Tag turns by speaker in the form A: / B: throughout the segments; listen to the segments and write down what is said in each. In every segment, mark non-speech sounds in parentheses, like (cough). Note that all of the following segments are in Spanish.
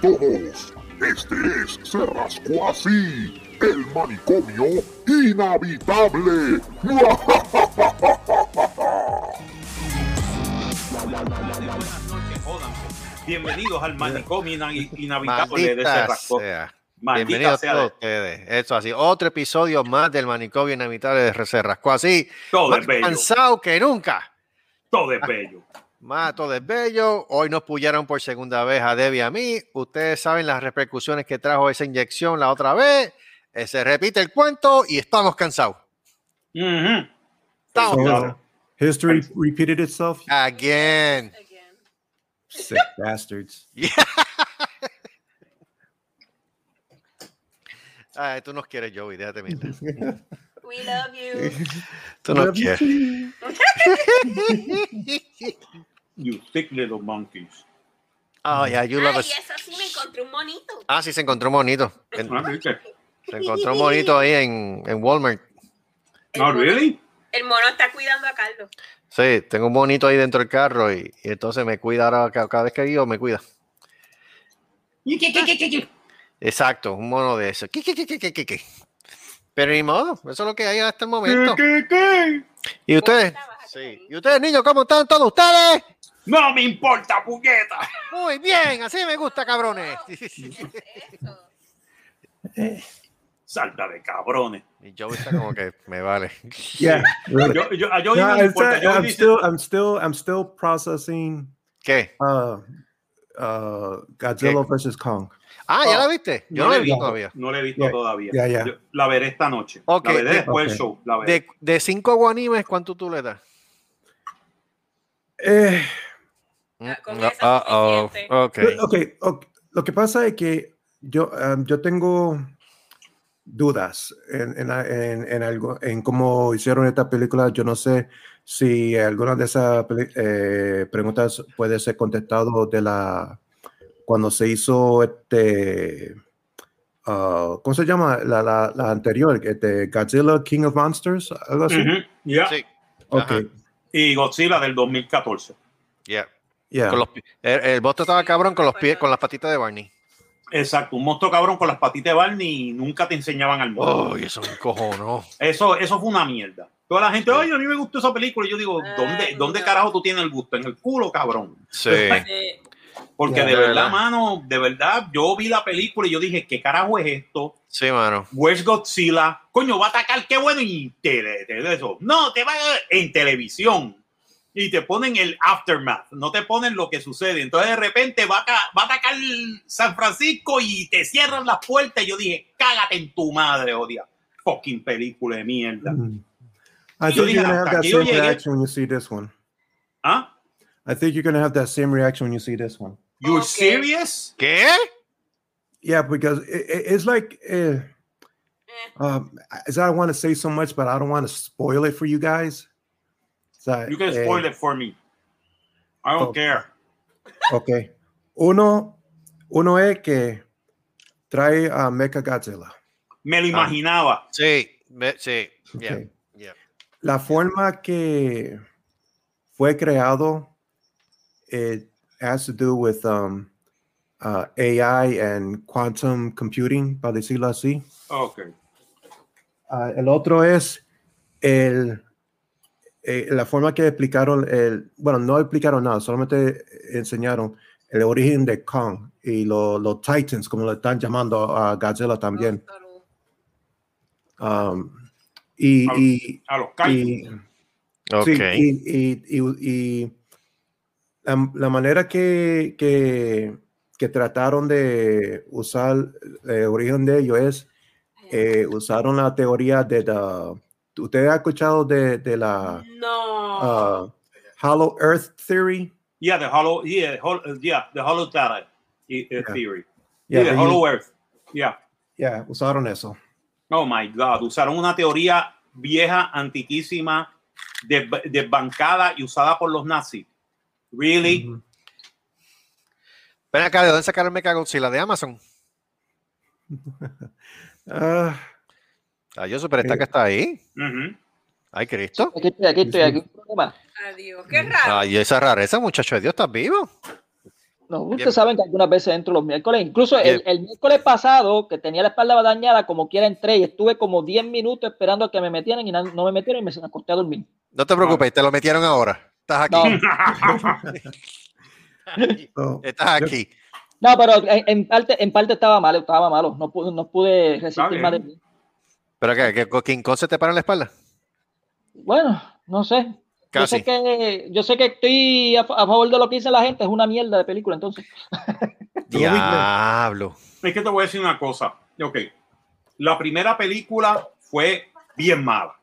A: todos. Este es Se Rascó Así, el manicomio inhabitable.
B: Bienvenidos al manicomio ina- inhabitable de
C: Maldita
B: Cerrasco.
C: sea.
B: Maldita
C: Bienvenidos
B: sea
C: todos
B: de-
C: ustedes. Eso así. Otro episodio más del manicomio inhabitable de Reserrasco. Así,
B: Todo
C: más
B: es bello,
C: cansado que nunca.
B: todo es bello.
C: Mato de Bello, hoy nos pullaron por segunda vez a Debbie y a mí. Ustedes saben las repercusiones que trajo esa inyección la otra vez. Eh, se repite el cuento y estamos cansados.
B: Ujú.
C: Estamos
D: So,
C: cansados.
D: history repeated itself.
C: Again.
D: Sick bastards.
C: Ay, tú nos quieres, Joey, déjate mirar.
E: We love you.
C: Tú nos quieres. (laughs)
B: You sick little monkeys.
C: Ay, ay, you love
E: Ay,
C: us.
E: eso sí me encontré un monito.
C: Ah, sí, se encontró bonito.
B: Ah, ¿viste?
C: Se encontró bonito
E: (laughs)
C: ahí en, en Walmart.
B: No, Ah, really?
E: El mono está cuidando a Carlos.
C: Sí, tengo un bonito ahí dentro del carro y, y entonces me cuida ahora ca- cada vez que guío, me cuida. Exacto, un mono de eso. Pero ni modo, eso es lo que hay hasta el momento.
B: ¿Qué, qué, qué?
C: ¿Y ustedes?
E: trabajas,
C: Sí.
E: Karim?
C: ¿Y ustedes, niños, cómo están todos ustedes?
B: No me importa, puñeta.
C: Muy bien, así me gusta, cabrones. (laughs)
E: Oh, Eso.
B: Salta de cabrones.
C: Y Joey está como que me vale.
D: Yeah, really.
B: Yo, yo, a Joey
D: No,
B: no le
D: it's
B: importa.
D: not-
B: Joey
D: I'm
B: dice,
D: still, I'm still, I'm still processing
C: ¿Qué?
D: uh, uh, Godzilla versus Kong.
C: Ah, ¿ya la viste? Yo no
B: le
C: la
B: he
C: vi
B: visto.
C: todavía.
B: No la he visto
D: Yeah,
B: todavía.
D: yeah, yeah.
B: Yo la veré esta noche.
C: Ok,
B: La veré
C: de-
B: después del
D: ok.
B: show. La veré.
C: De, de cinco guanimes, ¿cuánto tú le das?
D: Eh,
E: Ah, con
C: Mm,
E: eso es
C: ah, oh,
E: suficiente.
C: ok.
D: okay, ok, lo que pasa es que yo, um, yo tengo dudas en, en, en, en algo, en cómo hicieron esta película. Yo no sé si alguna de esas peli- eh, preguntas puede ser contestado de la cuando se hizo este ah, ¿cómo se llama? La, la, la anterior, este, Godzilla King of Monsters, algo así.
B: Ujú, yeah.
C: Sí,
D: Ok,
C: ajá.
B: Y Godzilla del 2014.
C: yeah.
D: yeah.
C: Con los pi- el, el bote estaba cabrón con los pies, con las patitas de Barney.
B: Exacto, un monstruo cabrón con las patitas de Barney y nunca te enseñaban al monstruo.
C: Oh, eso me cojonó.
B: Eso, eso fue una mierda. Toda la gente, oye, a mí me gustó esa película. Y yo digo, ¿dónde,
E: Ay,
B: ¿dónde
E: Ah, no.
B: carajo tú tienes el gusto? En el culo, cabrón.
C: (laughs) Sí.
E: Sí.
B: Porque
D: Ya,
B: de
C: de
B: verdad,
C: verdad.
B: mano, de verdad, yo vi la película y yo dije, ¿qué carajo es esto?
C: Sí, mano.
B: Where's Godzilla? Coño, va a atacar, qué bueno. Y tele, tele- eso. No, te va a- en televisión. Y te ponen el aftermath, no te ponen lo que sucede. Entonces de repente va a, ca- va a atacar San Francisco y te cierran las puertas. Y yo dije, cágate en tu madre, odia. Fucking película de mierda.
D: Mm. I
B: Yo
D: think
B: dije,
D: you're gonna have
B: hasta
D: that
B: aquí yo
D: same
B: llegué.
D: reaction when you see this one.
B: ¿Ah?
D: I think you're gonna have that same reaction when you see this one.
B: You're
E: Ok.
B: serious?
C: ¿Qué?
D: Yeah, because it, it- it's like uh,
E: Eh,
D: um, I so I don't want to say so much, but I don't want to spoil it for you guys. So,
B: You can
D: eh,
B: spoil it for me. I don't
D: Oh.
B: care.
D: Okay. Uno, uno es que trae a Mecha Godzilla.
B: Me lo imaginaba.
C: Sí, me- sí. yeah, yeah.
D: La forma que fue creado, it has to do with um, uh, AI and quantum computing, para decirlo así.
B: Ok.
D: Ah, el otro es el, eh, la forma que explicaron, el, bueno, no explicaron nada, solamente enseñaron el origen de Kong y lo- los Titans, como lo están llamando a Godzilla también.
E: no,
D: Um, y, y-
B: A los
D: y-
B: Titans.
C: Ok.
D: sí, y- y- y- y la, la manera que, que, que trataron de usar el origen de ellos es eh, usaron la teoría de la. ¿Usted ha escuchado de, de la
E: No.
D: Eh, ah, Hollow Earth Theory?
B: Yeah, the hollow, yeah, hol- uh, yeah, the hollow data i- uh, theory. Yeah,
D: Yeah,
B: the
D: they
B: hollow earth. Yeah.
D: use- yeah, usaron eso.
B: Oh my God. Usaron una teoría vieja, antiquísima, desb- desbancada y usada por los nazis. Really?
D: Ujú.
C: Ven acá, ¿de dónde sacaron Mecha Godzilla? ¿De Amazon?
D: Ah,
C: Ah, yo
D: Eh.
C: superestaca está ahí.
B: Ujú.
C: Ay, Cristo.
F: Aquí estoy, aquí estoy, aquí hay un problema.
E: Adiós. Qué raro.
C: Ay, esa rareza, muchacho de Dios, estás vivo.
F: No, ustedes
C: Bien.
F: saben que algunas veces entro los miércoles. Incluso el,
C: Bien.
F: el miércoles pasado, que tenía la espalda dañada, como quiera entré y estuve como 10 minutos esperando a que me metieran y na- no me metieron y me acosté a dormir.
C: No te preocupes, te lo metieron ahora. Estás (laughs)
F: No,
C: aquí.
D: So,
C: Estás aquí.
F: no, pero en, en parte, en parte estaba malo, estaba malo. No pude, no pude resistir
B: bien.
F: más de mí.
C: ¿Pero qué? ¿Que King Kong se te para en la espalda?
F: Bueno, no sé. Yo
C: Casi.
F: sé que, yo sé que estoy a, a favor de lo que dice la gente, es una mierda de película, entonces.
C: Diablo.
B: Es que te voy a decir una cosa. Ok. La primera película fue bien mala.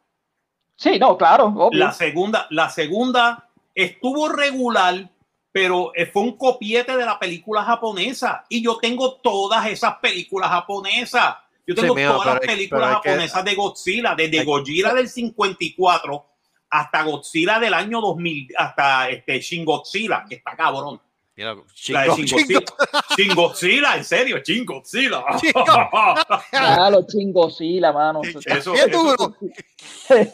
F: Sí, no, claro, obvio.
B: La segunda, la segunda estuvo regular, pero eh, fue un copiete de la película japonesa. Y yo tengo todas esas películas japonesas. Yo
C: Sí,
B: tengo
C: mira,
B: todas
C: pero
B: las
C: hay-
B: películas
C: pero hay que-
B: japonesas de Godzilla, desde Godzilla del 54 hasta Godzilla del año 2000, hasta este Shin Godzilla, que está cabrón.
C: Mira,
B: la de
C: chingo,
B: Shin
C: chingo.
B: Godzilla. Shin Godzilla, en serio, Shin
C: (laughs)
B: Godzilla. (laughs)
F: Ah, los chingos, sí, la mano.
C: Eso-
B: Eso-
C: Bien
B: eso-
C: duro.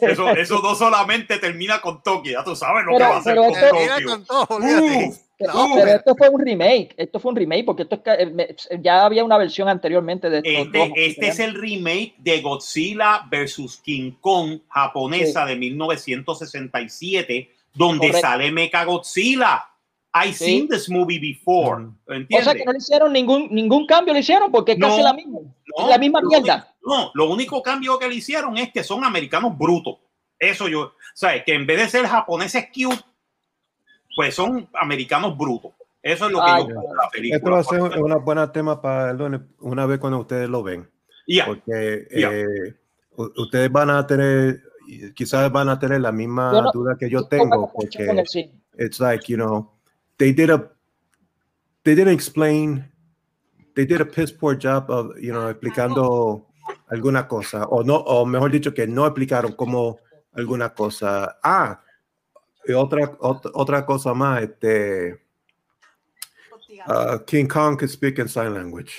B: Eso, eso no solamente termina con Tokio, ya tú sabes lo que
F: Pero-
B: va a hacer
F: pero
B: con
F: esto-
B: Tokio.
C: Mira con todo, olvídate.
B: Uf.
F: Pero,
C: No,
F: pero
C: pero-
F: esto fue un remake, esto fue un remake, porque esto es ca- eh, me- ya había una versión anteriormente de estos dos,
B: Este, este es el remake de Godzilla vs. King Kong japonesa de 1967, donde
F: Correcto.
B: sale Mecha Godzilla. I
F: Sí.
B: seen this movie before.
F: O
D: Mm.
B: ¿Entiendes?
F: sea que no le hicieron ningún, ningún cambio, le hicieron, porque es
B: No,
F: casi la misma.
B: No,
F: la misma
B: lo
F: mierda.
B: único- no, lo único cambio que le hicieron es que son americanos brutos. Eso yo, o sea, que en vez de ser japoneses cute, pues son americanos brutos. Eso es lo que
F: Ay,
B: yo creo de la película.
D: esto va a ser una buena tema para el lunes, una vez cuando ustedes lo ven.
B: Ya.
D: Porque
B: Ya.
D: eh, u- ustedes van a tener, quizás van a tener la misma
F: Yo no-
D: duda que yo
F: Con la
D: tengo,
F: cuestión con
D: porque
F: el cine.
D: it's like you know they did a they didn't explain they did a piss poor job of you know explicando alguna cosa o no o mejor dicho que no explicaron como alguna cosa ah y otra ot- otra cosa más este uh, King Kong can speak in sign language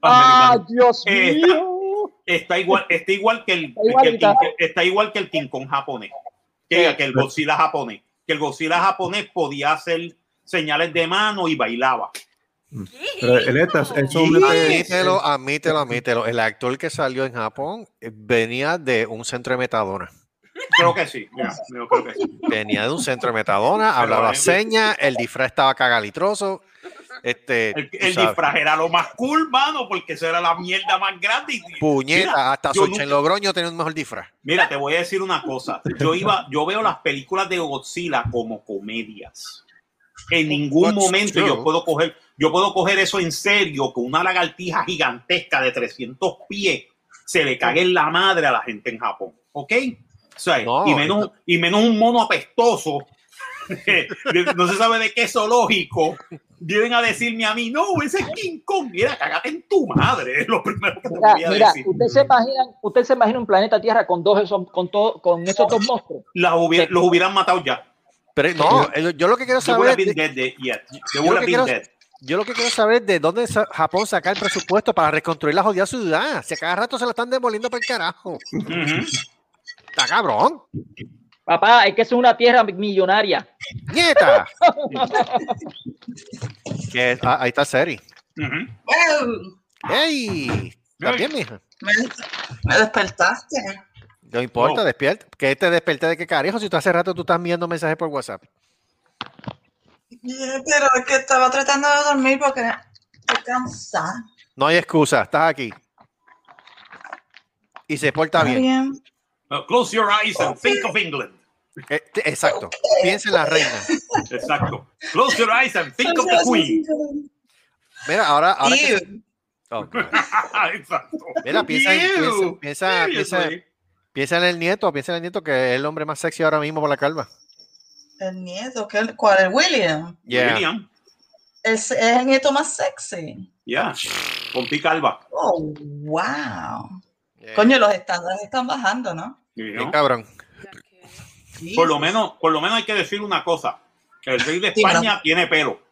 F: ¡Ah, Dios
B: Eh, (laughs)
F: mío!
B: Está igual, está igual que el,
F: Está
B: que el
F: igualita.
B: King- está igual que el King Kong japonés. Que, que el Godzilla japonés. Que el Godzilla japonés podía hacer señales de mano y bailaba.
D: pero en estas es
B: Sí.
D: un
C: Admítelo, admítelo, admítelo. El actor que salió en Japón eh, venía de un centro de metadona.
B: Creo que sí. mira, yo creo que sí.
C: Venía de un centro de
B: (laughs)
C: metadona, hablaba
B: eh,
C: señas, el disfraz estaba cagalitroso. Este,
B: El,
C: tú
B: el
C: sabes,
B: disfraz era lo más cool, mano, porque eso era la mierda más grande. y- y-
C: puñeta,
B: Mira,
C: hasta
B: yo
C: Socha en Logroño tenía un mejor disfraz.
B: Mira, te voy a decir una cosa. Yo iba, yo veo las películas de Godzilla como comedias. En ningún
C: That's
B: momento yo
C: true.
B: puedo coger, yo puedo coger eso en serio con una lagartija gigantesca de 300 pies se le cague en la madre a la gente en Japón, ¿ok? O sea,
C: No,
B: y menos y menos un mono apestoso. (laughs) de- no se sabe de qué zoológico vienen a decirme a mí, no, ese es King Kong, mira, cágate en tu madre, es lo primero que te
F: Mira,
B: voy a
F: mira,
B: decir.
F: usted se imagina, usted se imagina un planeta Tierra con dos esos- con todo, con esos dos monstruos.
B: Las hubiera- los hubieran matado ya.
C: Pero no, el- yo lo que quiero
B: They would have
C: saber,
B: been dead
C: de-
B: there, yeah. They
C: Yo
B: would
C: lo
B: have
C: que
B: been
C: quiero-
B: dead.
C: yo lo que quiero saber es de dónde sa- Japón saca el presupuesto para reconstruir la jodida ciudad. Si a cada rato se la están demoliendo por el carajo.
B: Ujú.
C: Está cabrón.
F: Papá, es que eso es una tierra millonaria.
C: Nieta. que, ah, ahí está Seri.
B: Ujú.
G: Wow,
C: ¡Ey! ¿Estás bien, mija?
G: me, me despertaste.
C: No importa,
B: No.
C: despierta. Que te desperté de qué carajo si tú hace rato tú estás enviando mensajes por WhatsApp.
G: Pero es que estaba tratando de dormir porque estoy cansada.
C: No hay excusa, estás aquí. Y se porta bien.
B: Uh, Close your eyes and think of England.
C: Eh, te- exacto. Piensa en la reina.
B: Exacto. Close your eyes and think of the
G: (laughs)
B: Queen.
C: Mira, ahora. ahora que-
G: Ew.
C: Oh, God.
B: Exacto.
C: Mira, piensa, en-
B: Ew.
C: piensa, piensa, piensa,
B: Seriously.
C: piensa en el nieto, piensa en el nieto que es el hombre más sexy ahora mismo por la calva.
G: El nieto, ¿qué- ¿cuál? El William.
C: Yeah.
B: William.
G: Es, es el nieto más sexy.
B: Yeah. Con pica alba.
G: Oh, wow.
B: Eh.
C: Yeah.
G: Coño, los estándares están bajando, ¿no?
B: You
C: Bien
B: know?
C: cabrón.
B: Por lo
G: Jesus.
B: menos, por lo menos hay que decir una cosa. que El rey de
G: Sí,
B: España tiene pelo.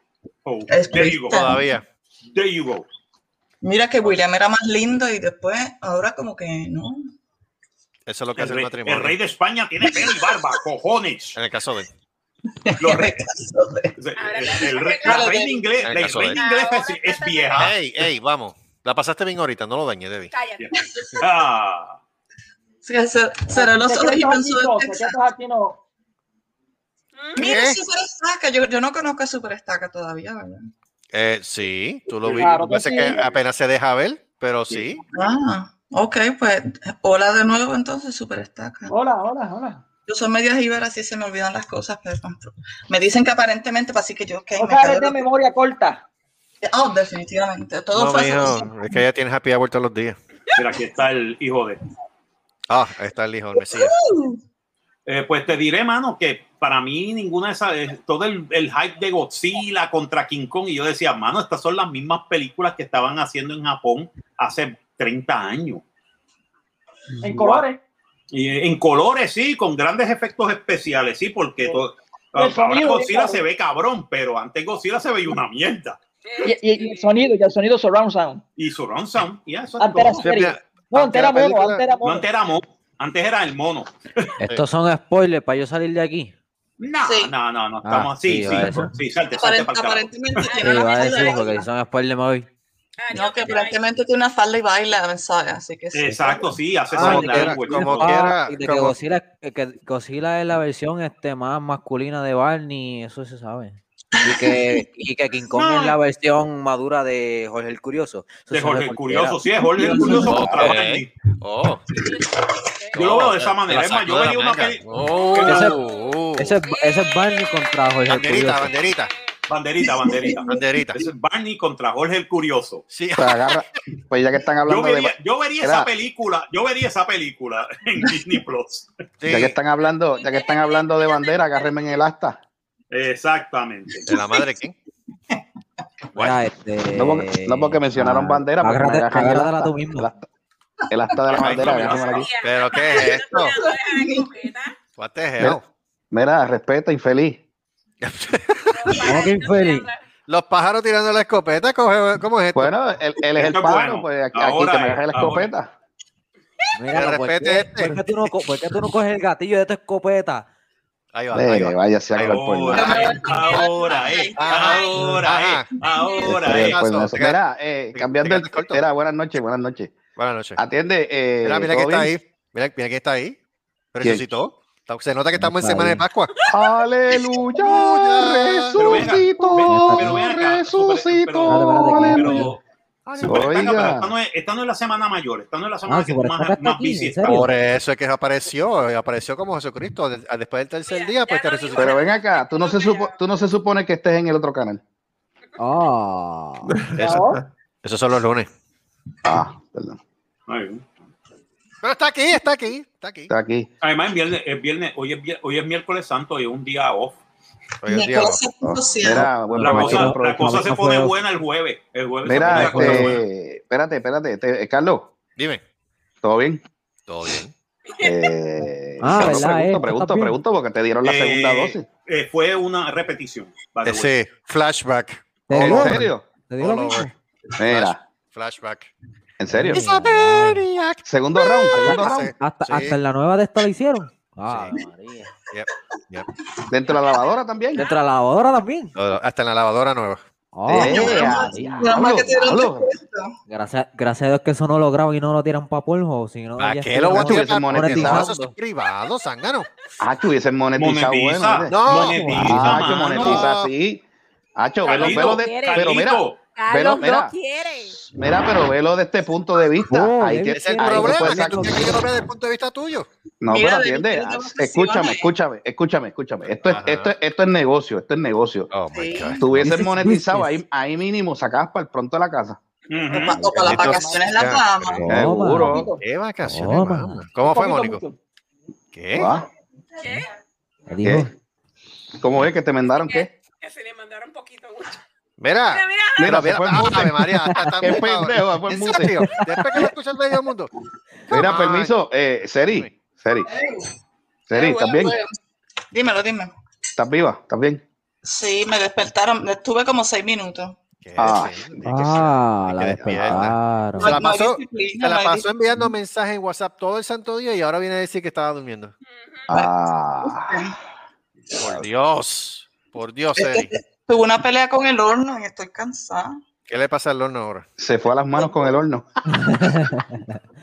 B: Oh,
G: Es
B: there you go.
G: triste.
C: Todavía.
B: There you go.
G: Mira que William era más lindo y después, ahora como que no.
C: Eso es lo que
B: El
C: hace el
B: rey, el
C: matrimonio. (laughs)
B: rey de España tiene pelo y barba, cojones.
C: En el caso de él.
G: (laughs)
B: Los re-
H: Recaso de-
B: o sea,
E: Ahora
B: el,
E: que-
B: el re- la
H: Ahora que-
B: reina inglés-
C: En
B: la
C: caso de-
B: reina inglesa es,
E: Ahora
B: es
E: que-
B: vieja.
C: Ey, ey, vamos. La pasaste bien ahorita, no lo dañes, Debbie.
E: Cállate.
B: Ah,
H: Sí, cer- cerró los ojos y pensó en Texas.
E: Mm,
H: Mira,
C: ¿Qué?
H: Superestaca. Yo, yo no conozco a Superestaca todavía, ¿verdad?
C: Eh, sí, tú lo vi.
F: Claro que
C: Parece que
F: sí.
C: apenas se deja ver, pero sí.
H: Ah, ok, pues hola de nuevo entonces, Superestaca.
F: Hola, hola, hola.
H: Yo soy media jíbara, así se me olvidan las cosas, pero me dicen que aparentemente, pues, así que yo que
F: O
H: me
F: sea, eres
H: quedo...
F: de memoria corta.
H: Oh, definitivamente, todo
C: No,
H: fue...
C: mijo, es que ya tienes happy hour todos los días.
B: mira, aquí está el hijo de.
C: Ah, ahí está el hijo, el Mesías.
B: Eh, pues te diré, mano, que para mí ninguna de esas, eh, todo el, el hype de Godzilla contra King Kong, y yo decía, mano, estas son las mismas películas que estaban haciendo en Japón hace 30 años.
F: En colores.
B: Y, eh, en colores, sí, con grandes efectos especiales, sí, porque
F: Sí.
B: to-
F: El
B: ahora
F: sonido,
B: Godzilla
F: bien
B: se ve cabrón, pero antes Godzilla se veía una mierda.
F: Y, y- y el sonido, y el sonido surround sound.
B: Y Surround Sound, y eso es
F: Antes era
B: todo.
C: Sí,
F: serio.
C: mira,
F: No,
C: antes
F: antes era
C: la
F: mono,
C: película-
F: antes era
B: No,
F: mono.
B: antes era mo- antes era el mono.
I: Estos son spoilers para yo salir de aquí.
B: No,
H: Sí.
B: no, no, no
I: Ah,
B: estamos así,
I: sí,
B: sí,
I: va
B: sí,
I: eso.
B: salte, salte
H: Aparent-
B: para
C: (laughs)
H: aparentemente
I: Sí,
H: tiene
I: va
H: una
I: a
H: falda y
I: decir, porque
H: baila.
I: si son spoilers me voy.
E: ah,
H: No, que
E: ay,
H: aparentemente tiene una falda y baila, ¿sabes? Así que sí.
B: Exacto, sí, hace pues,
C: Como
B: esa
C: quiera, como
I: Ah,
C: quiera,
I: y de que
C: como-
I: Godzilla, eh, que Godzilla es la versión este, más masculina de Barney, eso se sabe. Y que, y que King Kong
B: No.
D: (laughs)
I: es la versión madura de Jorge el Curioso. Eso
B: de
I: sabe
B: Jorge el
I: cualquiera.
B: Curioso, sí, es Jorge el
I: Dios,
B: Curioso
I: no.
B: contra
C: Ok.
B: Barney.
C: Oh,
E: ok.
B: Yo lo veo de esa
C: la
B: manera. Es más,
C: sacó
B: yo
C: de la
B: vería una
C: manga.
B: peli-
C: Oh,
I: Ese es, ese es Barney contra Jorge el
C: Banderita,
I: Curioso.
C: banderita,
B: Banderita, banderita.
C: banderita.
B: Ese es Barney contra Jorge el Curioso.
C: Sí,
D: Pues agarra, pues ya que están
B: Yo
D: hablando de
B: vería, yo vería
D: Era-
B: esa película, yo vería esa película (laughs) en Disney Plus.
C: sí.
D: ya que están hablando, ya que están hablando de bandera, agárrenme en el asta.
B: Exactamente.
C: ¿De la madre quién?
I: Mira, este,
D: No porque, no porque mencionaron
I: ah,
D: bandera, pues, porque me
I: agárrate-
D: agarran (laughs) el
I: agárratela
D: asta,
I: tú
D: el
I: mismo.
D: asta, el asta de la bandera,
C: Ay,
D: agárrenmela aquí.
E: Mira,
C: ¿Pero qué es esto?
E: una coqueta,
C: What the hell?
D: Mira, mira, respeta, infeliz.
I: ¿Cómo que infeliz?
C: (laughs) Los pájaros tirando la escopeta, coge- ¿cómo es esto?
D: Bueno, él, él es el
B: Esto es
D: pájaro,
B: bueno.
D: pues aquí,
B: Ahora
D: aquí que me
B: es,
D: agarre la
B: ahora.
D: escopeta.
I: Mira, ¿por
C: respete
I: qué,
C: este.
I: por qué tú no, co- por qué tú no coges el gatillo de tu escopeta?
C: Ahí va, ahí
D: Mire,
C: va.
D: vaya, se haga el porno.
B: Ahora, es, ahora es, ahora es, ahora eh.
D: Este,
B: es.
D: el porno.
C: Te quedas-
D: Mira, eh,
C: te
D: cambiando
C: quedas
D: el-
C: corto.
D: Era, buenas noches, buenas noches.
C: Buenas noches.
D: Atiende. Eh,
C: Mira, mira que
D: ¿todo
C: está
D: bien?
C: ahí. Mira, mira que está ahí. Resucitó. Está- Se nota que estamos en
I: Está
C: semana de
I: bien.
C: Pascua.
D: Aleluya,
C: Pero
B: ven acá,
D: resucitó,
I: pero
B: ven acá,
D: resucitó.
I: pero-
D: aleluya.
B: Pero, Superestaca, pero esta, no es, esta no es la semana mayor, esta no es la semana
D: Ah,
I: No,
B: que
I: Superestaca
B: más,
I: está
B: más
I: aquí,
B: bici
I: ¿en
B: está.
I: serio?
C: Por eso es que apareció. eh, Apareció como Jesucristo. de- a- Después del tercer
E: Mira,
C: día, pues
E: ya
C: que
E: no
C: resucitó.
D: Pero ven acá, tú no, se supo- tú no se supone que estés en el otro canal.
I: Ah.
C: Eso- Esos son los lunes.
D: Ah, perdón.
B: Ay, bien.
C: Pero está aquí, está aquí, está aquí.
D: Está aquí.
B: Además, es viernes, es viernes, hoy, es, vier- hoy es miércoles santo, hoy es un día off.
C: Hoy es día dos.
D: Oh, mira, buen
B: La
D: provecho,
B: cosa,
D: buen
B: la
D: provecho.
B: cosa se
I: Aprovecha
B: pone
I: fuego.
B: buena el jueves. El jueves se
D: Mira,
B: pone la cosa buena.
D: este, espérate, espérate. te- eh, Carlos,
C: Dime.
D: ¿todo bien?
C: Todo bien.
D: Eh,
I: (laughs) Ah,
D: Carlos,
I: ¿verdad, eh?
D: pregunto,
I: ¿Tú
D: pregunto,
I: estás bien?
D: pregunto, porque te dieron la
B: Eh,
D: segunda dosis.
B: eh, fue una repetición. by the way.
C: Ese flashback.
I: ¿Te dio
D: ¿En
I: lo-
D: serio?
I: te dio lo
C: All
I: mismo?
C: over.
D: Mira,
C: Flashback.
D: ¿en serio?
I: It's a maniac.
D: Segundo round, segundo round.
C: Ese-
I: Ah, Hasta,
C: Sí.
I: hasta en la nueva de esta lo hicieron. Ah,
C: Sí.
I: María.
D: Dentro de la lavadora también.
I: Dentro de la lavadora también.
C: Todo- Oh, Hasta en la lavadora nueva.
I: Ah,
D: Eh,
I: María.
H: Nada más que te dieron
D: Hablo, hablo.
H: tu
I: Gracias, gracias a Dios que eso no lo graban y no lo tiran para polvo. Si no,
C: ¿Para
I: ya
C: qué
I: estoy
C: lo voy a
I: grabando.
D: estuviese
C: tirar?
D: monetizado.
C: Eso es privado, zángano.
D: Ah, que hubiesen monetizado bueno.
B: Monetiza,
D: ¿viste?
C: No.
B: monetiza,
D: Ah, que
B: mano.
D: monetiza, sí. Hacho, velo,
B: Carlito,
D: velo de,
E: Carlito,
D: pero mira,
E: Carlos
D: mira.
E: no quiere.
D: mira, pero velo de este punto de vista.
I: Oh,
D: ahí
I: debe
D: que,
C: Ese es el
D: ahí se
C: problema.
D: puede
C: Que
D: sacar-
C: tú quieres que yo lo vea desde el punto de vista tuyo.
D: No,
H: Mira,
D: pero
H: de-
D: atiende.
H: de- de- de-
D: Escúchame,
H: de-
D: escúchame, escúchame, escúchame. Esto es,
C: Ajá.
D: esto, es- esto es negocio, esto es negocio.
C: Oh
H: my Sí. God.
D: Si hubiesen
I: Business,
D: monetizado,
I: business.
D: ahí, ahí mínimo sacabas para el pronto de la casa.
B: Ujú.
H: pa- O para las
C: Carlitos,
H: vacaciones en la
C: ya,
H: cama.
I: Oh,
D: Seguro.
I: mano.
C: ¿Qué vacaciones,
I: Oh,
C: vamos?
I: man.
C: ¿Cómo fue,
F: Poquito,
C: Mónico?
F: mucho.
C: ¿Qué?
D: Ah,
E: ¿Qué?
I: Me dijo,
D: ¿Qué? ¿Cómo es que te mandaron qué?
E: Que se le mandaron poquito. mucho.
C: Mira.
E: (laughs) Mira, mira.
D: Mira,
C: Mira,
D: se
C: mira,
D: fue el
C: ah,
D: mute.
C: Ave María, hasta está
D: (laughs) Qué
C: mutado.
D: pendejo, se fue el
C: ¿En
D: mute.
C: serio? Después que lo escucha el medio mundo.
D: Mira,
C: Come on.
D: permiso, eh, Seri, Seri, Seri,
H: Eh,
D: ¿estás
H: bueno,
D: bien?
H: bueno.
E: pues.
H: Dímelo, dime.
D: ¿Estás viva? ¿Estás bien?
H: Sí, me despertaron. Estuve como seis minutos.
C: ¿Qué?
D: Ah,
I: Ah, la
C: que
I: despertaron.
C: Se la
H: No hay
C: pasó-
H: disciplina,
C: Se la
H: no hay
C: pasó enviando mensajes en WhatsApp todo el santo día y ahora viene a decir que estaba durmiendo.
E: Ujú.
D: Ah,
C: Por Dios. Por Dios,
G: (laughs)
C: Eri.
H: Tuve una pelea con el horno y estoy cansada.
C: ¿Qué le pasa al horno ahora?
D: Se fue a las manos con el horno.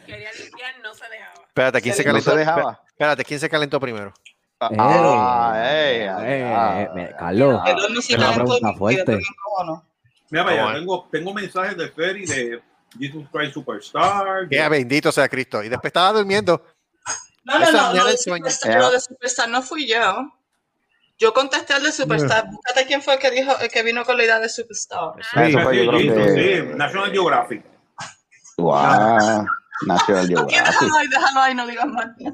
E: Quería limpiar, no se dejaba.
C: Espérate, ¿quién se
D: No
C: calentó?
D: se dejaba.
C: Espérate, ¿quién se calentó primero?
D: Ah, ah,
I: Eh, eh,
D: eh, ah,
I: eh,
D: ah.
I: me- Carlos,
H: El horno sí
I: es una
H: calentó
I: pregunta
H: y
I: fuerte.
H: también cómo no.
B: Mira,
D: Ah,
B: para allá,
C: Vamos a ver.
B: tengo, tengo mensajes de Ferry de Jesus Christ Superstar.
C: Que bendito sea Cristo. Y después estaba durmiendo.
H: No, no,
C: Esa
H: no,
C: mañana
H: lo de,
C: de sueño.
H: Superstar, lo de Superstar no fui yo. Yo contesté al de Superstar. Búscate quién fue el que dijo el que vino con la idea de Superstar.
B: Sí,
D: Eso fue, yo
B: sí,
D: creo
B: sí,
D: que-
B: sí, National Geographic.
D: Wow. National
H: Ok,
D: Geographic.
H: déjalo ahí, déjalo ahí, no digas más. nada.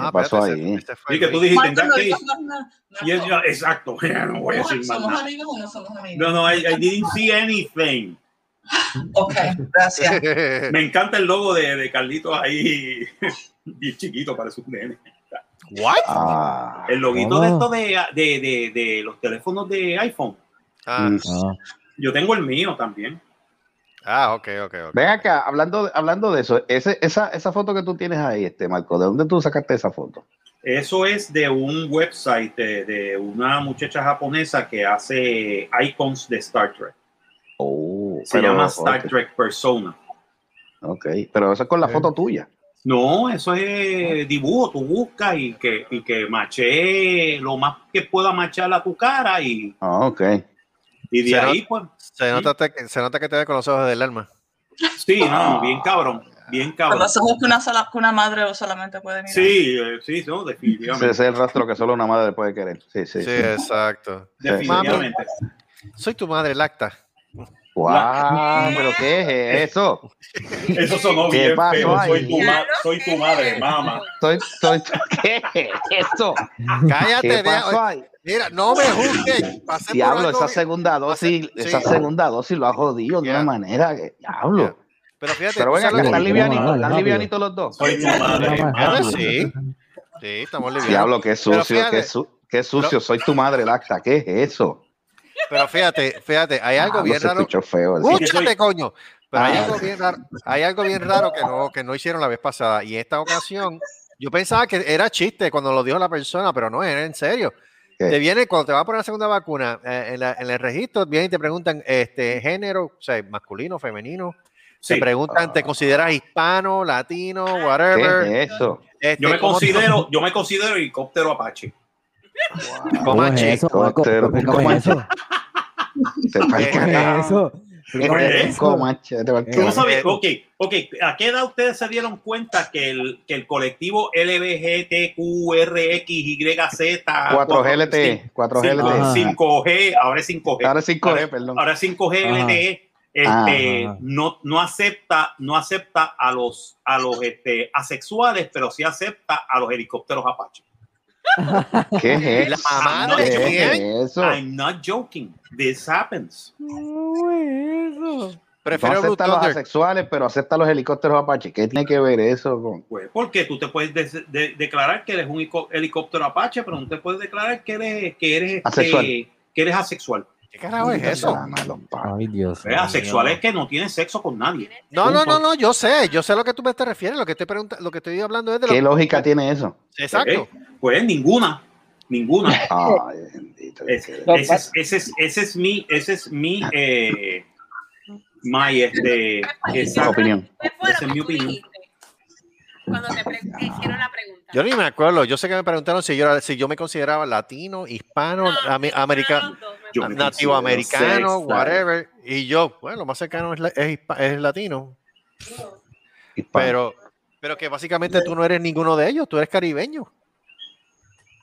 C: Ah,
D: ¿Qué pasó
C: espérate,
D: ahí?
C: este fue
B: Y que tú
C: Luis.
B: dijiste,
H: Marta, no
B: "That
H: digas
B: case",
H: más nada.
B: y él,
H: Marco,
B: yo, exacto, (laughs) no voy a decir más
H: ¿Somos
B: nada.
H: amigos o no somos amigos?
B: No, no, I, I didn't see anything.
H: Ok,
B: (laughs)
H: gracias.
B: Me encanta el logo de, de Carlitos ahí, (laughs) bien chiquito, parece un nene.
C: (laughs) ¿What?
D: Ah,
B: El loguito
I: Ah.
B: de esto de, de, de, de los teléfonos de iPhone.
C: Ah,
D: mm.
I: Ah,
B: Yo tengo el mío también.
C: ah, ok, ok, ok.
D: Ven acá, hablando, de- hablando de eso, ese, esa, esa foto que tú tienes ahí, este Marco, ¿de dónde tú sacaste esa foto?
B: Eso es de un website de, de una muchacha japonesa que hace icons de Star Trek.
D: Oh,
B: Se
D: pero-
B: llama Star
D: ok,
B: Trek Persona.
D: ok, pero eso es con la
C: Eh.
D: foto tuya.
B: No, eso es dibujo, tú buscas y que, y que maché lo más que pueda machar a tu cara y,
D: Ah, ok.
B: y de
C: Será-
B: ahí pues...
C: Se, nota te- se nota que te ve con los ojos del alma.
B: Sí, no, bien cabrón, bien
H: Con
B: cabrón.
H: los ojos que una, sola, que una madre solamente puede mirar.
B: Sí, eh, sí, no,
D: Ese es
B: definitivamente.
D: el rastro que solo una madre puede querer. Sí,
C: Sí,
D: sí. sí.
C: exacto.
B: Definitivamente.
C: Soy tu madre lacta.
D: (laughs)
B: Ah,
D: Wow, ah, pero ¿qué es eso?
B: Eso sonó
D: ¿Qué
B: bien
D: pasó
B: feo. Soy
D: ahí?
B: tu, ma-
E: Ya lo
B: soy tu
E: sé.
B: madre, mamá.
D: Estoy, estoy, ¿Qué es esto? ¿Qué
C: Cállate,
D: pasó
C: deja-
D: ahí?
C: mira, no me juzgues. Pasé por
D: Diablo,
C: algo
D: esa
C: bien-
D: segunda dosis,
C: sí.
D: esa segunda dosis lo ha jodido de
C: Ya.
D: una manera que, diablo.
C: Pero fíjate,
D: Pero
C: tú
D: ven acá,
C: sabes-
D: están
I: Rápido,
D: livianitos,
I: rápido.
D: están livianitos los dos.
B: Soy tu madre,
I: Mamá.
C: Ah,
B: mamá.
C: sí. Sí, estamos livianos.
D: Diablo, qué
C: Pero
D: sucio,
C: fíjate.
D: qué, su- qué sucio, soy tu madre, Lacta, ¿qué es eso?
C: Pero fíjate, fíjate, hay algo
D: Diablo,
C: bien
D: se
C: raro.
D: escuchó feo. eso.
B: que
C: ¡Escúchate,
B: soy-
C: coño! Pero hay
D: Ah.
C: algo bien raro, hay algo bien raro que, no, que no hicieron la vez pasada. Y esta ocasión, yo pensaba que era chiste cuando lo dijo la persona, pero no, era en serio.
D: ¿Qué?
C: Te viene, cuando te va a poner la segunda vacuna, eh, en, la- en el registro, vienen y te preguntan este, género, o sea, masculino, femenino.
B: Sí,
C: Te preguntan, ¿te
D: Ah.
C: consideras hispano, latino,
D: ¿Qué
C: whatever?
D: es eso?
C: Este,
B: yo me
C: ¿cómo-
B: considero, yo me considero helicóptero Apache.
I: ¿Cómo es
C: Comanche.
I: eso, Marco?
D: Cóctel,
I: ¿Cómo es
D: Comanche.
I: eso?
D: Te va al
C: Eh,
I: ¿Cómo
D: carajo,
I: es eso? ¿Cómo es
B: eh,
I: eso?
D: comanche, te va al
I: Eh,
B: Tú no
D: carajo.
B: sabes,
C: Eh,
B: ok, ok, ¿a qué edad ustedes se dieron cuenta que el, que el colectivo LBGTQRXYZ
D: 4G LTE, 4G
I: Ajá.
D: LTE.
B: 5G, ahora es 5G,
D: Ahora 5G, perdón.
B: ahora es 5G
I: Ajá.
B: LTE, E. este,
I: Ajá.
B: no, no acepta, no acepta a los, a los este, asexuales, pero sí acepta a los helicópteros Apache.
D: ¿Qué es
C: La
D: eso?
C: mamá
D: ¿Qué
C: de Julián
D: es eso?
B: I'm not joking, this happens.
D: No
C: Prefiero Blue
D: acepta a los
C: Thunder.
D: asexuales, pero acepta a los helicópteros Apache. ¿Qué tiene que ver eso con...?
B: Pues, porque tú te puedes des- de- declarar que eres un hico- helicóptero Apache, pero no te puedes declarar que eres, que eres, este,
D: Asexual.
B: que eres asexual.
C: ¿Qué carajo es eso?
D: Ah, malos padres.
I: Ay, Dios.
B: Eh, Asexual es que no tienes sexo con nadie.
C: No, no, no, no, yo sé, yo sé a lo que tú me te refieres, lo que estoy preguntando, lo que estoy hablando es de lo
D: ¿Qué lógica tiene eso?
C: Exacto.
B: Ok, Pues ninguna, ninguna.
D: Ay, bendito.
B: Es-
D: qué-
F: No,
B: ese, es, ese, es, ese es mi, ese es mi, eh, my, este, esa-
D: opinión.
E: ¿Qué fue
B: Esa es
E: lo
B: mi
E: que tú
B: opinión.
E: dijiste? Cuando te, pre- te hicieron la pregunta.
C: Yo ni me acuerdo, yo sé que me preguntaron si yo, era- si yo me consideraba latino, hispano, ami- americano,
B: Yo me considero
C: nativo americano,
B: sexy.
C: whatever. Y yo, bueno, lo más cercano es, la- es hispa- es latino,
D: hispano.
C: pero, pero que básicamente tú no eres ninguno de ellos, tú eres caribeño.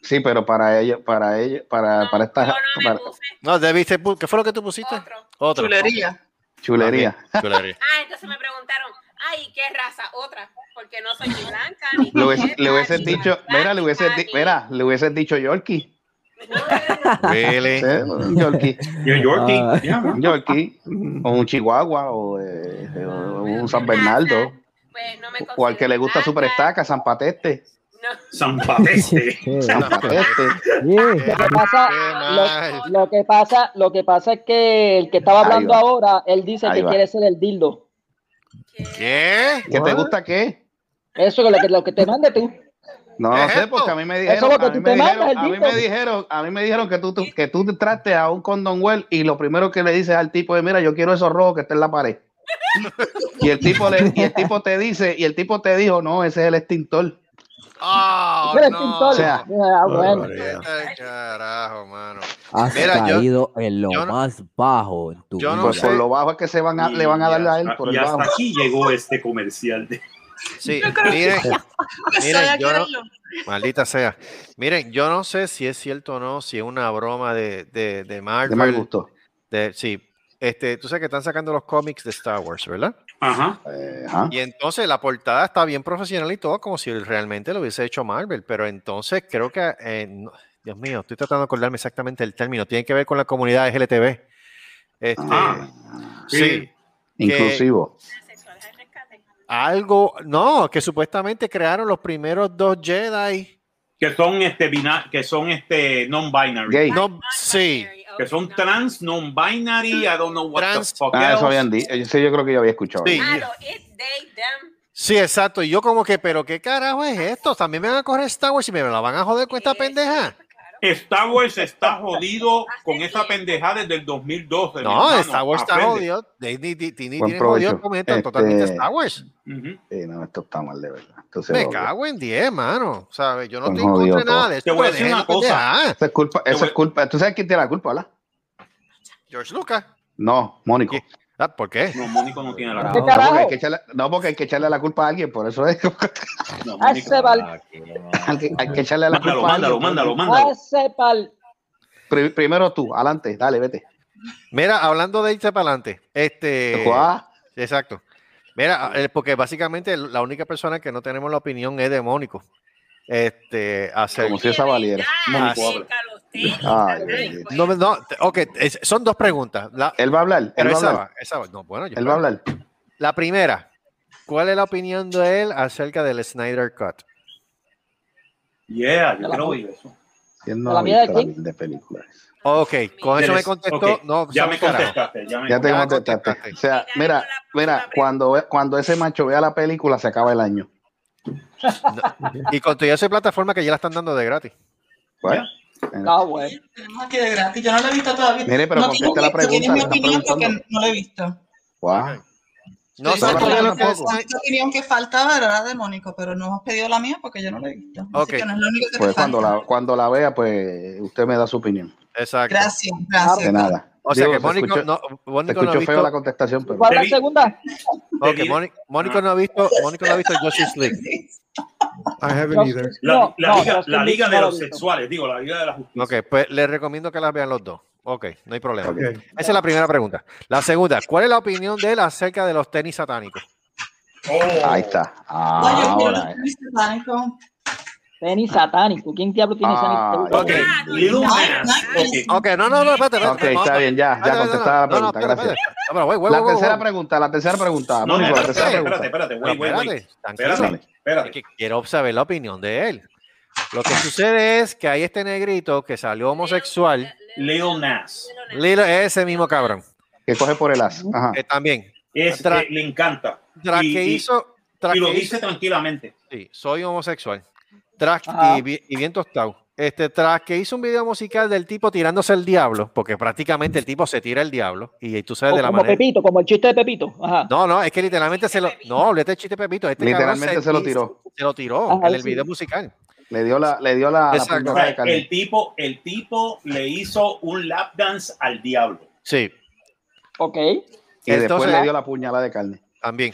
D: sí, pero para ellos, para ellos, para, para esta
E: Yo no me
D: para-
E: puse
C: No, debiste, pu- ¿qué fue lo que tú pusiste?
E: otro.
C: Otro.
H: Chulería.
D: chulería.
C: Ok,
D: (laughs)
C: chulería.
E: Ah, entonces me preguntaron, ay, ¿qué raza? Otra, porque no soy ni blanca, ni
D: Le hubiese, le hubiese
E: ni
D: dicho,
E: asiática,
D: mira, le hubiese,
E: ni-
D: di- mira, Ah, le hubiese dicho Yorkie.
C: Really?
D: ¿sí? Un
I: (laughs)
D: Yorkie,
B: New Yorkie,
I: Ah.
B: ya, ¿no?
D: un Yorkie,
C: Ah,
D: o un Chihuahua, o, eh, o un San Bernardo,
E: Pues no me
D: o al que le gusta
E: considero blanca,
D: Superestaca, San Patete.
E: no.
B: San Pateste.
D: San Patete.
I: Yeah.
C: Qué
F: Lo que pasa,
C: mal.
F: lo, lo que pasa, lo que pasa es que el que estaba
D: Ahí
F: hablando
D: va.
F: ahora, él dice
D: Ahí
F: que
D: va.
F: quiere ser el dildo.
E: ¿Qué?
C: ¿Qué?
D: ¿Qué te gusta qué?
F: Eso es lo que, lo que te mande tú.
D: No lo
C: ¿Qué es
D: sé,
C: esto?
D: porque a mí me
F: Eso
D: dijeron,
F: es lo que
D: a mí
F: tú
D: me
F: te mandas,
D: dijeron, a mí
F: Elvito.
D: me dijeron, a mí me dijeron que tú, tú- que tú te trates a un condón well y lo primero que le dices al tipo es, mira, yo quiero esos rojos que está en la pared. y el tipo le, y el tipo te dice, y el tipo te dijo, no, ese es el extintor.
C: Ah,
F: Tú eres
C: no.
D: O
F: pintor.
D: sea,
F: Ah, bueno.
J: Barbaridad.
C: Ay, Carajo, mano.
I: Has
C: Mira, yo-
I: caído en lo
C: yo no-
I: más bajo en tu
C: yo no
I: vida.
D: Pues por lo bajo es que se van a, le van a dar a él por
B: y
D: el
B: hasta
D: bajo.
B: aquí llegó este comercial de
C: Sí,
H: Yo creo que-
C: miren,
H: Estoy
C: miren, yo no,
H: aclarando.
C: maldita sea. Miren, yo no sé si es cierto o no, si es una broma de, de, de Marvel.
D: De mal gusto.
C: de- sí, este, tú sabes que están sacando los cómics de Star Wars, ¿verdad?
B: ajá
D: Eh, ajá.
C: Y entonces la portada está bien profesional y todo, como si realmente lo hubiese hecho Marvel, pero entonces creo que, eh, no- Dios mío, estoy tratando de acordarme exactamente el término, tiene que ver con la comunidad LGTB. Este,
B: Ah,
C: sí,
B: sí.
D: Inclusivo.
E: Sexuales al rescate.
C: algo, no, que supuestamente crearon los primeros dos Jedi.
B: que son este bina- que son este non binary
D: Gay.
C: No, sí,
E: Non-binary,
B: que son
E: ok,
B: trans non binary I don't know what
C: Trans-
B: the fuck
D: Ah, eso
B: else.
D: habían dicho. Yo, sí, yo creo que yo había escuchado.
C: Sí.
D: eso.
E: no. Ah, no, it's they, them.
C: sí, exacto. Y yo como que, pero qué carajo es esto? También me van a correr Star Wars y me la van a joder con esta
E: Sí,
C: pendeja.
E: sí, claro.
B: Star Wars está jodido con esa pendejada desde el 2012 mi
C: No,
B: hermano.
C: Star Wars está
B: Aprende.
C: jodido. Disney Disney- Disney
D: Buen
C: tiene jodido
D: provecho.
C: con esto, totalmente
D: Este-
C: Star Wars.
B: Ujú.
D: Sí, Eh, no, esto está mal de verdad. Esto se
C: Me
D: jodió.
C: cago en 10, mano. ¿Sabes? Yo no
D: Son
C: estoy en contra de
D: jodidos
C: nada
D: todos.
C: de esto.
B: Te voy a
C: pero
B: decir una
C: déjenlo
B: cosa.
C: pendejar.
D: Esa es culpa,
B: Te
D: esa
B: voy-
D: es culpa. ¿Tú sabes quién tiene la culpa, verdad?
C: George Lucas.
D: No, Mónico.
C: ¿Qué? Ah, ¿Por qué?
B: no Mónico no tiene la
I: Bravo.
B: culpa
F: ¿Qué
D: No porque, hay
F: carajo?
D: que echarle, no, porque hay que echarle la culpa a alguien, por eso es (laughs)
B: No,
F: Ah,
B: Mónico.
F: ese val-
D: hay que, hay que echarle la
B: mándalo
D: culpa a
B: mándalo
D: alguien.
B: mándalo
F: ah,
B: mándalo
F: ese pal-
D: Pri- primero tú, adelante, dale, vete.
C: Mira, hablando de irse para adelante.
B: Eh,
C: Este.
D: Juá,
C: Exacto. Mira, eh, porque básicamente la única persona que no tenemos la opinión es de Mónico. Este, acerca-
D: como si esa valiera.
E: Ah,
C: Mónico, habla.
E: búscalo usted,
D: Ay,
E: búscalo,
D: bendito.
E: pues.
C: No, no, te- ok, es- son dos preguntas. La-
D: Él va a hablar,
C: pero
D: él va a
C: esa
D: hablar.
C: va, esa va. No, bueno, yo
D: Él va a hablar.
C: La primera, ¿cuál es la opinión de él acerca del Snyder Cut?
B: yeah yo quiero oír eso
D: Si él no
F: ¿La
D: ha
F: mierda
D: visto
F: de
D: la mil de películas.
C: Ah, Ok, con eso me contestó.
B: Ok,
C: No,
B: ya
C: sabe
B: me
C: carajo.
B: contestaste ya me
D: Ya te
C: Ya
D: contestaste.
C: contestaste.
D: O sea, mira, mira, cuando, ve- cuando ese macho vea la película, se acaba el año.
C: Y con todo eso hay plataformas que ya la están dando de gratis.
D: Bueno,
F: Ah, bueno.
H: Tenemos aquí de gratis. Yo no la he visto todavía.
D: Mire, pero
H: no
D: contesta
H: tengo
D: la
H: que- tú tienes
D: pregunta,
H: mi
D: le están
H: opinión porque
D: preguntando.
H: no la he visto.
D: guau.
C: No
H: Sí,
C: sabes
D: sí,
C: por qué
D: claro,
C: no-
D: tampoco.
H: esa es La opinión que faltaba era la de Mónico, pero no hemos pedido la mía porque yo no la he visto. Así
C: Ok.
H: que no es lo único que te
D: Pues cuando
H: falta.
D: la, cuando la vea, pues usted me da su opinión.
C: Exacto.
H: Gracias,
D: De
H: gracias.
D: nada.
C: O sea
D: Digo,
C: que
D: se
C: Mónico
D: escuchó-
C: no, Mónico
D: se
C: no ha
D: escuchó feo
C: visto.
D: la contestación, pero.
F: ¿Cuál es
B: Te
F: la
B: vi-
F: segunda?
C: ok,
B: Te vi-
C: Mónico- Mónico no ha visto. Mónico no ha visto el Justice League.
J: I haven't
F: No,
J: either.
B: La,
F: no,
B: la
F: no,
B: liga,
F: Justice
B: la
F: League
B: liga
F: no
B: de
F: la he
B: los
F: visto.
B: sexuales, digo, la liga de la justicia.
C: Ok, pues les recomiendo que las vean los dos. Ok, no hay problema.
D: Ok.
J: Ok.
C: Esa es la primera pregunta. La segunda, ¿cuál es la opinión de él acerca de los tenis satánicos?
B: Oh.
D: Ahí está.
H: No, yo quiero
D: Ahora.
H: los tenis satánicos.
F: Tenis satánico. ¿Quién diablo tiene
D: Ah,
F: satánico?
C: ok.
B: Little man. Ok.
C: Ok, no, no, no, espérate,
D: Ok,
C: espérate.
D: está bien, ya, ya contestada la pregunta, gracias. La tercera pregunta, la tercera pregunta,
B: No, no,
D: Mónico, la
B: espérate,
D: tercera
B: espérate,
D: pregunta.
B: espérate, espérate, güey, güey, güey.
C: Espérate,
B: Espérate,
C: Es
B: espérate.
C: que quiero saber la opinión de él. Lo que sucede es que hay este negrito que salió homosexual,
B: Little Nas.
C: Lilo, ese mismo cabrón,
D: Que coge por el as. Ajá.
C: eh, también,
B: Es,
C: Tra-
B: eh, le encanta.
C: tras
B: Y-
C: que
B: y-
C: hizo, tras
B: Y lo
C: que hizo-
B: dice tranquilamente.
C: sí, soy homosexual, tras,
F: Ajá.
C: y, bi- y bien tostado, este, tras que hizo un video musical del tipo tirándose el diablo, porque prácticamente el tipo se tira el diablo, y, tú sabes de la
F: como
C: manera...
F: Pepito, como el chiste de Pepito. Ajá.
C: No, no, es que literalmente se lo... No, este chiste Pepito, este cabrón
D: Literalmente se lo tiró.
C: Se lo tiró
F: Ajá,
C: en el
F: sí.
C: video musical.
D: Le dio la, le dio la, la
C: Exacto.
B: O
D: puntada
B: sea,
D: de carne.
B: el tipo, el tipo le hizo un lap dance al diablo.
C: Sí,
F: Ok.
D: Y después
C: entonces-
D: le dio la puñalada de carne.
C: También.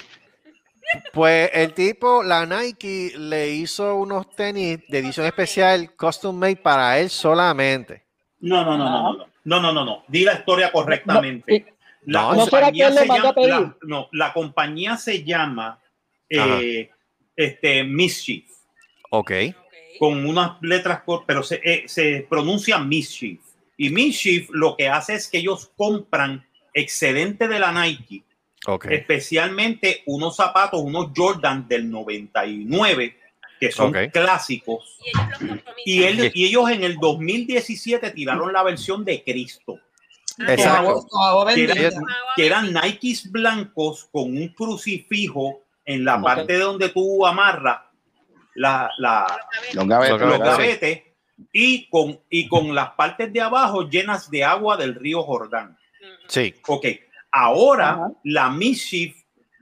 C: Pues el tipo, la Nike, le hizo unos tenis de edición especial, custom made para él solamente.
B: No, no, no, no, no, no, no, no, no. Di la historia correctamente. La
C: No, no
F: será que
B: compañía
F: él le
B: se
F: mandó a
B: llama,
F: pedir.
B: la, no, la compañía se llama
C: Ajá.
B: eh, este Mischief.
C: Ok.
B: con unas letras, cor- pero se, eh, se pronuncia mischief. Y mischief lo que hace es que ellos compran excedente de la Nike,
C: Ok.
B: Eh. especialmente unos zapatos, unos Jordan del 99, que son
C: Ok.
B: clásicos.
E: Y ellos los compromisos.
B: Y, él- y ellos en el 2017 tiraron la versión de Cristo,
C: Exacto.
H: Guau, bendita.
B: Que
C: ellos-
B: que eran Nikes blancos con un crucifijo en la
D: Ok.
B: parte de donde tú amarras la, la,
D: Los gavetes.
C: Los
B: los
C: gavetes.
B: gavetes y con, y con las partes de abajo llenas de agua del río Jordán.
C: Sí.
B: Ok, ahora
F: Ajá.
B: la Mischief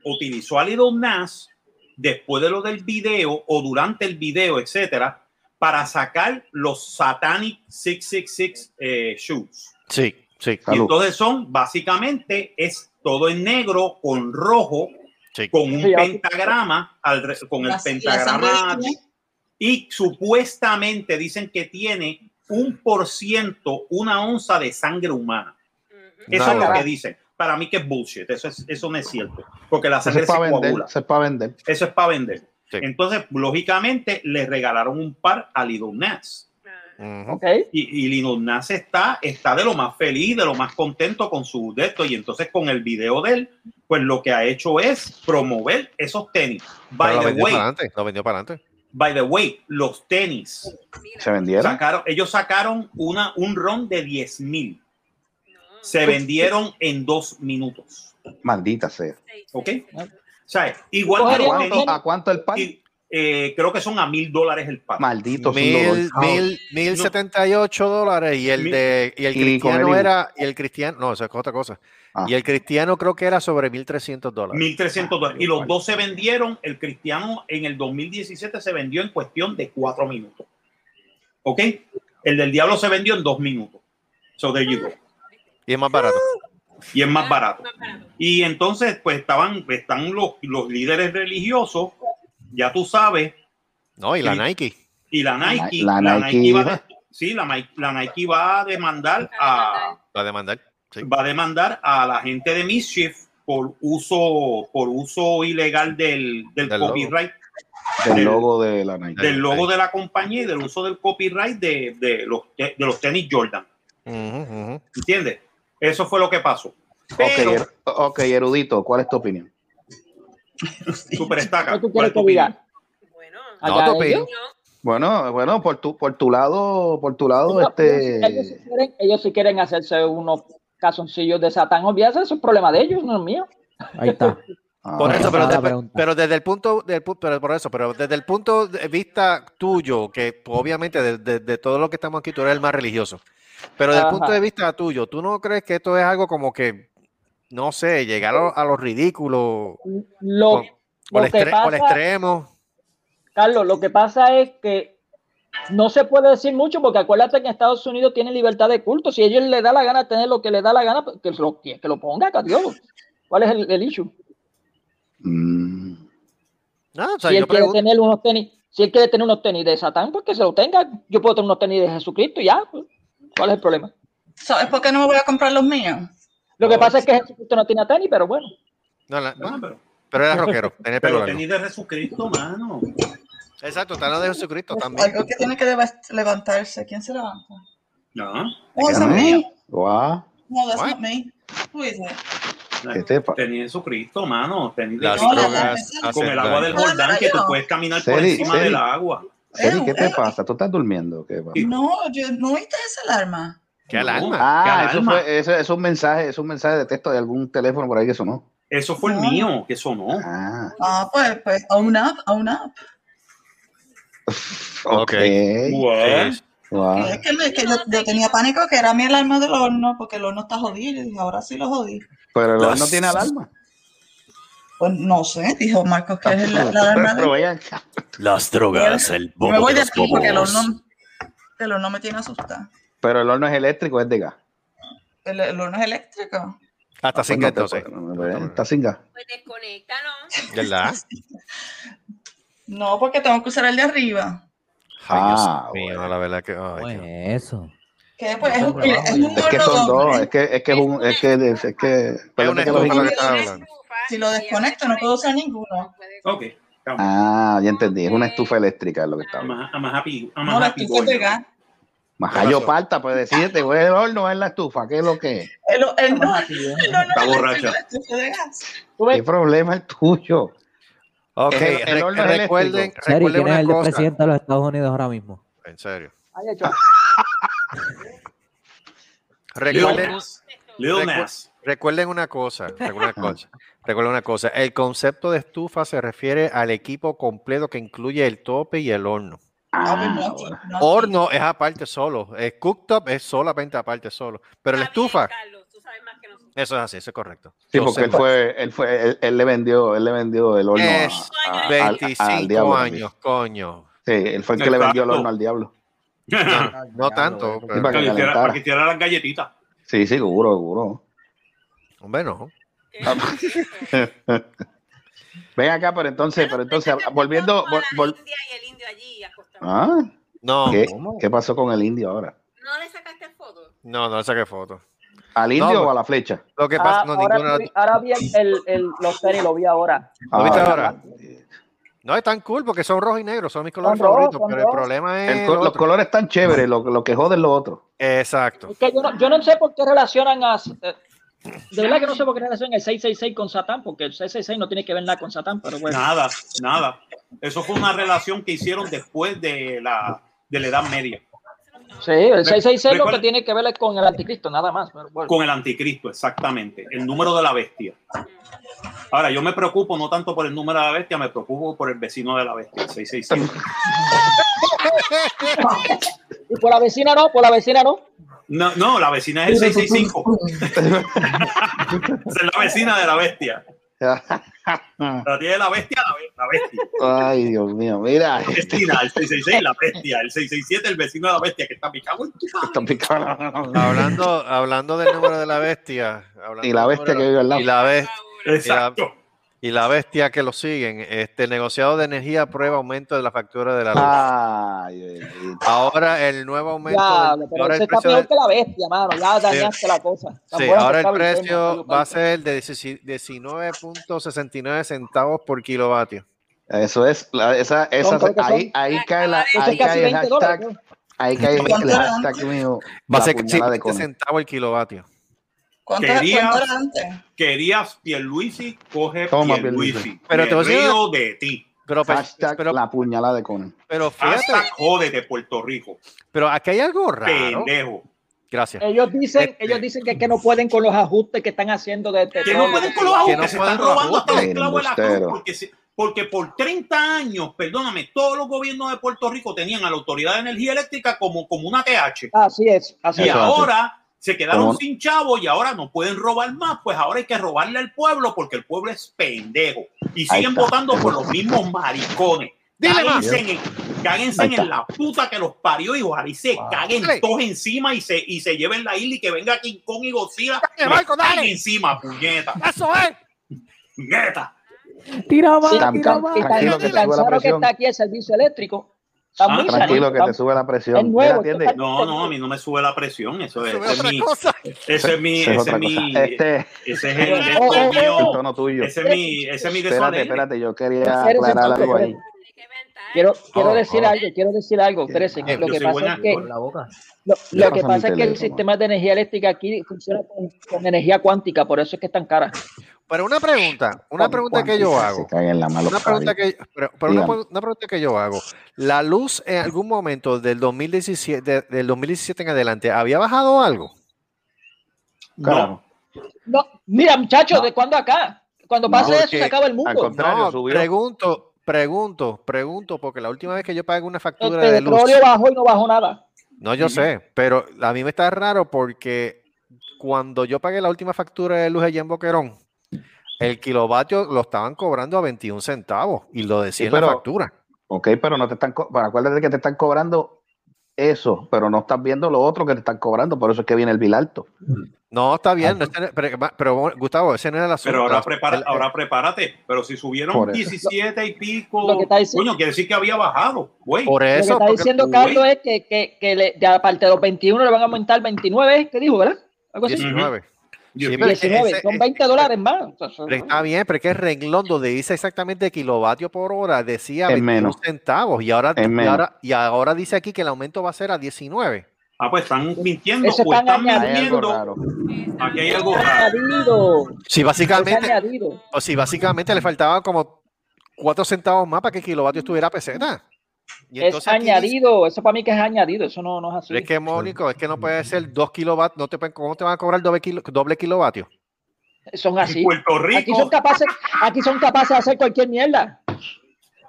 B: utilizó a Little Nas después de lo del video o durante el video, etcétera, para sacar los Satanic 666 eh, shoes.
C: Sí, sí.
B: Y
D: Salud.
B: entonces son básicamente es todo en negro con rojo,
C: Sí.
B: con un
F: Sí, ya.
B: pentagrama, al re- con el
H: La- la
B: pentagrama
H: sangre de-
B: y supuestamente dicen que tiene un por ciento, una onza de sangre humana.
E: Ujú.
B: Eso es
C: Nada.
B: lo que dicen. Para mí que es bullshit. Eso, es- eso no es cierto. Porque la
D: Eso
B: sangre
D: es
B: se
D: para vender.
B: coagula.
D: Eso es para vender.
B: Eso es para vender.
C: Sí.
B: Entonces, lógicamente, le regalaron un par a Lidl Nas.
E: Ah.
C: Ujú.
F: Ok.
B: Y, y Lil Nas está, está de lo más feliz, de lo más contento con su de esto. Y entonces con el video de él, pues lo que ha hecho es promover esos tenis.
C: Pero
B: By
C: Lo
B: the
C: vendió
B: way,
C: para adelante. Lo vendió para adelante.
B: by the way, los tenis
E: Mira,
D: Se vendieron.
B: sacaron, ellos sacaron una, un ron de 10 mil.
E: no,
B: Se vendieron en dos minutos.
D: Maldita sea.
E: seis,
B: ok.
E: seis,
B: O sea, igual
D: ¿A
B: que los
F: Cogerían-
B: tenis,
D: cuánto, a cuánto el pan?
B: y, eh, creo que son a mil dólares el par.
D: Maldito sea un dolor.
C: Mil, mil, mil
B: No.
C: setenta y ocho dólares y el
B: Mil-
C: de y el
D: Y con
C: cristiano
D: el IVA.
C: era y el cristiano no eso es otra cosa
D: Ah.
C: y el cristiano creo que era sobre mil trescientos dólares
B: 1300 dólares. Y los dos se vendieron. El cristiano en el 2017 se vendió en cuestión de cuatro minutos. ¿Ok? El del diablo se vendió en dos minutos. So there you go.
C: y es más barato
B: Uh. Y es más barato.
E: más barato.
B: Y entonces, pues estaban, están los, los líderes religiosos, ya tú sabes,
C: no y la
B: Sí.
C: Nike
B: y la Nike.
D: la Nike.
B: va a- sí, la, Mi- la Nike va a demandar a,
C: la demandar sí.
B: va a demandar a la gente de Mischief por uso por uso ilegal del, del
C: Del logo.
B: copyright
D: Del logo de la Nike.
B: del logo de la compañía y del uso del copyright de, de los, te- de los tenis Jordan
C: Ujú, ujú.
B: ¿entiendes? eso fue lo que pasó pero
D: Ok, er- ok, erudito, ¿cuál es tu opinión?
B: superestaca pues,
F: ¿Qué
B: ¿cuál
F: tú quieres
B: es tu
F: que diga?
E: Bueno,
C: No,
F: Acá
C: tu
F: ellos-
C: opinión.
E: yo-
D: Bueno, bueno, por tu, por tu lado, por tu lado,
F: ellos- ellos, si
D: este,
F: quieren, ellos si quieren hacerse unos casoncillos de Satán, obviarse, eso es problema de ellos, no es mío.
I: Ahí está.
D: ah,
C: por eso pero,
I: Esa es la
C: de-
I: pregunta.
C: pero desde el punto del pu- pero por eso pero desde el punto de vista tuyo que obviamente de, de- de todo lo que estamos aquí tú eres el más religioso pero desde
F: Ajá.
C: el punto de vista tuyo tú no crees que esto es algo como que no sé llegar a, a los ridículos
F: Lo,
C: Con- o
F: lo
C: el,
F: que
C: extre- o el
F: pasa-
C: extremo
F: Carlos, lo que pasa es que no se puede decir mucho porque acuérdate que en Estados Unidos tienen libertad de culto. Si a ellos les da la gana tener lo que les da la gana, pues, que lo, que lo ponga, Dios. ¿Cuál es el, el issue?
D: mm,
C: No, o sea,
F: si
C: yo
F: él quiere
C: pregunto
F: tener unos tenis, si él quiere tener unos tenis de Satán, pues que se los tenga. Yo puedo tener unos tenis de Jesucristo y ya. pues. ¿Cuál es el problema?
H: ¿Sabes por qué no me voy a comprar los míos?
F: Lo que
C: Ahora
F: pasa es que Jesucristo no tiene tenis, pero bueno.
C: No, la-
B: opinión? Ah, pero,
C: pero era rockero, tenía el pelo
B: pero
C: largo.
B: tenis de Jesucristo mano
C: Exacto, está lo de Jesucristo también.
H: Algo que tiene que leva- levantarse. ¿Quién se levanta?
B: no,
H: Oh, that's not
D: déjame.
H: me.
D: Guau,
H: No, that's
C: What?
H: not me. Who is it?
B: no.
D: que sepa.
B: tenis de Jesucristo mano tenis de
C: Las
H: No, la-
C: drogas
H: la-
B: con
C: hacen
B: el agua del
C: daño.
B: Jordán que tú
H: No.
B: puedes caminar por
D: Seri,
B: encima
D: Seri.
B: del agua
D: Seri, ¿qué te
H: Eh,
D: pasa? ¿Tú estás durmiendo? ¿Qué pasa?
B: Sí.
H: No, yo, ¿no oíste esa alarma?
C: Qué
B: No.
C: alarma.
D: Ah,
B: qué
D: eso
B: alarma.
D: fue, eso es un mensaje, es un mensaje de texto de algún teléfono por ahí que sonó.
B: eso fue el
H: No.
B: mío que sonó
D: Ah,
H: Ah, pues, pues, own up, own up.
C: Ok.
D: ok.
B: What?
C: Sí,
D: Guau.
B: Ah.
H: Es que, me- que yo, yo tenía pánico que era mi alarma del horno, porque el horno está jodido. Y yo dije, ahora sí lo jodí.
D: Pero el
C: Las-
D: no tiene alarma.
H: Pues no sé, dijo Marcos, que es la, la alarma del
D: Pero vean, (laughs)
K: Las drogas, el
H: Yo me
K: bobo
H: voy
K: de
H: de
K: los
H: aquí porque el
K: bobos.
H: horno, el horno me tiene asustada.
D: pero el horno es eléctrico, es de gas.
H: El, el horno es eléctrico.
C: Hasta
D: Pues
C: sin
D: no te
C: entonces.
D: puede- no, no, no, Está sin gas.
E: Pues desconéctalo.
C: ¿Verdad?
H: No, porque tengo que usar el de arriba.
C: Ay, Dios
D: Ah,
C: mío,
D: bueno.
C: la verdad que. ay,
I: Bueno,
C: que-
I: eso.
H: Que pues, es, un, es un
D: Es que
H: horno
D: son dos,
H: doble.
D: es que es que es un, es que es que
C: Es
D: perdón,
C: una
D: es que lo
C: estufa la
D: dije.
C: que estaba
E: Una
C: hablando.
E: estufa
H: Si lo
E: y
H: desconecto, no puedo usar ninguno.
E: puedes-
B: ok calma.
D: Ah, ya entendí, es una estufa eléctrica es lo que está
B: I'm
D: hablando.
B: a- I'm a happy- I'm a
H: No, la
B: happy
H: estufa es
B: boy.
H: de gas.
D: Majayo palta, pues decirte, güey, el horno es la estufa, ¿qué es lo que es?
H: El, el, no, el horno
B: Está
H: es eléctrico,
B: borracha.
H: la estufa es de gas.
F: Tú
D: ¿Qué
F: ves,
D: problema es tuyo?
C: Ok,
D: El- el
C: re-
D: horno es
C: recuerden,
D: eléctrico.
I: Seri,
C: recuerden
I: ¿quién es
C: una
I: el
C: cosa.
I: presidente de los Estados Unidos ahora mismo?
C: En serio.
F: ahí hecho.
B: Lil
C: Recuerden,
B: Nas. Lil
C: recu-
B: Nas.
C: recuerden una cosa. Recuerden, una cosa. Recuerda una cosa, el concepto de estufa se refiere al equipo completo que incluye el tope y el horno.
D: Ah.
H: Ah, pues,
G: Ah,
C: Horno es aparte solo, el cooktop es solamente aparte solo, pero
E: Ah,
C: la estufa... Eso es así, eso es correcto.
D: Sí, porque él fue, Eh, él fue, él, él le vendió, él le vendió el horno a-
C: Es
D: a- al- al
C: 25
D: diablo.
C: años, coño.
D: Sí, él fue el que le
C: Ah,
D: vendió el horno al diablo.
B: Ah,
C: No, no tanto. pero-
D: para
B: Para (laughs) que tirara- para que tirara las galletitas.
D: Sí, sí, seguro, seguro.
C: Hombre, no.
D: Ah. (laughs) Ven acá, pero entonces, pero entonces, volviendo, vol- vol- ¿Ah?
C: No.
D: ¿Qué,
C: ¿Cómo?
D: qué pasó con el indio ahora?
C: No, no saqué foto.
D: ¿Al indio
C: No,
D: o a la flecha?
C: Lo que pasa,
F: Ah,
C: no,
F: ahora,
C: ninguna.
F: vi- ahora vi el, el- los tenis, lo vi ahora.
C: ¿Lo viste
D: Ah,
C: ahora? No, es tan cool porque son rojos y negros, son mis colores
F: Son rojos,
C: favoritos,
F: son
C: pero el
F: rojos.
C: problema es.
D: el co-
C: lo
D: los
C: otro.
D: colores están chéveres, lo, lo que joden los otros.
C: Exacto.
F: Es que yo, no, yo no sé por qué relacionan a. eh, De verdad que no sé por qué relacionan el 666 con Satán, porque el 666 no tiene que ver nada con Satán, pero bueno.
B: Nada, nada. Eso fue una relación que hicieron después de la, de la Edad Media,
F: Sí, el
B: Re-
F: 666 lo que
B: recuerda-
F: tiene que ver es con el anticristo, nada más. pero bueno.
B: con el anticristo, exactamente. El número de la bestia. Ahora, yo me preocupo no tanto por el número de la bestia, me preocupo por el vecino de la bestia, el 667.
F: Y por la vecina no, por la vecina no.
B: No, no, la vecina es el 665. (laughs) Esa es la vecina de la
D: (laughs)
B: bestia. La tiene la bestia, la, be- la bestia.
D: Ay, Dios mío, mira.
B: La vecina, el 666, la bestia. El 667, el vecino de la bestia, que está picado en tu madre.
D: Están picados.
C: Hablando, hablando del número de la bestia. hablando
D: Y la
C: del
D: bestia
C: número-
D: que vive al lado.
C: Y la, bes-
D: Eh,
B: Exacto.
C: y la bestia que lo siguen. Este el negociado de energía prueba aumento de la factura de la luz.
D: Ay, bendito.
C: Ahora el nuevo aumento.
F: Ah. Ya,
C: del-
F: pero
C: ahora
F: eso
C: el
F: está
C: precio
F: peor
C: del-
F: que la bestia, mano. Ya dañaste la cosa. Tan
C: Sí,
F: bueno que
C: ahora el
F: estaba el tema,
C: precio
F: coño,
C: va a
F: tanto.
C: ser de 19- 19.69 centavos por kilovatio.
D: eso es, la- esa, esa,
F: creo que son-
D: ahí, ahí cae la,
F: Eso
D: ahí
F: es casi
D: cae el
F: 20 dólares.
D: hashtag,
F: ¿no?
D: ahí cae el
H: ¿Cuánto era
D: hashtag mío.
C: Va
D: la
C: a ser
D: puñalada
C: sí,
D: de
C: 20
D: Conan.
C: centavos el kilovatio.
H: ¿Cuánto,
B: Quería-
H: cuánto era antes?
B: Querías Pierluisi, coge
D: Toma,
B: Pierluisi.
C: Pero
B: Pero
C: te
B: te
C: voy a decir-
B: río de ti.
C: Pero, pe-
D: Hashtag
C: pero,
D: la puñalada de Conan.
C: pero fíjate,
B: Hasta jode de Puerto Rico.
C: pero aquí hay algo raro.
B: Pendejo.
C: Gracias.
F: Ellos dicen,
C: Este-
F: ellos dicen que, que no pueden con los ajustes que están haciendo de
B: Que no
F: petróleo.
B: pueden con los ajustes,
C: no
B: se
C: pueden
B: están
C: con los
B: robando hasta los
D: ajustes.
B: clavos de la cruz.
D: Embustero.
B: Porque, se- porque por 30 años, perdóname, todos los gobiernos de Puerto Rico tenían a la Autoridad de Energía Eléctrica como, como una TH.
F: Así es, así
B: Y
D: Eso
F: es.
D: hace.
B: ahora se quedaron
D: Como-
B: sin chavo y ahora no pueden robar más. Pues ahora hay que robarle al pueblo porque el pueblo es pendejo. Y
D: Ahí
B: siguen
D: está.
B: votando por los mismos maricones.
C: Dile más.
B: Cáguense en, el- cáguense
D: Ahí está.
B: en la puta que los parió y ojalá y se caguen
C: Dale.
B: todos encima y se, y se lleven la isla y que venga King Kong y Godzilla.
C: Dale,
B: y los
C: Marco, dale.
B: caguen encima, puñeta.
C: Eso es.
B: Neta.
I: Tira más,
F: Sí,
D: Tan-
F: y
I: tira
F: tan,
I: más.
F: y tan-
D: Tranquilo que
F: y
D: te
F: tan
D: sube la
F: caro que
D: presión.
F: está aquí el servicio eléctrico. Está
B: Ah,
F: muy
D: Tranquilo
F: sanito,
D: que te
F: está-
D: sube la
F: Es
D: presión.
F: nuevo,
D: Mira, atiende.
F: esto está-
B: No, no, a mí no me sube la presión. Eso es,
C: Eso
B: ese
C: es
B: es
C: otra
B: mi.
C: cosa.
B: Ese es mi.
D: Esa es
B: Ese es
D: otra
B: mi.
D: cosa. Este,
B: Ese es el. ese es
F: Oh, oh,
B: el
F: oh.
D: el
B: mío.
D: tono tuyo.
B: Ese es mi. Ese es mi
D: Espérate,
B: desorden.
D: espérate, yo quería
F: Espérate,
D: aclarar
F: espérate,
D: algo ahí.
F: espérate. Quiero, quiero
C: Oh,
F: decir
C: oh.
F: algo, quiero decir algo, Teresa.
B: Yo
F: Lo que
B: soy buen
F: pasa es que,
B: actor.
I: La boca.
F: lo,
D: Yo
F: lo que
D: paso mi
F: pasa es que el
D: teléfono.
F: sistema de energía eléctrica aquí funciona con, con energía cuántica, por eso es que es tan cara.
C: Pero una pregunta, una pregunta que yo hago.
D: Se caga en la mano,
C: Una pregunta que, pero, pero una,
D: Dígame.
C: pre- una pregunta que yo hago. ¿La luz en algún momento del 2017, de- del 2017 en adelante había bajado algo?
D: Carajo.
F: No, mira, muchachos, ¿de cuándo acá? Cuando
D: No,
F: pase eso
D: porque
F: se acaba el
D: al
F: mundo.
D: contrario,
C: no,
D: subió.
C: pregunto, pregunto, pregunto, porque la última vez que yo pagué una
F: El
C: factura de luz.
F: petróleo bajó y no bajó nada.
C: No, yo
B: Ujú.
C: sé, pero a mí me está raro porque cuando yo pagué la última factura de luz allá en Boquerón, el kilovatio lo estaban cobrando a 21 centavos y lo decía en la
D: pero-
C: factura.
D: Ok, pero no te están. co- Pero acuérdate que te están cobrando eso, pero no estás viendo lo otro que te están cobrando. Por eso es que viene el bill alto.
C: No, está bien, no está- pero, pero, Gustavo, ese no era el asunto.
B: Pero ahora,
C: El-
B: prepara,
C: el-
B: ahora prepárate. Pero si subieron
D: Por eso.
B: 17 y pico.
F: Lo que está diciendo-
B: Coño, quiere decir que había bajado. Güey.
C: por
F: Lo que
C: eso,
F: está
C: porque-
F: diciendo
B: uy.
F: Carlos es que, que, que le, de aparte de los 21 le van a aumentar 29, ¿qué dijo, verdad? Algo así.
C: 19.
B: Dios
C: Sí,
B: mío.
C: pero es que
F: 19,
C: ese-
F: son 20 dólares más. Entonces,
C: Pero está bien, pero es que el renglón donde dice exactamente kilovatio por hora decía
D: Es
C: 21
D: menos.
C: centavos y ahora,
D: Es
C: y,
D: menos.
C: ahora, y ahora dice aquí que el aumento va a ser a 19.
B: Ah, pues están mintiendo.
F: Eso
B: o
F: están
B: están
D: Hay algo
B: mintiendo.
D: raro.
B: Aquí hay algo
F: es
B: raro.
F: añadido,
C: Si
F: es
C: básicamente,
F: añadido.
C: o si básicamente le faltaban como 4 centavos más para que kilovatio estuviera peseta. Y
F: Es
C: aquí dice-
F: añadido, eso para mí que es añadido, eso no, no es así.
C: pero es que, Mónico, es que no puede ser 2 kilovatios, no te, pueden- ¿cómo te van a cobrar doble, kilo- doble kilovatio?
F: Son
D: Ah,
F: así.
B: Puerto Rico.
F: Aquí son capaces, aquí son capaces de hacer cualquier mierda.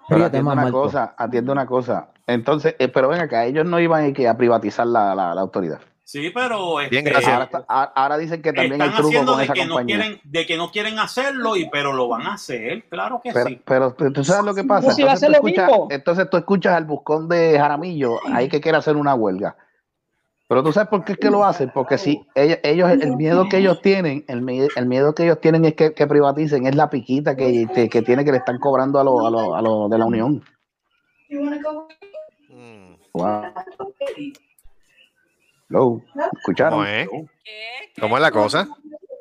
D: Pero atiende una cosa, atiende una cosa. Entonces, eh, pero ven acá, ellos no iban a que a privatizar la, la- la autoridad.
B: Sí, pero este,
D: Bien, gracias. Ahora, está- a- ahora dicen que también hay
B: están
D: truco
B: haciendo
D: con
B: de
D: esa
B: que, no
D: compañía.
B: quieren, de que no quieren hacerlo, y pero lo van a hacer, claro que
D: pero,
B: sí.
D: pero, pero tú sabes lo que pasa.
B: Pues si va a
D: Entonces,
B: ser
D: tú
B: lo
D: escuchas,
B: mismo.
D: entonces tú escuchas al buscón de Jaramillo, ahí que quiere hacer una huelga. Pero tú sabes por qué es que lo hacen, porque si ellos, ellos- el miedo que ellos tienen, el, mi- el miedo que ellos tienen es que, que privaticen, es la piquita que, que, que tiene que le están cobrando a los a los- a los de la Unión. Wow. Hello. ¿Escucharon?
C: ¿Cómo es? ¿Cómo es la cosa?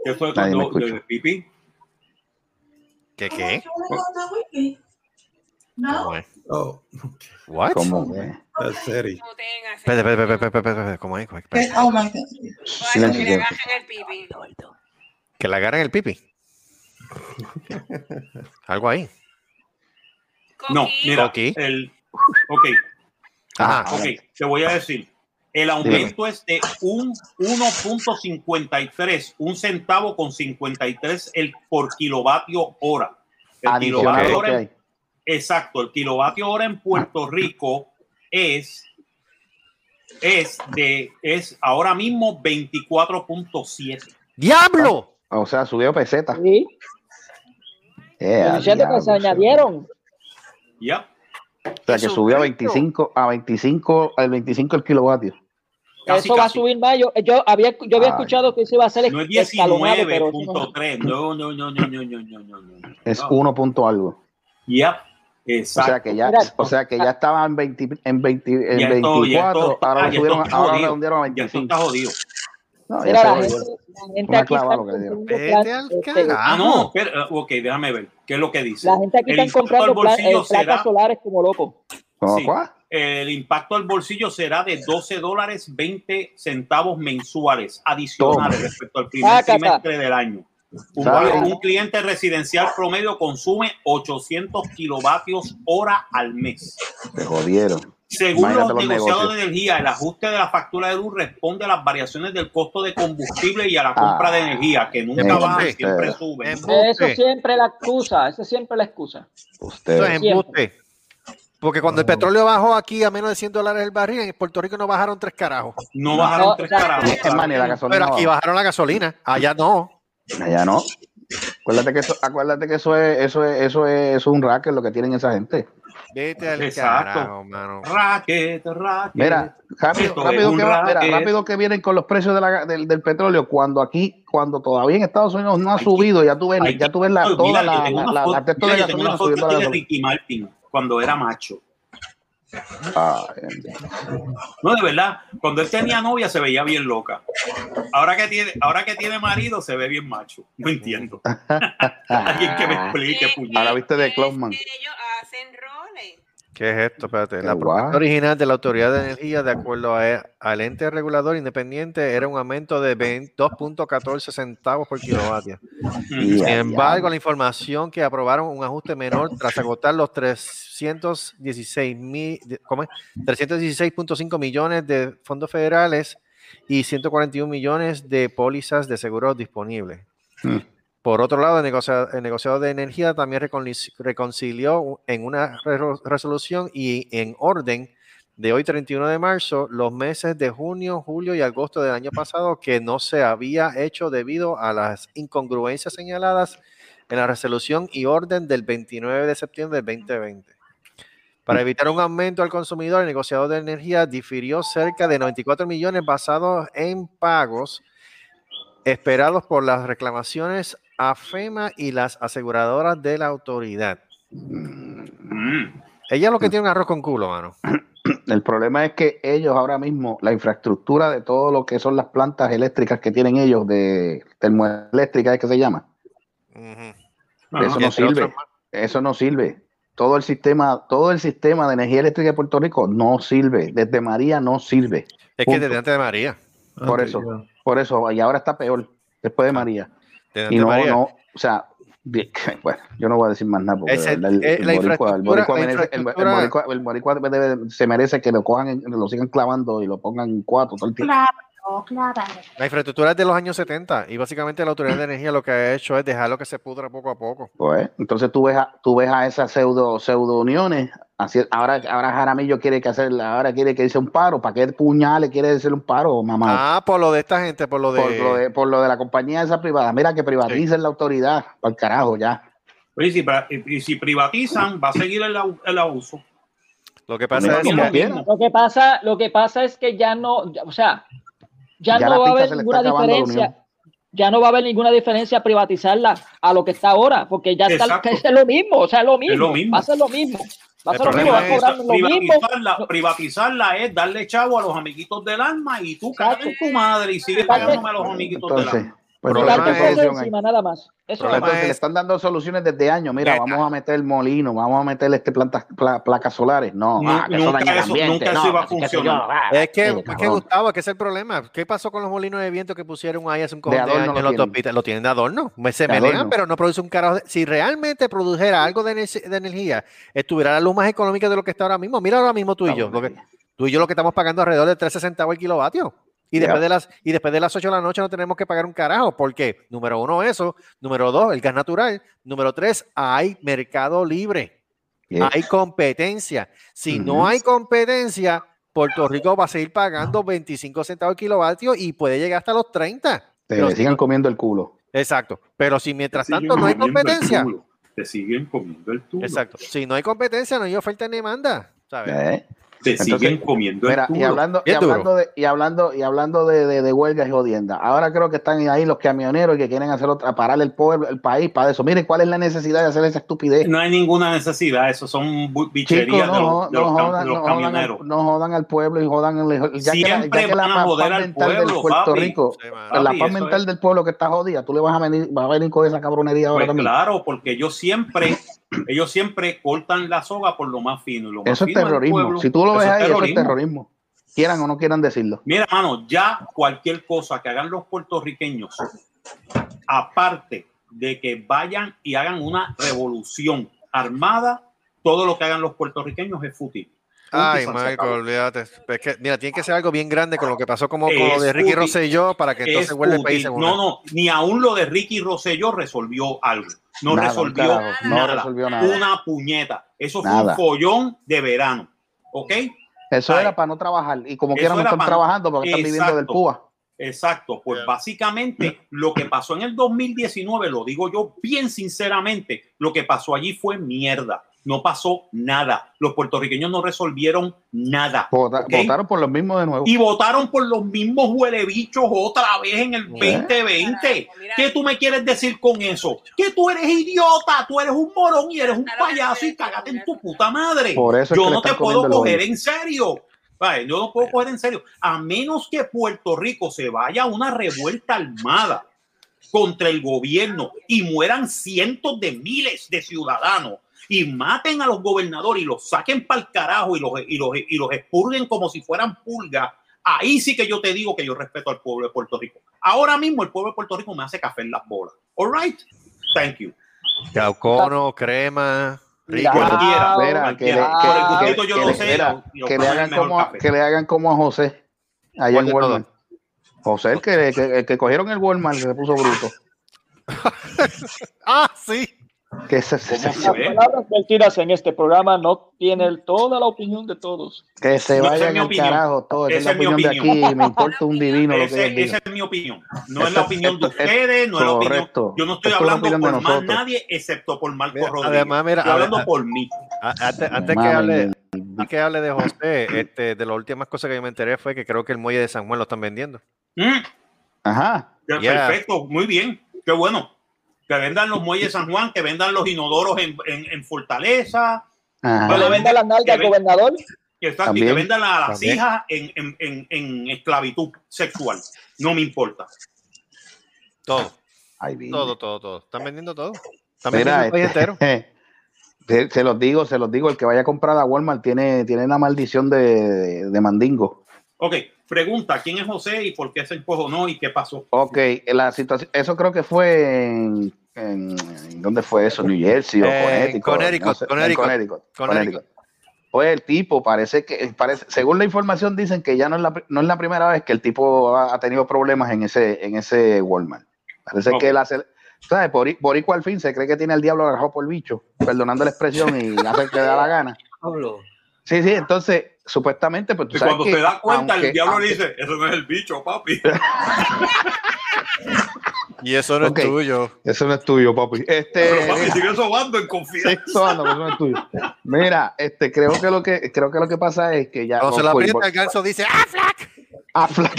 B: ¿Qué fue
C: Nadie me
B: cuando
C: escucha.
B: eh, Pipi?
C: ¿Qué qué?
G: No.
J: Oh.
C: What?
D: ¿Cómo
J: La serie.
C: Espérate, espérate, espérate, espérate, espérate, espérate, ¿Cómo es? ¿Cómo es? Espérate.
H: Oh my God.
C: Silencio,
E: le
C: silencio.
E: bajan el pipi.
C: Que la agarren el pipi. Algo ahí.
B: No, mira,
C: Coqui.
B: el, ok,
C: Ajá.
B: ok, te voy a decir, el aumento es de un 1.53, un centavo con 53 el, por kilovatio hora. El
D: Adicional,
B: kilovatio
D: ok. Ah.
B: hora en- exacto, el kilovatio hora en Puerto Rico es, es de, es ahora mismo 24.7.
C: ¡Diablo!
D: O sea, subió peseta.
F: Sí.
D: Yeah,
F: Fíjate que
D: Eh, diablo.
F: se añadieron.
B: Ya.
D: O sea, que subió a 25, a 25, al 25 el kilovatio.
F: eso va a subir más. Yo, yo había, yo había escuchado que eso iba a ser
B: No es
F: escalonado, pero eso no.
B: 19.3, no, no, no, no, no, no, no, no, no.
D: Es 1 punto algo. O sea que ya,
B: Exacto.
D: o sea que ya estaba en 20, en 20, en
B: Ya esto- ya
D: 24,
B: esto-
D: ahora
B: ah,
D: lo
B: ya
D: subieron,
B: esto está
D: ahora
B: jodido.
D: redondearon a
B: Ya esto
D: 25.
B: está jodido.
D: No,
F: Mira,
D: ya
F: la
D: se
F: gente,
D: jodió.
F: la gente
D: Una
F: aquí
D: clavada
F: está
D: lo que le dieron.
F: comprando plan- este,
B: Ah, no, espera, eh, ok, déjame ver. ¿Qué es lo que dice?
F: La gente aquí
B: El
F: está
B: impacto
F: comprando
B: al
F: pla-
B: bolsillo
F: eh, placas
B: será-
F: solares como loco.
B: Sí. El impacto al bolsillo será de 12 dólares 20 centavos mensuales adicionales
D: Toma.
B: respecto al primer
D: Sácata.
B: trimestre del año. Un,
D: Sácata.
B: un cliente residencial promedio consume 800 kilovatios hora al mes.
D: Se jodieron.
B: Según
D: Imagínate
B: los negociados
D: negocios.
B: de energía, el ajuste de la factura de luz responde a las variaciones del costo de combustible y a
D: Ah.
B: la compra de energía, que nunca
D: embuste.
B: baja, siempre sube.
F: Eso siempre la excusa, eso siempre la excusa.
C: Esto es
F: Siempre.
C: embuste. Porque cuando el petróleo bajó aquí a menos de 100 dólares el barril, en Puerto Rico no bajaron tres carajos.
B: No bajaron tres carajos.
D: Es más, ni la gasolina
C: Pero aquí
D: baja.
C: bajaron la gasolina. Allá no.
D: Allá no. Acuérdate que eso, acuérdate que eso es, eso es, eso es, eso es un racket lo que tienen esa gente.
C: Vete al
D: Exacto.
C: carajo, mano.
B: Racket, racket.
D: Mira, rápido,
B: Esto es
D: rápido,
B: un
D: que, va- mira,
B: racket.
D: rápido que vienen con los precios de la ga- del, del petróleo cuando aquí, cuando todavía en Estados Unidos no ha subido, ya tú ves, ya tú ves la,
B: Mira,
D: toda
B: yo
D: la,
B: tengo una
D: la,
B: foto-
D: la texto de
B: mira, yo tengo
D: gasolina
B: una foto
D: subiendo la
B: de
D: gasolina.
B: Ricky Martin cuando era macho. No, de verdad, cuando él tenía novia se veía bien loca. Ahora que tiene, ahora que tiene marido se ve bien macho. No
D: (laughs)
B: entiendo. Alguien que me explique, puñal.
D: Ahora viste de Clownman.
C: ¿Qué es esto? Espérate. La
D: Qué
C: propuesta
D: guay.
C: original de la Autoridad de Energía, de acuerdo a- e, al ente regulador independiente, era un aumento de 20 2.14 centavos por kilovatio. Sin
D: Ya,
C: embargo, la información que aprobaron un ajuste menor tras agotar los 316 mil, de- ¿cómo es? 316.5 millones de fondos federales y 141 millones de pólizas de seguros disponibles. Por otro lado, el negocia- el negociado, de energía también reconli- reconcilió en una re- resolución y en orden de hoy 31 de marzo los meses de junio, julio y agosto del año pasado que no se había hecho debido a las incongruencias señaladas en la resolución y orden del 29 de septiembre del 2020. Para evitar un aumento al consumidor, el negociador de energía difirió cerca de 94 millones basados en pagos esperados por las reclamaciones a FEMA y las aseguradoras de la autoridad.
B: Mm-hmm.
C: Ella lo que tiene un arroz con culo, mano.
D: El problema es que ellos ahora mismo, la infraestructura de todo lo que son las plantas eléctricas que tienen ellos, de termoeléctricas es que se llama, eso no
C: Entre otros
D: sirve. Eso no sirve. Todo el sistema, todo el sistema de energía eléctrica de Puerto Rico no sirve. Desde María no sirve.
C: Es que
D: Punto.
C: desde antes de María.
D: Por eso, por eso, y ahora está peor, después de María.
C: Desde antes
D: Y
C: de
D: no,
C: María.
D: no, o sea, di- bueno, yo no voy a decir más nada porque
C: Ese-
D: el- el-
C: eh,
D: el
C: la
D: boricua- el
C: infraestructura-
D: boricua
C: la
D: merece- el- el
C: infraestructura-
D: boricua- el boricua debe- se merece que lo cojan, en- lo sigan clavando y lo pongan en cuatro todo el tiempo.
G: No clavaré.
C: La infraestructura es de los años 70 y básicamente la Autoridad de Energía lo que ha hecho es dejarlo que se pudra poco a poco.
D: Pues, entonces tú ves a, tú ves a esas pseudo, pseudo uniones. Así, ahora, ahora Jaramillo quiere que hacer, ahora quiere que dice un paro. ¿Para qué puñales quiere decir un paro, mamá?
C: Ah, por lo de esta gente, por lo de...
D: por, lo de, por lo de la compañía esa privada. Mira que privaticen la autoridad. Para el carajo, ya.
B: Oye, si pra- y y si privatizan, va a seguir el, au- el abuso.
C: Lo que
B: pasa es que-
F: Lo que pasa, lo que pasa es que ya no, ya- o sea, ya,
D: Ya la
F: no va
D: pizza
F: a haber
D: se le está
F: ninguna
D: acabando a la
F: diferencia.
D: Unión.
F: Ya no va a haber ninguna diferencia privatizarla a lo que está ahora, porque ya está,
B: Exacto.
F: es lo mismo, o sea, es lo mismo,
B: lo mismo.
F: va a ser lo mismo, va a
B: El
F: ser lo mismo,
B: problema
F: va a
B: es
F: cobrar lo mismo.
B: privatizarla, privatizarla es darle chavo a los amiguitos del alma y tú cagas en tu madre y sigues pagándome a los amiguitos del
D: Entonces,
B: alma.
D: pues,
F: Quitar
D: entonces-
F: pesos encima, nada más. Eso
D: Pero
F: es.
D: entonces le están dando soluciones desde años. Mira, vamos a meter molino, vamos a meter este plantas, pla- placas solares. No,
C: Nu-
D: ah, que eso
C: nunca
D: daña el
C: eso-
D: ambiente.
C: nunca
D: no,
C: eso iba a
D: así que eso
C: funcionar.
D: yo, ah,
C: Es que,
D: eh,
C: es que,
D: cabrón.
C: Gustavo, que ese es el problema. ¿Qué pasó con los molinos de viento que pusieron ahí hace un cojón de,
D: adorno
C: años
D: lo
C: en la
D: tienen.
C: autopista? Lo tienen de adorno. Me- Se
D: De
C: melean,
D: adorno.
C: pero no produce un carajo. de- Si realmente produjera algo de, ener- de energía, estuviera la luz más económica de lo que está ahora mismo. Mira ahora mismo tú y yo. Lo que, tú y yo lo que estamos pagando alrededor de 13 centavos el kilovatio. Y
D: Ya.
C: después, de las, y después de las 8 de la noche no tenemos que pagar un carajo. ¿Por qué? Número uno, eso. Número dos, el gas natural. Número tres, hay mercado libre. Hay competencia. Si no
D: Ujú.
C: hay competencia, Puerto Rico va a seguir pagando 25 centavos el kilovatio y puede llegar hasta los 30.
D: Te le sigan comiendo el culo.
C: Exacto. Pero si mientras
B: Te siguen
C: tanto no hay
B: comiendo el
C: competencia.
B: culo. Te siguen comiendo el tubo.
C: Exacto. Si no hay competencia, no hay oferta ni demanda. ¿sabes?
D: ¿Eh?
B: Te
D: Entonces,
B: siguen comiendo
D: Mira,
B: el
D: y
B: culo.
D: hablando, y hablando, de, y hablando, y hablando de, de, de huelgas y jodiendas, ahora creo que están ahí los camioneros que quieren hacer otra, parar el pueblo, el país para eso. Miren, ¿cuál es la necesidad de hacer esa estupidez?
B: No hay ninguna necesidad, eso son bu- bicherías
D: Chicos,
B: de
D: no,
B: los, de
D: no
B: los cam-
D: jodan-
B: los
D: no jodan al-
B: camioneros.
D: no jodan al pueblo y jodan el, ya que la,
B: Siempre
D: ya que la
B: van a
D: paz
B: joder al
D: mental
B: pueblo,
D: del Puerto
B: papi.
D: Rico,
B: Sí,
D: la
B: mano.
D: paz
B: Papi, eso
D: mental del pueblo que está jodida, tú le vas a venir, vas a venir con esa cabronería ahora
B: Pues
D: también.
B: claro, porque ellos siempre, ellos siempre cortan la soga por lo más fino. y lo más
D: Eso es
B: fino del
D: terrorismo.
B: pueblo,
D: Si tú lo
B: eso
D: ves
B: es
D: ahí, eso es
B: terrorismo.
D: terrorismo. Quieran o no quieran decirlo.
B: Mira, mano, ya cualquier cosa que hagan los puertorriqueños, aparte de que vayan y hagan una revolución armada, todo lo que hagan los puertorriqueños es fútil.
C: Ay,
B: Punto y se
C: Michael,
B: acabó.
C: olvídate. Es que, mira, tiene que ser algo bien grande con lo que pasó como con lo
B: Es
C: de Ricky
B: útil.
C: Rosselló para que entonces
B: Es
C: vuelva el país
B: fútil.
C: en una.
B: No, no, ni aún lo de Ricky Rosselló resolvió algo. No
D: Nada,
B: resolvió
D: carajo, no
B: nada.
D: resolvió nada.
B: Una puñeta. Eso
D: Nada.
B: fue un follón de verano. ¿Ok?
D: Eso
B: Ay.
D: era para no trabajar. Y como
B: Eso
D: quieran, no
B: era
D: están
B: para-
D: trabajando porque están viviendo del
B: Exacto.
D: púa.
B: Exacto, pues básicamente lo que pasó en el 2019, lo digo yo bien sinceramente, lo que pasó allí fue mierda. No pasó nada. Los puertorriqueños no resolvieron nada.
D: Vota-
B: ¿ok?
D: Votaron por los mismos de nuevo.
B: Y votaron por los mismos huelebichos otra vez en el
D: Mira.
B: 2020. ¿Qué tú me quieres decir con eso? Que tú eres idiota, tú eres un morón y eres un payaso y cágate en tu puta madre.
D: Por eso es
B: Yo
D: que le
B: no te
D: están
B: puedo
D: comiendo el
B: coger
D: ojo.
B: en serio. Ay, Yo no puedo coger en serio. A menos que Puerto Rico se vaya a una revuelta armada contra el gobierno y mueran cientos de miles de ciudadanos y maten a los gobernadores y los saquen para el carajo y los, y, los, y los expurguen como si fueran pulgas, ahí sí que yo te digo que yo respeto al pueblo de Puerto Rico. Ahora mismo el pueblo de Puerto Rico me hace café en las bolas. All right? Thank you.
C: Caucono, crema, rico.
B: Cualquiera.
D: Espera, que le-
B: Cualquiera. Por el
D: que-
B: gustito
D: que-
B: yo
D: que
B: lo
D: le-
B: sé,
D: espera,
B: yo- yo
D: que le
B: tomo el
D: hagan
B: mejor
D: como a-
B: café.
D: que le hagan como a José allá
C: ¿Cuál
D: en
C: de
D: Walmart. José, el que, que- el que cogieron el Walmart, que se puso bruto.
C: Ah, sí.
D: Que se, se-
F: Las
D: se-
F: palabras vertidas en este programa no tienen toda la opinión de todos.
D: que se
F: No, esa
D: vayan
F: es mi
D: al
F: opinión.
D: carajo todo. Esa es la
F: Esa es mi
D: opinión de
F: opinión.
D: aquí. Me importa un divino lo que
B: Ese-
D: ellos digan.
B: esa es mi opinión. No es
D: Esto-
B: la opinión de
D: esto- es-
B: ustedes, no es la opinión.
D: correcto.
B: Yo no estoy
D: Esto es la
B: hablando
D: opinión de
B: por más
D: nosotros.
B: nadie excepto por Marco Rodríguez.
C: además, mira,
B: Estoy hablando
C: a-
B: por mí.
C: A- Antes, antes que
D: mames,
C: hable,
D: el-
C: antes que hable de José, este, de las últimas cosas que yo me enteré fue que creo que el muelle de San Juan lo están vendiendo.
B: Mm,
D: Ajá.
B: ya,
C: Yeah.
B: Perfecto, muy bien. Qué bueno. Que vendan los muelles de San Juan, que vendan los inodoros en, en- en Fortaleza.
D: Ajá.
F: Que le venda la nalga
B: que
F: al
B: ven-
F: gobernador.
B: que está- y
D: También,
B: que vendan a las
D: también.
B: hijas en, en- en- en esclavitud sexual. No me importa.
C: Todo,
D: Ay, bien.
C: todo, todo, todo. Están vendiendo todo. Están vendiendo
D: Mira,
C: el país
D: este- (laughs)
C: entero.
D: se, se los digo, se los digo. El que vaya a comprar a Walmart tiene, tiene la maldición de, de, de Mandingo.
B: Ok, pregunta: ¿quién es José y por qué se encojonó y qué pasó?
D: Ok, la situación, eso creo que fue en, en- ¿dónde fue eso? New Jersey o
C: Eh,
D: Connecticut.
C: Connecticut,
D: no sé, en
C: Eh, Connecticut.
D: Connecticut,
C: Connecticut.
D: Connecticut. Pues el tipo parece que, parece, según la información dicen que ya no es la, no es la primera vez que el tipo ha, ha tenido problemas en ese, en ese Walmart. Parece
B: Ok.
D: que él hace, ¿sabes? Bori- Boricua al fin se cree que tiene el diablo agarrado por el bicho, perdonando la expresión y hace el que le da la gana. Sí, sí, entonces, supuestamente, pues tú
B: Y
D: sabes
B: cuando
D: que,
B: se da cuenta,
D: aunque-
B: el diablo
D: aunque- Este,
B: le dice, eso no es el bicho, papi.
C: Y eso no
D: Ok.
C: es tuyo.
D: Eso no es tuyo, papi. Este,
B: (laughs) Pero papi, sigue sobando en confianza.
D: Sí, eso anda, pero eso no es tuyo. Mira, este, creo que lo que creo que lo que pasa es que ya
C: Cuando se
D: Roscoe
C: la aprieta
D: Bor-
C: el ganso, dice ¡Ah, flac!
D: Ah, (laughs) fla-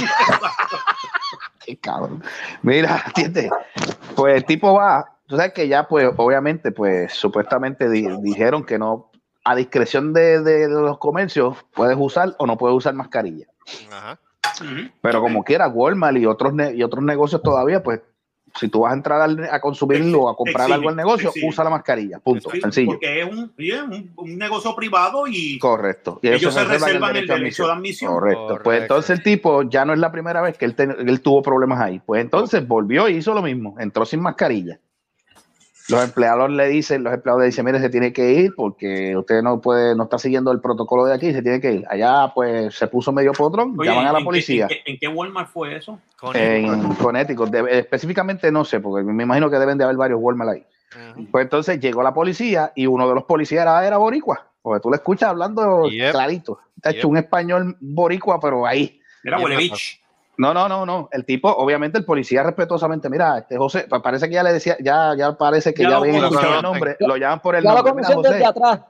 D: Qué cabrón. Mira, (laughs) ¿entiendes? Pues el tipo va, tú sabes que ya, pues, obviamente, pues, supuestamente di- dijeron que no, a discreción de, de los comercios, puedes usar o no puedes usar mascarilla.
C: Ajá.
D: Pero como quiera, Walmart y otros, ne- y otros negocios todavía, pues, si tú vas a entrar al- a consumirlo o a comprar
B: Exige,
D: algo al negocio,
B: exige.
D: usa la mascarilla. Punto.
B: Sí,
D: Sencillo.
B: Porque es un, sí, es un- un negocio privado y
D: Correcto. Y
B: ellos se
D: reservan
B: reservan el derecho de admisión.
D: Correcto. Pues
C: Correcto.
D: entonces el tipo ya no es la primera vez que él, ten- él tuvo problemas ahí. Pues entonces volvió y hizo lo mismo. Entró sin mascarilla. Los empleados le dicen, los empleados le dicen, mire, se tiene que ir porque usted no puede, no está siguiendo el protocolo de aquí, se tiene que ir. Allá pues se puso medio potrón,
B: Oye,
D: llaman a
B: ¿en
D: la
B: qué-
D: policía.
B: en, qué, en qué Walmart fue eso?
C: Con
D: En Connecticut, Debe- específicamente no sé, porque me imagino que deben de haber varios Walmart ahí. Pues entonces llegó la policía y uno de los policías era, era boricua, porque tú le escuchas hablando
C: Yep.
D: clarito. Está hecho
C: Yep.
D: un español boricua, pero ahí.
B: Era
C: Bien,
B: Huelevich.
D: No, no, no, no. El tipo, obviamente el policía respetuosamente, mira, este José, pa- parece que ya le decía, ya, ya parece que
B: Ya
D: ya,
B: lo
D: habían
B: conocen.
D: escuchado el nombre, lo llaman por el
F: Ya lo
D: nombre. eh. Mira,
F: conocen desde
D: José,
F: atrás.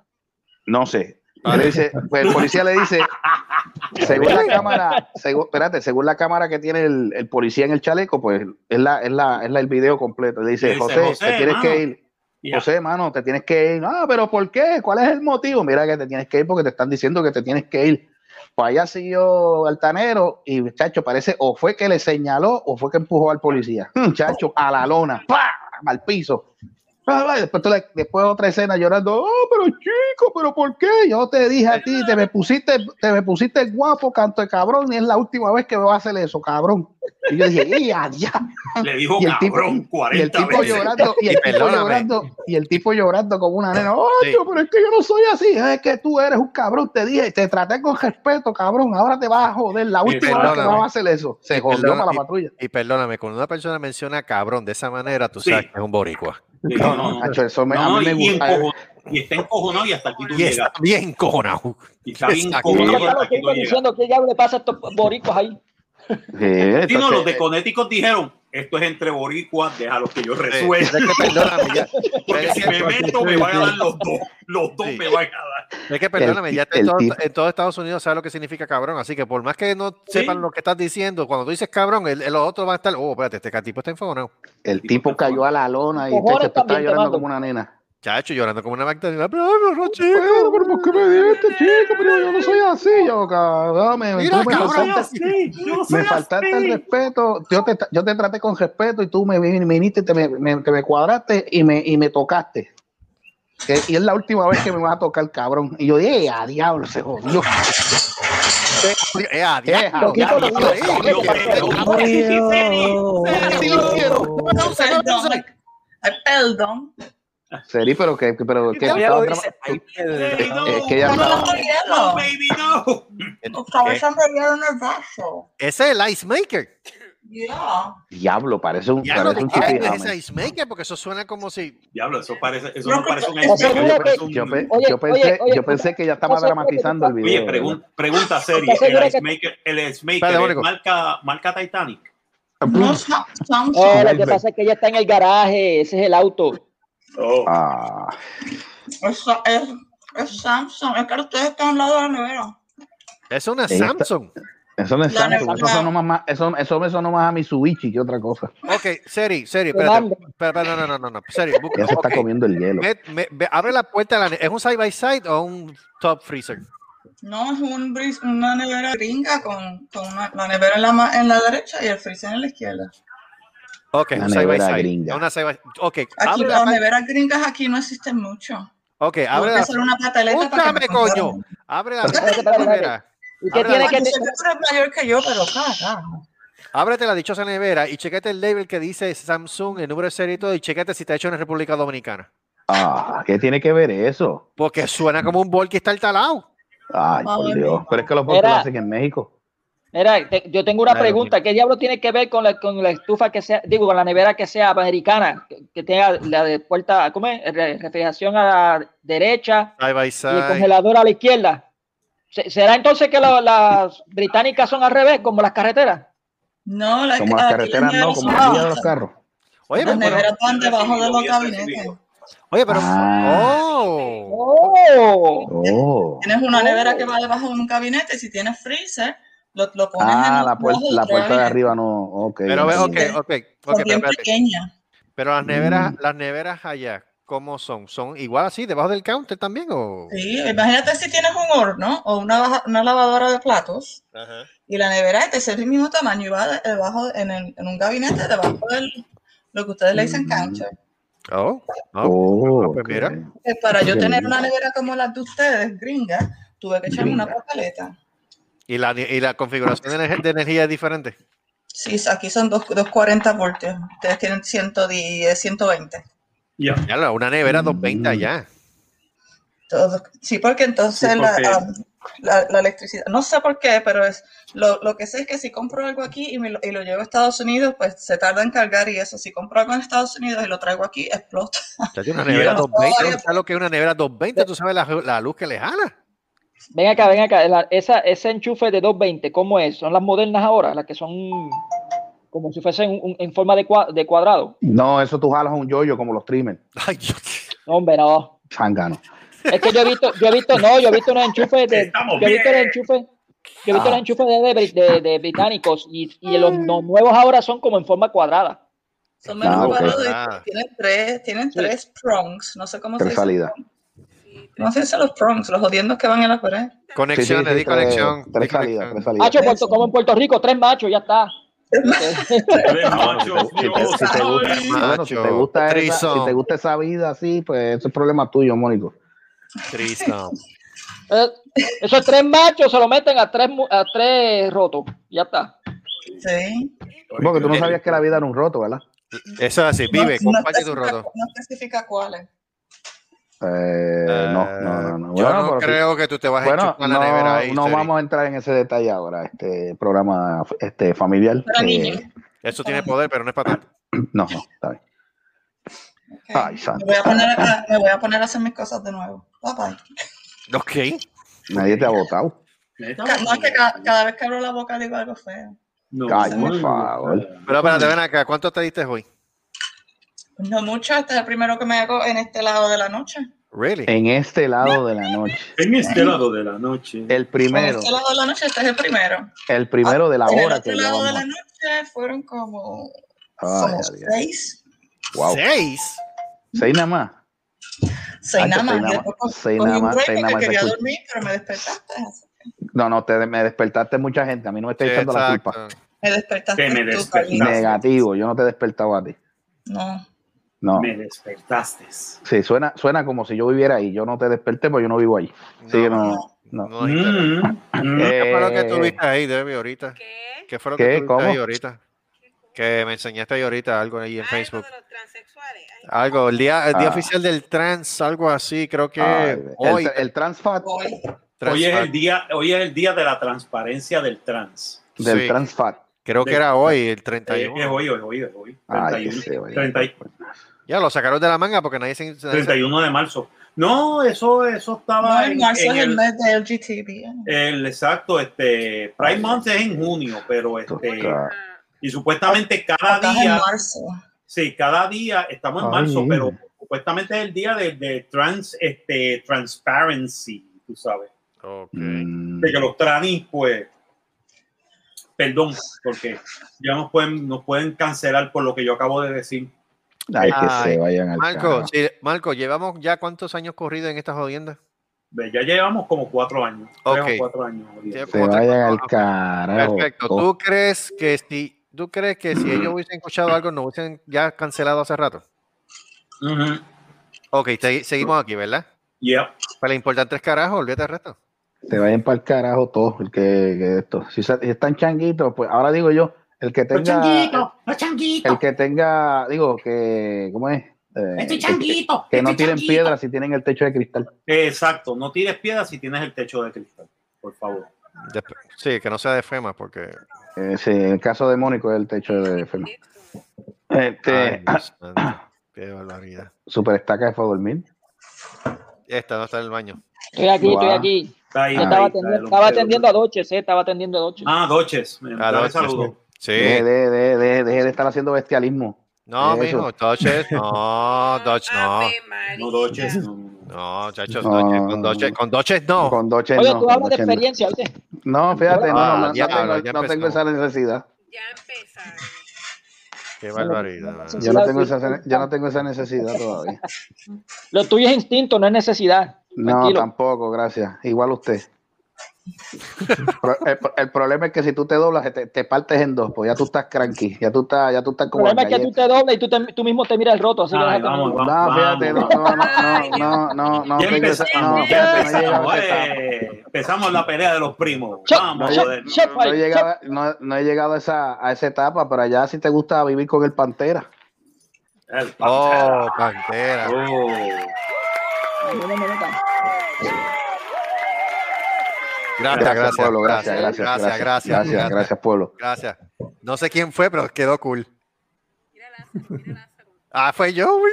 D: no sé. Le dice, pues el policía le dice, según la cámara, según, espérate, según la cámara que tiene el, el policía en el chaleco, pues es la, es la, es la- el video completo. Le
B: Le
D: dice,
B: dice,
D: José,
B: José,
D: te tienes
B: mano.
D: que ir. José, hermano, te tienes que ir. Ah, pero ¿por qué? ¿Cuál es el motivo? Mira que te tienes que ir porque te están diciendo que te tienes que ir. Pues allá siguió Altanero y chacho, parece o fue que le señaló o fue que empujó al policía. Mm, Chacho, a la lona, ¡pa! al piso. Ah, ah, Después, tú le- después otra escena llorando, oh, pero chico, pero ¿por qué? Yo te dije a ti, te me pusiste, te me pusiste guapo, canto de cabrón, y es la última vez que me vas a hacer eso, cabrón. Y yo dije, ya, ya.
B: Le dijo
D: Y el tipo-
B: cabrón
D: Y el
B: 40
D: tipo
B: veces.
D: llorando, y el
C: Y
D: tipo
C: perdóname.
D: llorando, "Ah, y el tipo llorando como una nena. Oye,
C: Sí.
D: pero es que yo no soy así, es que tú eres un cabrón, te dije, te traté con respeto, cabrón, ahora te vas a joder, la última vez que
C: perdóname.
D: vas a hacer eso. Se jodió
C: perdóname.
D: para la patrulla.
C: Y perdóname, cuando una persona menciona cabrón de esa manera, tú
B: Sí.
C: sabes que es un boricua.
B: Sí,
D: No,
B: no,
D: no,
B: no.
D: macho, eso me- a
B: No,
D: mí me
B: y,
D: gusta.
B: encojo- y está encojonado y hasta aquí tú
C: Y está
B: llegas.
C: bien cojonado.
B: Y está bien
C: Exacto.
F: Mira,
B: encojonado y
F: está
B: hasta
F: los
B: aquí tú
F: tipos
B: llegas.
F: diciendo que ya le pasa a estos boricos ahí.
D: Eh,
B: Sí, no, los de
D: entonces,
B: Connecticut dijeron, esto es entre boricuas, déjalo que yo
C: Sí,
B: resuelva.
C: es que perdóname, ya,
B: Porque
C: es
B: si
C: que-
B: me meto, me van a dar los dos. Los dos
C: Sí.
B: me van a dar.
C: es que perdóname,
D: El
C: ya
D: ti-
C: en
D: el
C: todo,
D: tipo.
C: en todo Estados Unidos sabes lo que significa cabrón, así que por más que no
B: Sí.
C: sepan lo que estás diciendo, cuando tú dices cabrón, el, el otro va a estar, oh, espérate, este tipo está enfogonado.
D: el tipo cayó a la lona y chacho,
F: Cojones
D: después estaba
F: también te
D: llorando
F: mando.
D: como una nena.
C: Chacho, llorando como una magdalena, pero no, no, chico.
D: Bueno, pero ¿por qué me dijiste, este chico? Pero yo no soy así, yo, cabrón, me,
C: Mira,
D: tú me
C: cabrón,
D: faltaste- me faltaste el respeto, yo te, yo te traté con respeto y tú me, vin- viniste, te me, me- te me cuadraste y me, y me tocaste. Que- y es la última vez que me vas a tocar, cabrón. Y yo dije, a diablo, se jodió.
C: Eh, a diablo,
D: Los tipos
C: diablo,
D: los-
C: diablo, eh,
H: los-
C: eh,
H: los-
C: eh, eh,
H: los-
D: Así lo quiero.
H: Perdón. Ay, Perdón.
D: Seri, pero que, pero que
I: Ella lo
D: estaba
I: dice, ay,
D: traba-
I: perdón.
D: es que ella
H: No, no,
D: estaba-
H: no,
B: No,
H: hielo.
B: baby, no.
H: Por favor, se me dieron el vaso.
C: Ese es el ice maker.
H: Yeah.
D: Diablo, parece un,
C: Ya no
D: parece
C: te
D: un
C: quieres
D: chupijame.
C: ese ice maker porque eso suena como si
B: Diablo, eso parece, eso
H: No,
B: no parece un
H: pero-
B: iceberg,
F: Yo
B: eso
F: pe-
B: parece un-
D: Yo, pe-
F: Oye,
D: yo pensé,
F: oye, oye,
D: yo pensé que ella estaba
F: no sé,
D: dramatizando el video.
B: Oye, pregun- pregunta seria.
F: ¿Estás segura
B: El Ice
F: que-
B: Maker, el Ice
C: Espérate,
B: Maker, ¿es
C: Mónico.
B: marca, marca Titanic.
H: No, Oh, Sam- Samsung.
F: Eh, lo que
D: Vuelve.
F: pasa es que ella está en el garaje, ese es el auto.
D: Ah,
H: Eso es, es Samsung. Es que ustedes están al lado de la nevera.
C: es una
D: Ella está-
C: Samsung.
D: eso no es
H: La
D: Samsung, eso,
H: nevera.
D: sonó más- más, eso, eso me sonó más a Mitsubishi que otra cosa.
C: Ok, Seri, Seri,
F: Fernando.
C: espérate. Espera, espera, no, no, no, no. Seri, busca.
D: Ella se está
C: ok.
D: comiendo el hielo.
C: Ve- ve- ve- abre la puerta. de la ne- ¿Es un side by side o un top freezer?
H: No, es un bris, una nevera gringa con, con una, la nevera en la, ma- en la derecha y el freezer en la izquierda.
C: Ok,
D: Una
C: un side by
D: nevera
C: side.
D: gringa.
C: Una side by Ok,
H: Aquí
C: abre
H: las
C: la,
H: neveras gringas aquí no existen mucho.
C: ok,
H: Tuve
C: abre
H: que
C: la,
H: hacer una pataleta para que
C: Búscame,
H: me
C: coño.
H: contaran.
C: abre la,
F: Espérate,
C: dichosa
F: espérate,
C: nevera.
F: ¿Y qué
C: Abre
F: tiene
H: Bueno,
C: la-
F: que
H: yo sé que tú eres mayor que yo, pero carajo.
C: Ábrete la dichosa nevera y chequete el label que dice Samsung, el número de serie y todo, y chequete si está hecho en República Dominicana.
D: Ah, ¿qué tiene que ver eso?
C: Porque suena como un bol que está al talado.
D: Ay, por
F: Ay,
D: Dios.
F: mi
D: Pero es que los votos
F: Era-
D: lo hacen en México.
F: Mira, te- yo tengo una
D: Claro,
F: pregunta. ¿Qué diablo tiene que ver con la, con la estufa que sea, digo, con la nevera que sea americana, que, que tenga la de puerta, ¿cómo es? Re- refrigeración a la derecha
C: Side by
F: y el
C: side.
F: congelador a la izquierda? ¿Se- ¿Será entonces que la- las británicas son al revés, como las carreteras?
G: No, la, Ah.
D: Como las carreteras, no, como las vías de los carros.
C: Oye,
G: Las
C: pero-
G: neveras van debajo de los gabinetes.
C: Oye, pero.
D: Ah.
C: ¡Oh!
D: Oh.
G: Tienes una nevera que va debajo de un gabinete. Si tienes freezer, lo, lo pones en
D: Ah,
G: los
D: la, puer-
G: dos
D: la
G: otro
D: puerta de
G: gabinete.
D: arriba no. Ok.
C: Pero ve, ok,
G: entiendo.
C: ok. ok,
G: Son
C: pero
G: bien
C: espérate.
G: pequeña.
C: Pero las neveras,
D: Mm.
C: las neveras allá, ¿cómo son? ¿Son igual así, debajo del counter también? O...
G: Sí, imagínate si tienes un horno o una, baja- una lavadora de platos
C: Ajá.
G: y la nevera es de ser del mismo tamaño y va de- debajo en, el- en un gabinete debajo del lo que ustedes le
D: Mm.
G: dicen cancha.
C: Oh, no.
D: Oh,
C: pues
D: ok.
C: mira.
G: Eh, Para yo
D: Qué
G: tener
D: lindo.
G: una nevera como las de ustedes, gringa, tuve que echarme una
D: Gringa.
G: papeleta.
C: ¿Y la, y la configuración de, ener- de energía es diferente?
G: Sí, aquí son dos, 240 voltios. Ustedes tienen 110, 120.
B: Ya.
C: Ya, la- una nevera 220
D: Mm.
C: allá.
G: Todo- sí, porque entonces
B: Sí,
G: la-
B: porque-
G: am, La, la electricidad, no sé por qué, pero es lo, lo que sé es que si compro algo aquí y, me lo, y lo llevo a Estados Unidos, pues se tarda en cargar y eso. Si compro algo en Estados Unidos y lo traigo aquí, explota. (laughs)
C: Ya tiene una nevera
B: Ya.
D: Oh,
C: 220. ¿Tú sabes lo que es una nevera 220? ¿Tú sabes la, la luz que le jala?
F: Ven acá, ven acá. la- esa, ese enchufe de 220, ¿cómo es? ¿Son las modernas ahora? Las que son como si fuesen un- un- en forma de, cua- de cuadrado.
D: No, eso tú jalas un yoyo como los trimmers.
C: Ay, yo-
F: No, hombre, no.
D: Changano.
F: Es que yo he visto, yo he visto, no, yo he visto unos enchufes de,
B: Estamos
F: yo he visto
B: bien.
F: los enchufes, yo he visto
D: Ah.
F: los enchufes de, de- de- de británicos y, y los, los nuevos ahora son como en forma cuadrada.
G: Son menos
D: Ah, ok.
G: cuadrados
C: Ah.
G: y tienen tres, tienen tres prongs. No sé cómo
D: Tres
G: se dice.
D: salidas.
G: No sé si los prongs, los jodiendos que van en la pared.
D: Sí, sí,
C: Conexiones,
D: sí,
C: di
D: tres-
C: conexión. di
D: Tres
C: conexión.
D: salidas, tres salidas.
F: Macho, Puerto- como en Puerto Rico, tres machos, ya está.
B: Tres
D: Bueno,
B: machos,
D: si te- si te- si te
B: Dios,
D: gusta-
G: Ah,
B: ay.
D: bueno, si te gusta esa- si te gusta esa vida así, pues ese es problema tuyo, Mónico.
C: Tristón.
D: (laughs)
F: Eh, esos tres machos se lo meten a tres, mu- a tres rotos, ya está.
G: Sí.
D: Porque tú no sabías que la vida era un roto, ¿verdad?
C: Eso es así, vive,
G: No- no
C: comparte tu
G: especifica-
C: roto.
G: No especifica cuáles.
D: Eh, no, no, no, no.
C: Yo
D: Bueno,
C: no
D: pero sí.
C: creo que tú te vas a
D: Bueno,
C: enchufar la nevera ahí.
D: no, no
C: Seri.
D: vamos a entrar en ese detalle ahora, este programa este familiar.
G: Para
D: eh,
G: niños.
C: Eso tiene poder, pero no es para tanto.
D: no, no, está bien.
G: Ok.
D: Ay,
G: me,
D: santo.
G: voy a poner a, me voy a poner a hacer mis cosas de nuevo. Bye bye.
C: Ok.
D: Nadie te ha votado.
G: Ca- No, es que ca- cada, vez que abro la boca digo algo feo.
B: No,
D: Ay,
B: no,
D: por favor.
C: Pero espérate, ven acá. ¿Cuánto te diste hoy?
G: No mucho, este es el primero que me hago en este lado de la noche.
C: Really?
D: En este lado de la noche.
B: En este lado de la noche.
D: El
G: En
D: primero,
G: este lado de la noche, este es el primero.
D: el primero de la
G: en el
D: hora
G: otro
D: que
G: lado Ah, de
D: llevamos.
G: la noche fueron como,
D: Ay,
G: como
D: adiós.
G: seis.
D: Wow.
C: ¿Seis?
D: Seis nada más.
G: Seis
D: Ay,
G: nada
D: seis
G: más.
D: nada
G: Yo
D: más,
G: co-
D: seis
G: cogí
D: nada
G: un
D: más,
G: break
D: seis nada
G: porque
D: más,
G: quería
D: escucha.
G: dormir, pero me despertaste.
D: No, no, te, me despertaste mucha gente. A mí no me estoy echando la
C: Exacto.
D: culpa.
G: Me despertaste.
B: Que me
G: tú,
B: despertaste.
G: Carlitos.
D: Negativo, yo no te he despertado a ti.
G: No.
D: No.
B: Me despertaste.
D: Sí, suena, suena como si yo viviera ahí. Yo no te desperté porque yo no vivo ahí. Sí, no. no.
C: No dijiste nada.
B: Mm, mm.
D: Eh,
C: ¿Qué fue lo que tuviste ahí, Debbie, ahorita?
E: ¿Qué?
C: ¿Qué fue lo
D: ¿Qué?
C: que tuviste
D: ¿Cómo?
C: ahí ahorita? Que me enseñaste ahí ahorita algo ahí en
E: Ah, eso
C: Facebook.
E: de los transexuales. Ay,
C: Algo, el día, el día
D: Ah.
C: oficial del trans, algo así, creo que
D: Ay,
C: hoy.
D: el, el transfat
G: Voy.
C: trans-
B: Hoy es el día, hoy es el día de la transparencia del trans.
D: del
C: Sí.
D: transfat.
C: Creo que era hoy, el
B: Eh, es
C: 31.
B: hoy, hoy, hoy, es hoy.
D: Ay,
B: 31,
D: qué sé, vaya.
B: 30 y-
C: Ya lo sacaron de la manga porque nadie se. nadie se-
B: 31 de marzo. No, eso, eso
G: No,
B: estaba
G: en
B: en,
G: marzo
B: en
G: es el
B: el,
G: mes de LGTB.
B: el- exacto, este Pride
D: Ay,
B: Month es en junio, pero
D: Total.
B: este y supuestamente cada
G: Estás en
B: día,
G: marzo.
B: sí, cada día estamos en
D: Ay,
B: marzo,
D: mira.
B: pero supuestamente es el día de, de trans, este transparency, tú sabes,
C: Ok.
D: Mm,
B: de que los tranis, pues, perdón, porque ya nos pueden nos pueden cancelar por lo que yo acabo de decir.
D: ay, que
C: Ay,
D: se vayan al
C: Marco,
D: carajo.
C: sí, Marco, llevamos ya cuántos años corridos en estas jodiendas?
B: Ve, Ya llevamos como cuatro años, tres
C: Ok.
B: o cuatro años.
C: Ya
D: Se
C: como te-
D: vayan al
C: Ok,
D: carajo. Mm.
C: Perfecto. ¿Tú crees que si tú crees que si ellos hubiesen escuchado algo nos hubiesen ya cancelado hace rato?
B: Ujú.
C: Ok, te- seguimos aquí, ¿verdad?
B: Yep.
C: Para importar tres carajos, olvídate del resto.
D: Se vayan para el carajo todos. El que, que esto. Si, sa- si están changuitos, pues ahora digo yo, el que tenga. El que tenga, digo, que, ¿cómo es? eh,
B: Estoy
D: que-
B: changuito,
D: Que, no
B: estoy
D: tiren
B: changuito.
D: piedras si tienen el techo de cristal.
B: Exacto, no tires piedras si tienes el techo de cristal, por favor.
C: Desp- Sí, que no sea de FEMA, porque.
D: Eh, sí, en el caso de Mónico es el techo de Fema. Este, (laughs)
C: Ay, Dios santo, qué barbaridad.
D: superestaca de fue a dormir.
C: Esta no está en el baño.
F: Estoy aquí, estoy
D: Guau.
F: aquí.
B: Está ahí,
F: Yo
B: ahí
F: Ah,
B: está
F: estaba atendiendo,
B: el
F: estaba
B: hombre.
F: atendiendo a Doches, eh, estaba atendiendo a Doches.
B: Ah, Doches. me-
C: Ah,
B: dale
C: Doches,
B: saludo.
C: Sí.
D: Deje, de- de- de- deje de estar haciendo bestialismo.
C: No,
D: Eso.
C: mijo, Dodge, no, Dodge,
E: (laughs)
C: no.
B: No, Doches. no.
C: No, chachos,
D: No.
C: Dodge, con Dodge, con Dodge no.
D: Con Doche
F: Oye,
D: no.
F: tú
D: con
F: hablas de
D: Doche no.
F: experiencia, ¿viste?
D: No, fíjate, no,
C: Ah,
D: no, no,
C: ya
D: no tengo,
C: hablo, ya
D: no tengo
C: empezamos.
D: esa necesidad.
C: Qué barbaridad.
D: Yo no tengo esa, yo no tengo esa necesidad todavía.
F: Lo tuyo es instinto, no es necesidad.
D: No,
F: Tranquilo.
D: tampoco, gracias. Igual usted. Pro- el, el problema es que si tú te doblas, te, te partes en dos, pues ya tú estás cranky, ya tú estás, ya tú estás
F: el
D: como
F: problema es que tú te doblas y tú, te- tú mismo te miras el roto. Así que
B: Ay,
F: déjate-
B: vamos, vamos.
D: No, fíjate, no,
B: vamos.
D: no, no, no, no, no,
B: Ya
D: tengo esa- no,
B: empezamos, ya
D: fíjate, no he llegado
B: empezamos,
D: a esa etapa.
B: eh. Empezamos la pelea de los primos.
F: Chop,
B: Vamos,
F: chop,
B: joder.
F: chop,
D: No he
F: ahí,
D: llegado, no, no he llegado a, esa, a esa etapa, pero allá sí te gusta vivir con el pantera.
B: El Pantera.
C: Oh, Pantera.
B: Oh.
F: chop. No, no, no, no.
C: Gracias, gracias,
D: pueblo, gracias, gracias,
C: gracias, gracias,
D: gracias, gracias, pueblo.
C: gracias. No sé quién fue, pero quedó cool. Ah, fue yo, güey.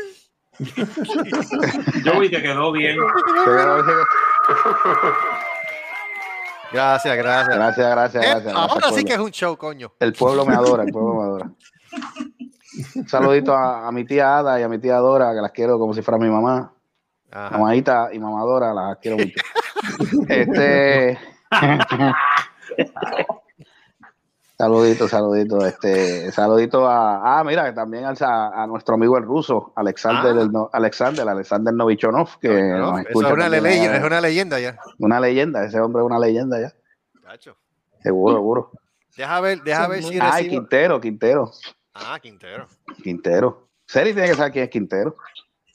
B: Yo vi que quedó bien.
C: Gracias, gracias.
D: Gracias, gracias,
C: Eh,
D: gracias.
C: ahora
D: gracias,
C: sí que es
D: pueblo.
C: un show, coño.
D: El pueblo me adora, el pueblo me
C: (laughs)
D: adora. Un saludito a, a mi tía Ada y a mi tía Dora, que las quiero como si fuera mi mamá.
C: Ajá.
D: Mamadita y mamadora, las quiero mucho. (laughs) Este. saludito, saludito, este, saludito a, ah, mira, también al- a, a nuestro amigo el ruso, Alexander,
C: Ah.
D: del no- Alexander, Alexander Novichonov, que
C: No,
D: nos
C: eso
D: escucha
C: es, una
D: también,
C: leyenda,
D: eh,
C: es una leyenda ya.
D: una leyenda, ese hombre es una leyenda ya,
C: Tacho.
D: seguro, seguro.
C: Deja ver, deja ver si
D: Ay,
C: recibo.
D: Quintero, Quintero,
C: Ah,
D: (laughs)
C: Quintero.
D: Quintero. Seri tiene que saber quién es Quintero.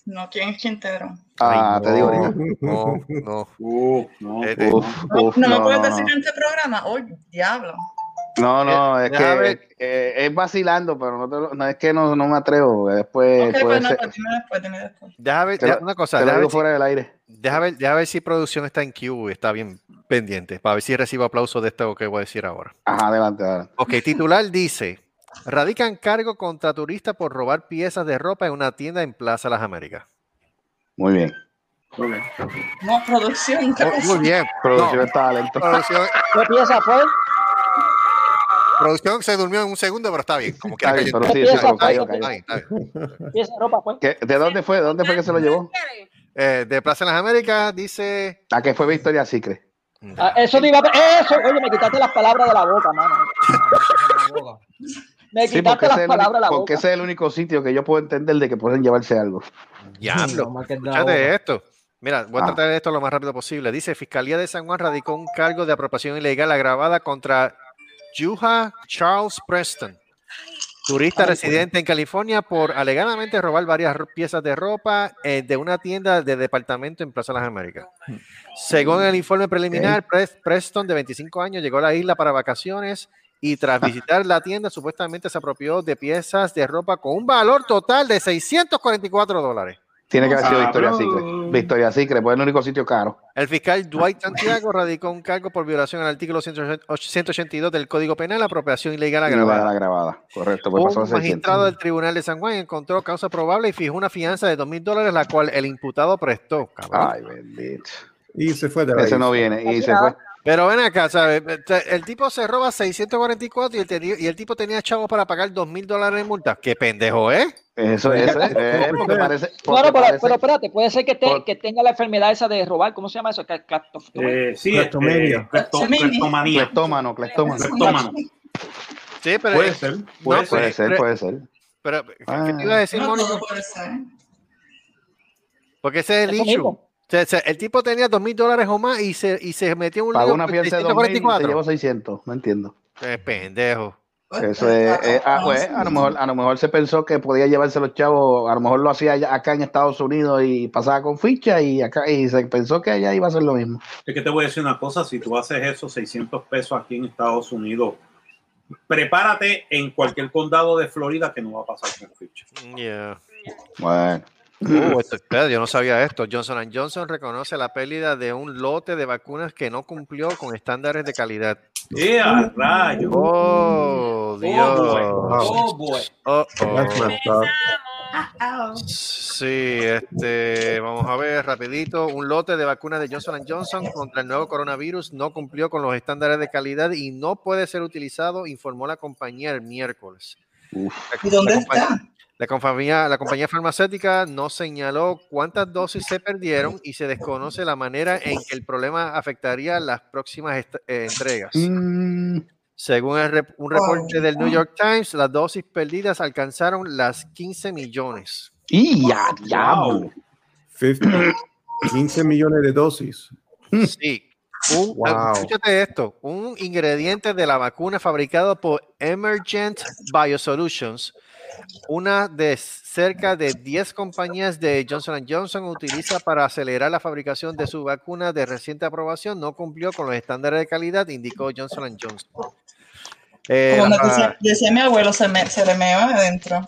G: No, ¿quién es Quintero?
D: Ah,
C: Ay,
D: te digo
C: no,
D: ahorita.
C: No, no.
B: Uh, no.
C: Eh,
D: Uf, uf,
G: no, me
D: no,
G: puedes
D: no,
G: decir
D: no.
G: en este programa. ¡Oh, diablo!
D: No, no,
C: Eh,
D: es
C: deja
D: que
C: ver.
D: eh, es vacilando, pero no, te lo- no es que no, no me atrevo. porque Después
G: ok,
D: Eh, puede
G: pues no,
D: ser-
G: pues dime después, dime después.
C: Deja ver,
D: Te lo-
C: deja- una
D: te
C: cosa,
D: lo
C: deja
D: digo
C: ver, si,
D: fuera del aire.
C: deja ver- deja ver si producción está en Q y está bien pendiente, para ver si recibo aplausos de esto que voy a decir ahora.
D: Ajá, adelante, adelante.
C: Ok, titular (laughs) dice, radican cargo contra turista por robar piezas de ropa en una tienda en Plaza Las Américas.
D: Muy bien.
G: No,
D: Oh,
G: producción, ¿qué
C: Mu-
G: pasó?
C: Muy bien,
D: Producción
C: No,
D: está lento.
C: producción,
F: ¿Qué pieza fue?
C: producción se durmió en un segundo, pero está bien, como
D: Está
C: quiera
D: bien,
C: cayó.
D: pero sí,
F: Empieza,
D: sí, pero
C: Está
D: cayó,
C: bien,
D: cayó.
C: está bien, está bien.
F: Pieza de ropa fue.
D: ¿Qué- ¿De dónde fue? ¿De dónde fue que se lo llevó?
C: Eh, de Plaza Las Américas dice...
D: A que fue Victoria Secret.
F: Ah, eso te iba a... Eso, oye, me quitaste las palabras de la
B: (laughs)
F: boca, mano. Me
D: Sí,
F: quitaste
D: porque, ese
F: las
D: es, el único-
F: palabras de la
D: porque
F: boca.
D: ese es el único sitio que yo puedo entender de que pueden llevarse algo.
C: Diablo.
I: Lo más que es de la
C: Escuchate
I: boca.
C: esto. Mira, voy a
D: Ah.
C: tratar de esto lo más rápido posible. Dice, Fiscalía de San Juan radicó un cargo de apropiación ilegal agravada contra Yuha Charles Preston, turista residente en California, por alegadamente robar varias ro- piezas de ropa eh, de una tienda de departamento en Plaza Las Américas. Según el informe preliminar, Pres- Preston, de 25 años, llegó a la isla para vacaciones y tras visitar la tienda, supuestamente se apropió de piezas de ropa con un valor total de 644 dólares.
D: Tiene que haber
B: Ah,
D: sido Victoria
B: Cabrón.
D: Secret. Victoria Secret, pues es el único sitio caro.
C: El
D: (laughs)
C: fiscal Dwight Santiago radicó un cargo por violación al artículo 182 del Código Penal, apropiación ilegal
D: Y va a
C: agravada.
D: la grabada. Correcto, pues pasó a
C: Un
D: 600.
C: magistrado del Tribunal de San Juan encontró causa probable y fijó una fianza de 2 mil dólares, la cual el imputado prestó. cabrón.
D: Ay, bendito.
J: Y se fue de la
D: Ese no
J: isla.
D: viene y
F: Así
D: se
F: nada.
D: fue.
C: Pero ven acá, ¿sabes? El tipo se roba 644 y el, teni- y el tipo tenía chavos para pagar 2 mil dólares de multa. ¡Qué pendejo, eh!
J: (laughs)
D: Eso, eso es, eh, porque parece.
F: No,
D: porque
F: no, pero,
D: parece-
F: pero espérate, puede ser que, te-
D: por-
F: que tenga la enfermedad esa de robar. ¿Cómo se llama eso? Ca- cacto-
B: Eh, sí, este,
J: Cleptomania.
B: clepto- cleptomanía.
D: Cleptómano, cleptómano.
B: Cleptómano.
C: Sí, pero.
B: Puede
C: eh,
B: ser.
C: no,
B: Puede ser.
D: Puede ser,
C: pero-
D: puede ser.
C: pero, ¿qué- ¿Qué te
D: Pues, Ah.
C: iba a decir,
G: No,
C: Mónico?
G: todo puede ser.
C: Porque ese es el
F: Eso
C: issue.
F: mismo.
C: O sea, o sea, el tipo tenía dos mil dólares o más y se, y se metió en un
D: Pagó
C: lío
D: una
C: por
D: fianza de 2000 y se
C: 644.
D: llevó 600. No entiendo.
C: Qué pendejo.
D: Eso es, eh, ah, pues, a, lo mejor, a lo mejor se pensó que podía llevarse los chavos, a lo mejor lo hacía allá- acá en Estados Unidos y pasaba con ficha y acá y se pensó que allá iba a ser lo mismo.
B: Es que te voy a decir una cosa, si tú haces esos 600 pesos aquí en Estados Unidos, prepárate en cualquier condado de Florida que no va a pasar con ficha.
C: Yeah.
D: Bueno.
C: Uh, esto- espera, yo no sabía esto. Johnson Johnson reconoce la pérdida de un lote de vacunas que no cumplió con estándares de calidad.
B: ¡Ea, Eh, rayo!
C: ¡Oh, Dios!
B: Oh, boy.
C: Oh, oh.
B: That's messed up.
C: Sí, este, vamos a ver rapidito. Un lote de vacunas de Johnson Johnson contra el nuevo coronavirus no cumplió con los estándares de calidad y no puede ser utilizado, informó la compañía el miércoles. La- la
D: pues,
C: compañía- La compañía, la compañía farmacéutica no señaló cuántas dosis se perdieron y se desconoce la manera en que el problema afectaría las próximas est- eh, entregas.
A: Mm.
D: Mm,
C: Según el rep- un reporte del New York Times, las dosis perdidas alcanzaron las 15 millones.
D: ¡Y ya, diablo!
J: 50 15 millones de dosis.
C: Sí. Un-
J: Wow.
C: Escúchate esto, un ingrediente de la vacuna fabricado por Emergent Biosolutions, una de cerca de 10 compañías de Johnson Johnson utiliza para acelerar la fabricación de su vacuna de reciente aprobación, no cumplió con los estándares de calidad, indicó Johnson Johnson. Eh,
G: Como me
C: la-
G: decía, decía mi abuelo, se, me, se le mea adentro.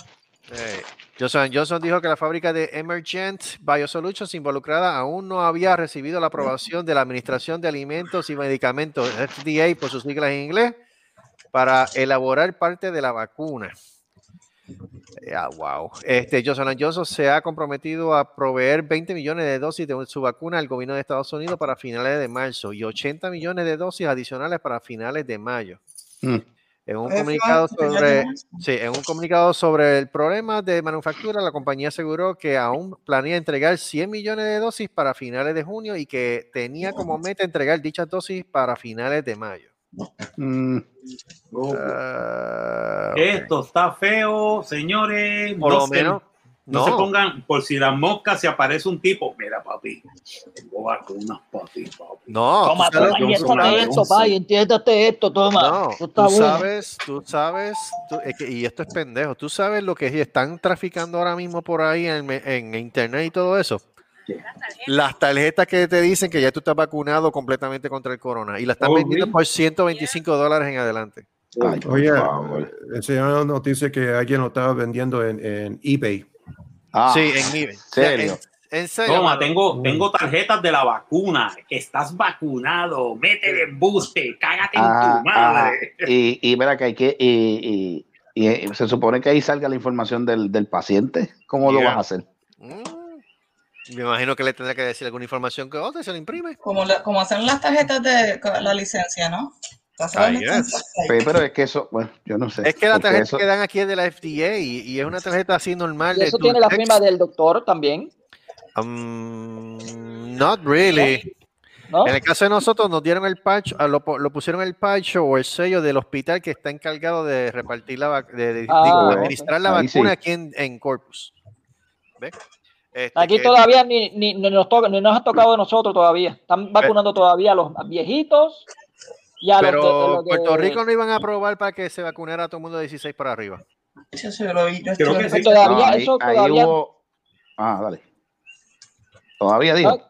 C: Eh, Johnson Johnson dijo que la fábrica de Emergent Biosolutions involucrada aún no había recibido la aprobación de la Administración de Alimentos y Medicamentos, FDA por sus siglas en inglés, para elaborar parte de la vacuna. Eh, ah, wow. Este, Johnson Johnson se ha comprometido a proveer 20 millones de dosis de su vacuna al gobierno de Estados Unidos para finales de marzo y 80 millones de dosis adicionales para finales de mayo. En un
K: Eso,
C: comunicado
K: que ya
C: sobre,
K: tenemos.
C: sí, en un comunicado sobre el problema de manufactura, la compañía aseguró que aún planea entregar 100 millones de dosis para finales de junio y que tenía como meta entregar dichas dosis para finales de mayo. Ah,
B: Esto está feo, señores.
C: Por
B: no
C: lo
B: se-
C: menos,
B: No,
C: no.
B: se pongan, por si las moscas se aparece un tipo. Mira, papi, tengo vacunas para ti, papi.
C: No,
F: Toma,
C: tú sabes-
F: toma, inténtate esto,
C: Johnson.
F: pa, y entiéndate esto, toma.
C: No,
F: Esto está
C: tú
F: bueno.
C: sabes, tú sabes, tú- es que- y esto es pendejo, tú sabes lo que están traficando ahora mismo por ahí en, me- en internet y todo eso. Las tarjetas que te dicen que ya tú estás vacunado completamente contra el corona y las están
J: Oh,
C: vendiendo
J: really?
C: por 125 dólares en adelante.
J: Oye, enseñaron noticia que alguien lo estaba vendiendo en, en eBay.
C: sí, Ah, en eBay. O sea, en- en serio,
B: Toma,
C: mano.
B: tengo, tengo tarjetas de la vacuna. Estás vacunado. Mete el embuste. Cágate en
D: Ajá,
B: tu madre.
D: ajá. Y, y mira que hay que. Y, y- y, eh, se supone que ahí salga la información del, del paciente. ¿Cómo lo
C: Yeah.
D: vas a hacer?
C: Mm. Me imagino que le tendrá que decir alguna información que otra y se la imprime.
G: Como, la- como hacen las tarjetas de con la licencia, ¿no? Hacen las
C: I
G: licencias
C: guess.
G: fake.
D: Sí, pero es que eso, bueno, yo no sé.
C: Es que la
D: porque
C: tarjeta
D: eso-
C: que dan aquí es de la FDA y, y es una tarjeta así normal.
F: Y
C: de
F: eso
C: tu
F: tiene la
C: text.
F: firma del doctor también.
C: Um, not really.
F: ¿No?
C: En el caso de nosotros nos dieron el patch, ah, lo, po- lo pusieron el patch o el sello del hospital que está encargado de repartir la vac- de, de-
F: Ah,
C: digo,
F: ok.
C: administrar la
F: Ahí sí.
C: vacuna aquí en, en Corpus. ¿Ve? Este,
F: Aquí
C: que-
F: todavía ni, ni- ni nos toca, ni nos ha tocado a nosotros todavía. Están vacunando todavía a los viejitos y a los de-
C: Pero
F: los de-
C: Puerto Rico no iban a aprobar para que se vacunara a todo el mundo de 16 para arriba.
G: Yo se lo vi, yo
C: Creo
G: estuve-
C: que sí.
F: Pues Todavía,
D: No, ahí-
F: eso
D: ahí
F: todavía.
D: hubo- Ah, dale. Todavía digo.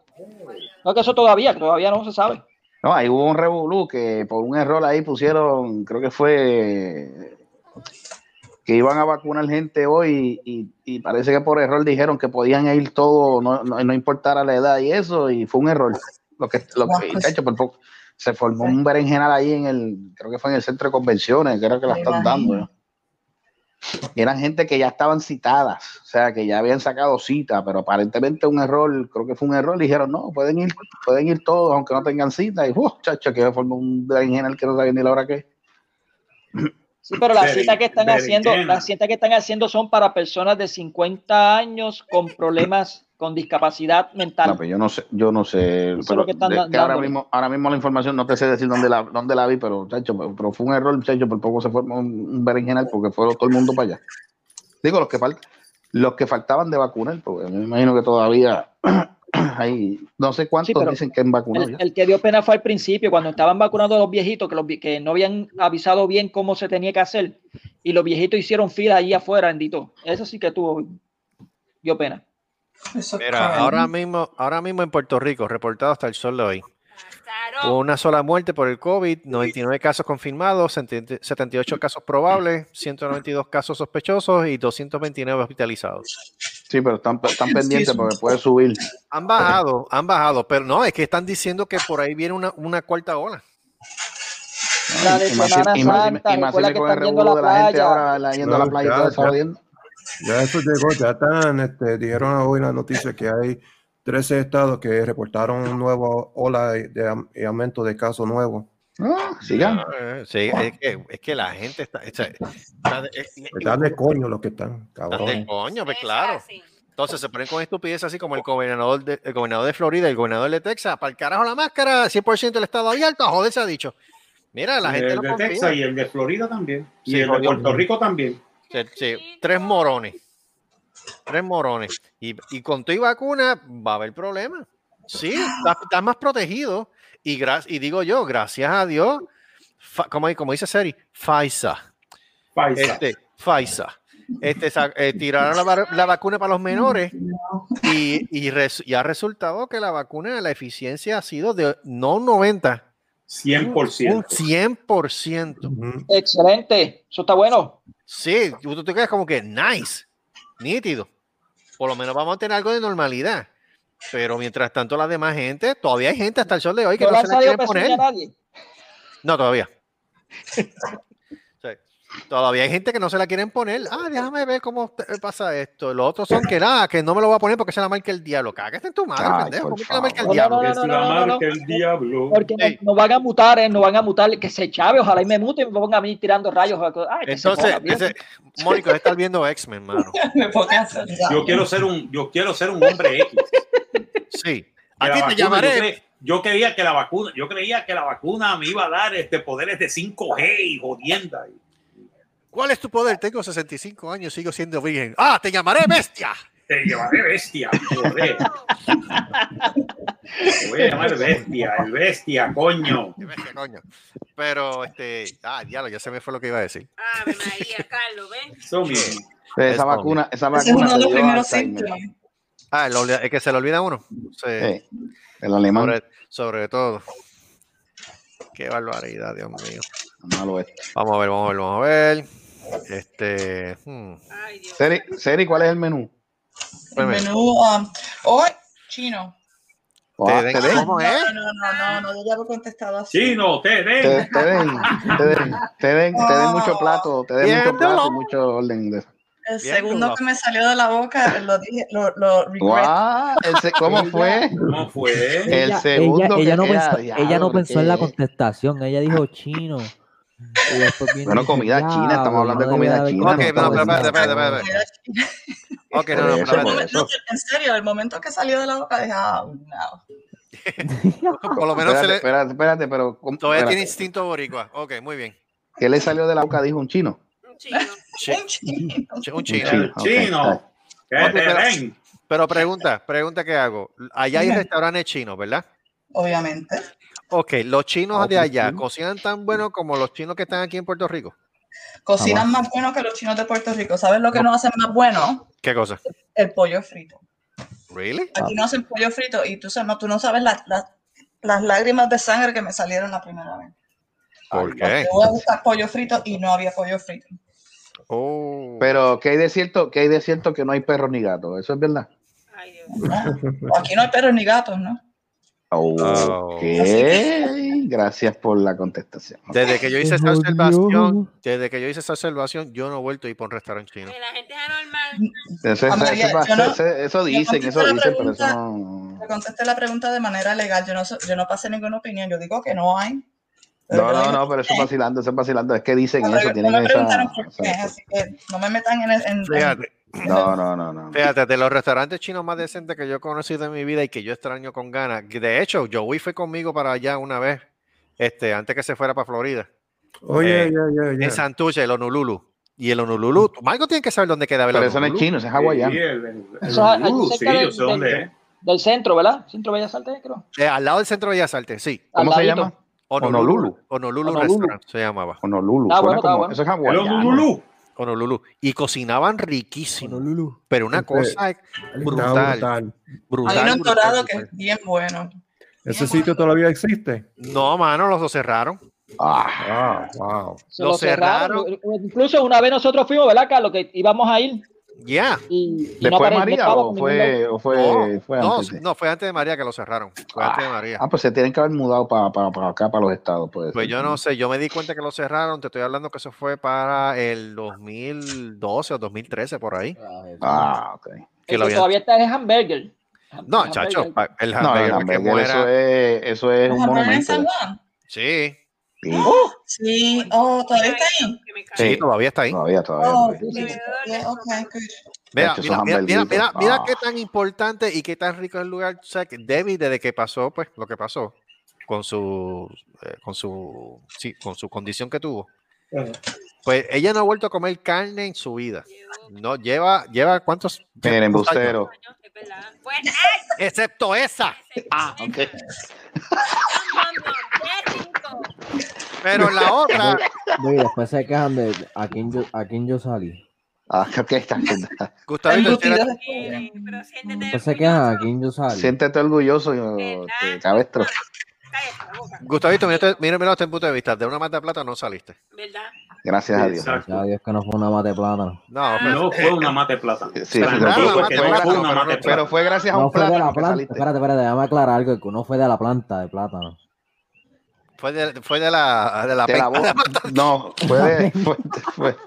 F: No, que eso todavía, que todavía no se sabe.
D: No, ahí hubo un revolú que por un error ahí pusieron, creo que fue que iban a vacunar gente hoy y, y parece que por error dijeron que podían ir todo, no, no, no importara la edad y eso, y fue un error. Lo que, lo que, y, chacho, por poco se formó un berenjenal ahí en el, creo que fue en el centro de convenciones, creo que la
G: Me
D: están
G: imagino.
D: dando. ¿no? Y eran gente que ya estaban citadas, o sea, que ya habían sacado cita, pero aparentemente un error, creo que fue un error, dijeron, no, pueden ir, pueden ir todos, aunque no tengan cita, y, ¡oh, chacho, que formó un berenjenal que no sabía ni la hora que es.
F: Sí, pero las
D: Beren-
F: citas que están haciendo,
D: berenjena.
F: las citas que están haciendo son para personas de 50 años con problemas, con discapacidad mental.
D: No, pues yo no sé, yo no sé,
F: es
D: pero
F: lo que están
D: de-
F: da-
D: que ahora
F: dándole.
D: mismo, ahora mismo la información no te sé decir dónde la, dónde la vi, pero chacho, pero- pero fue un error, chacho, por poco se formó un, un berenjenal porque fue todo el mundo para allá. Digo, los que faltan, los que faltaban de vacunar, porque me imagino que todavía hay, no sé cuántos
F: pero
D: dicen que han vacunado
F: El,
D: ya.
F: el que dio pena fue al principio, cuando estaban vacunando a los viejitos, que, los, vi- que no habían avisado bien cómo se tenía que hacer, y los viejitos hicieron fila allí afuera, bendito. Eso sí que tuvo, dio pena.
C: Mira, ahora mismo, ahora mismo en Puerto Rico, reportado hasta el sol de hoy. Hubo una sola muerte por el COVID, 99 casos confirmados, 70 78 casos probables, 192 casos sospechosos y 229 hospitalizados.
D: Sí, pero están, están pendientes porque puede subir.
C: Han bajado, han bajado, pero no, es que están diciendo que por ahí viene una, una cuarta ola.
F: La de
D: Y más si-
F: Semana
D: y más si-
F: Santa,
D: y más si
F: recuerda
D: le con el
F: que están yendo a
D: revuelo de
F: la
D: la gente
F: playa.
D: ahora la- yendo a la
J: No,
D: playa y
J: ya,
D: todo eso
J: ya.
D: jodiendo.
J: Ya eso llegó, ya están, este, dijeron hoy la noticia que hay 13 estados que reportaron un nuevo ola de, de aumento de casos nuevos.
D: sigan.
C: Eh, sí, es que, es que la gente está. o sea, está de- eh, es-
J: Están de Pues coño los que están,
C: Están de
J: cabrón.
C: coño, pues claro. Entonces se ponen con estupidez así como el gobernador de, el gobernador de Florida, el gobernador de Texas, para el carajo la máscara, 100% del estado abierto, joder, se ha dicho. Mira, la gente
B: el
C: no
B: de
C: confía.
B: Texas y el de Florida también. Y
C: Sí,
B: el de
C: jodió.
B: Puerto Rico también.
C: Sí, sí, tres morones. Tres morones. Y, y con tu y vacuna va a haber problema. Sí, estás, estás más protegido. Y, gra- y digo yo, gracias a Dios, fa- como, como dice Seri, Faisa.
B: Faisa.
C: Este, Faisa. Este, sa- eh, tiraron la, va- la vacuna para los
G: (laughs)
C: menores y, y, res- y ha resultado que la vacuna, la eficiencia ha sido de no un 90,
B: 100%.
C: un 100%.
F: Excelente, eso está bueno.
C: Sí, tú te quedas como que nice, nítido. Por lo menos vamos a tener algo de normalidad. Pero mientras tanto, la demás gente, todavía hay gente hasta el sol de hoy que
F: no
C: no,
F: le han
C: se la
F: salido
C: quiere
F: pezuña a
C: poner.
F: nadie.
C: No, todavía. Sí. Todavía hay gente que no se la quieren poner. Ah, déjame ver cómo te- pasa esto. Los otros son que nada, que no me lo voy a poner porque se la marca el diablo. Cágate en tu madre,
D: Ay,
C: pendejo.
D: por
C: ¿Cómo que la marca el
F: favor.
C: diablo?
F: No, no, no,
B: Es
F: no,
B: la
F: no, no,
B: marca
F: no.
B: el diablo.
F: Porque no, no van a mutar, eh, no van a mutar, que se chave, ojalá y me muten y me pongan a mí tirando rayos. Ay, que se
C: Entonces,
F: joda, bien.
C: ese, Mónico, estás viendo X-Men, mano.
G: Me pongo a hacer
B: Yo quiero ser un, yo quiero ser un hombre X.
C: Sí.
B: Que
C: A
B: la
C: ti te
B: vacuna, Yo,
C: llamaré.
B: cre- yo creía que la vacuna, yo creía que la vacuna me iba a dar este poderes de 5G y jodienda.
C: ¿Cuál es tu poder? Tengo 65 años, sigo siendo virgen. ¡Ah, te llamaré bestia!
B: Te llevaré bestia, joder. Te voy a llamar bestia, el bestia, coño.
C: Qué bestia, coño. Pero, este, ah, diablo, ya se me fue lo que iba a decir.
E: Ave María, Carlos, ven.
B: Eso mismo.
D: Esa
C: Eso.
D: vacuna, esa
G: Ese es
D: vacuna.
G: uno de
D: te
G: los
D: dio
G: primeros
D: Alzheimer.
G: síntomas.
C: Ah, el, olvi- es que se le olvida a uno. Sí,
D: Sí, el alemán.
C: sobre, sobre todo. Qué barbaridad, Dios mío.
D: Malo este.
C: Vamos a ver, vamos a ver, vamos a ver. Este. hmm,
E: Ay, Dios.
D: Seri, Seri, ¿cuál es el menú?
G: El
C: espérame.
G: menú um, hoy, chino.
D: Ah,
C: den-
D: Te den,
C: ¿Cómo es?
G: No, no, no, no, no, yo ya lo he contestado así.
B: Chino, te den.
D: te, te den, te den, te den, te den mucho plato, te den mucho plato y mucho orden de eso.
G: El
C: Bien,
G: segundo
C: Lula.
G: que me salió de la boca, lo dije, lo, lo (laughs) regret.
D: Guau, el
C: (laughs)
D: se- ¿Cómo fue?
B: ¿Cómo fue?
D: El
I: Ella-
D: segundo
I: ella,
D: que
I: ella no
D: era,
I: pensó, ella
D: diablo,
I: no pensó en la
D: ¿qué?
I: contestación, ella dijo chino. Y después viene y
D: Bueno,
I: dice,
D: comida china, estamos
I: "Diablo,
D: hablando de
I: debe
D: comida
I: haber
D: china,
C: Ok, no, pero espérate, espérate, espérate. espérate. Ok, no,
D: no estamos diciendo nada. Por
I: contestado
C: no, pero
D: eso,
G: El
D: por
C: espérate.
G: momento- en serio, el momento que salió de la boca, dije, ah, no.
C: Por lo menos se
D: Espérate,
C: le,
D: espérate, espérate, pero ¿cómo-
C: todavía tiene
D: espérate?
C: instinto boricua. Ok, muy bien.
D: ¿qué le salió de la boca? Dijo un chino.
E: Un chino.
C: Chi-
G: Un chino.
C: chi- un
D: Un
C: chino.
D: chino.
B: El chino. Que
C: Ok,
B: te
C: pero-
B: den.
C: Pero pregunta, pregunta que hago. Allá hay
G: Dime.
C: restaurantes chinos, ¿verdad?
G: Obviamente.
C: Ok, los chinos
D: Ah,
C: de
D: pues
C: allá
D: sí.
C: cocinan tan bueno como los chinos que están aquí en Puerto Rico.
G: Cocinan más bueno que los chinos de Puerto Rico. ¿Sabes lo que no hacen más bueno?
C: ¿Qué cosa?
G: El pollo frito.
C: ¿Really?
G: Aquí no hacen pollo frito y tú, sa- no, tú no sabes las, las, las lágrimas de sangre que me salieron la primera vez.
C: ¿Por
G: Porque
C: qué?
G: voy a buscar pollo frito y no había pollo frito.
C: Oh.
D: Pero ¿qué hay de cierto? ¿Qué hay de cierto que no hay perros ni gatos? Eso es verdad.
E: Ay, Dios.
G: No, Aquí no hay perros ni gatos, ¿no?
C: Ah,
D: Ok, gracias por la contestación.
C: Desde que yo hice esa observación, desde que yo hice esa observación, yo no he vuelto a ir por un restaurante chino.
E: Que Eh, la gente es anormal.
D: Eso, eso-
G: Amalia,
D: eso-
G: yo no-
D: eso- eso
G: yo
D: dicen,
G: contesté
D: eso
G: la
D: dicen, pero eso
G: pregunta-
D: no.
G: Te contesté la pregunta de manera legal. Yo no, so- yo no pasé ninguna opinión. Yo digo que no hay. pero
D: No,
G: yo
D: no,
G: dije-
D: no, pero eso es vacilando, eso es vacilando. Es que dicen
G: no
D: eso,
G: me- no
D: tienen
G: me
D: esa.
G: preguntaron por qué,
D: esa-
G: así que no me metan en, el- en- en-
C: Fíjate,
D: No, no, no, no.
C: fíjate, de los restaurantes chinos más decentes que yo he conocido en mi vida y que yo extraño con ganas. que De hecho, Joey fue conmigo para allá una vez, este, antes que se fuera para Florida.
J: Oye,
C: Eh,
J: ya, ya, ya.
C: En Santurce, el Honolulu. Y el Honolulu, Marco tiene que saber dónde queda el
D: Pero eso no es
C: Honolulu.
D: chino, eso es
B: Sí,
D: hawaiano.
B: el- el- el-
F: Eso es allí
B: uh, sí,
F: cerca
B: yo
F: del-
B: sé dónde es.
F: Del centro, ¿verdad? Centro Bellas Artes, creo.
C: Eh, al lado del Centro de Bellas Artes, sí.
D: ¿Cómo
F: Al
D: se
F: ladito.
D: llama?
C: Honolulu.
D: Honolulu.
C: Honolulu,
F: Honolulu.
C: Restaurant se llamaba.
D: Honolulu.
F: Está
D: suena
F: Ah, bueno, está
D: como-
F: bueno.
D: Eso es
B: El
D: hawaiano.
B: Honolulu.
C: Honolulu. Y cocinaban riquísimo.
I: Honolulu.
C: Pero una
J: Este,
C: cosa
J: Está
C: brutal.
J: brutal.
G: Hay uno
C: Brutal,
G: en
C: brutal,
G: Dorado que es
C: brutal.
G: bien bueno.
J: Ese sitio todavía existe.
C: No, mano, los dos cerraron.
D: Ah,
J: Ah, wow.
F: Se Eh,
C: Lo
F: lo cerraron. Incluso una vez nosotros fuimos, ¿verdad, Carlos? Que íbamos a ir
C: Ya.
F: Y,
D: ¿Después de María o fue, o fue, fue
C: no,
D: antes? de-
C: no, fue antes de María que lo cerraron. Fue antes de María.
D: Ah, pues se tienen que haber mudado para acá, para los estados. Pues,
C: Pues yo no sé, yo me di cuenta que lo cerraron, te estoy hablando que eso fue para el 2012 o 2013 por ahí.
D: Ah, ok.
C: Que
F: El
C: lo
F: que
C: habían-
F: todavía está es hamburger.
C: No,
F: El
C: chacho,
F: hamburger.
C: pa- el
D: No, no,
C: hamburger,
D: no,
C: para Ah, que
D: hamburger, eso
C: muera.
D: es, eso es un
G: ¿Hamburger en
D: monumento.
G: San Juan?
C: Sí,
G: Oh, sí, oh, todavía está ahí.
C: sí, todavía está ahí.
D: Todavía, todavía.
G: Oh,
D: todavía.
G: sí, yeah, okay, good.
C: Mira, mira,
D: Chacho, esos
C: mira, mira, mira,
D: hamburguitos,
C: mira
D: ah.
C: qué tan importante y qué tan rico es el lugar. O sea, que David, desde que pasó, pues, lo que pasó con su, eh, con su, sí, con su condición que tuvo, pues ella no ha vuelto a comer carne en su vida. No lleva, lleva cuántos.
D: Miren,
C: cuántos años?
D: embustero.
E: Bueno,
C: Excepto esa.
D: Ah, ok. (laughs)
C: Pero
D: (laughs)
C: la otra,
L: Oye, después se quejan de a quién yo, a quién yo salí.
D: Ah, ok, está bien.
C: Gustavito,
D: Embutido.
E: Eh,
L: Después se quejan a quién yo salí.
D: Siéntete orgulloso, este, cabestro.
C: Gustavito, mira, este- mira, mira este punto de vista. De una mata de plata no saliste.
E: ¿verdad?
D: Gracias a Dios.
L: Ya Dios que no fue una mate plátano.
C: No, pues,
B: No fue una mate plata. Para
D: sí,
B: nada,
D: pero
B: porque no
D: fue
B: fue
D: gratis,
B: una mate
D: Pero
B: plata.
D: fue gracias a
L: No
D: un
L: fue de la
D: plátano que
L: planta.
D: saliste.
L: Espérate, espérate, déjame aclarar algo. que No fue de la planta de plátano.
C: fue de, fue de la, de la,
D: De la
C: penca.
D: boca. Ah, No, fue
L: (laughs)
D: de, fue, fue-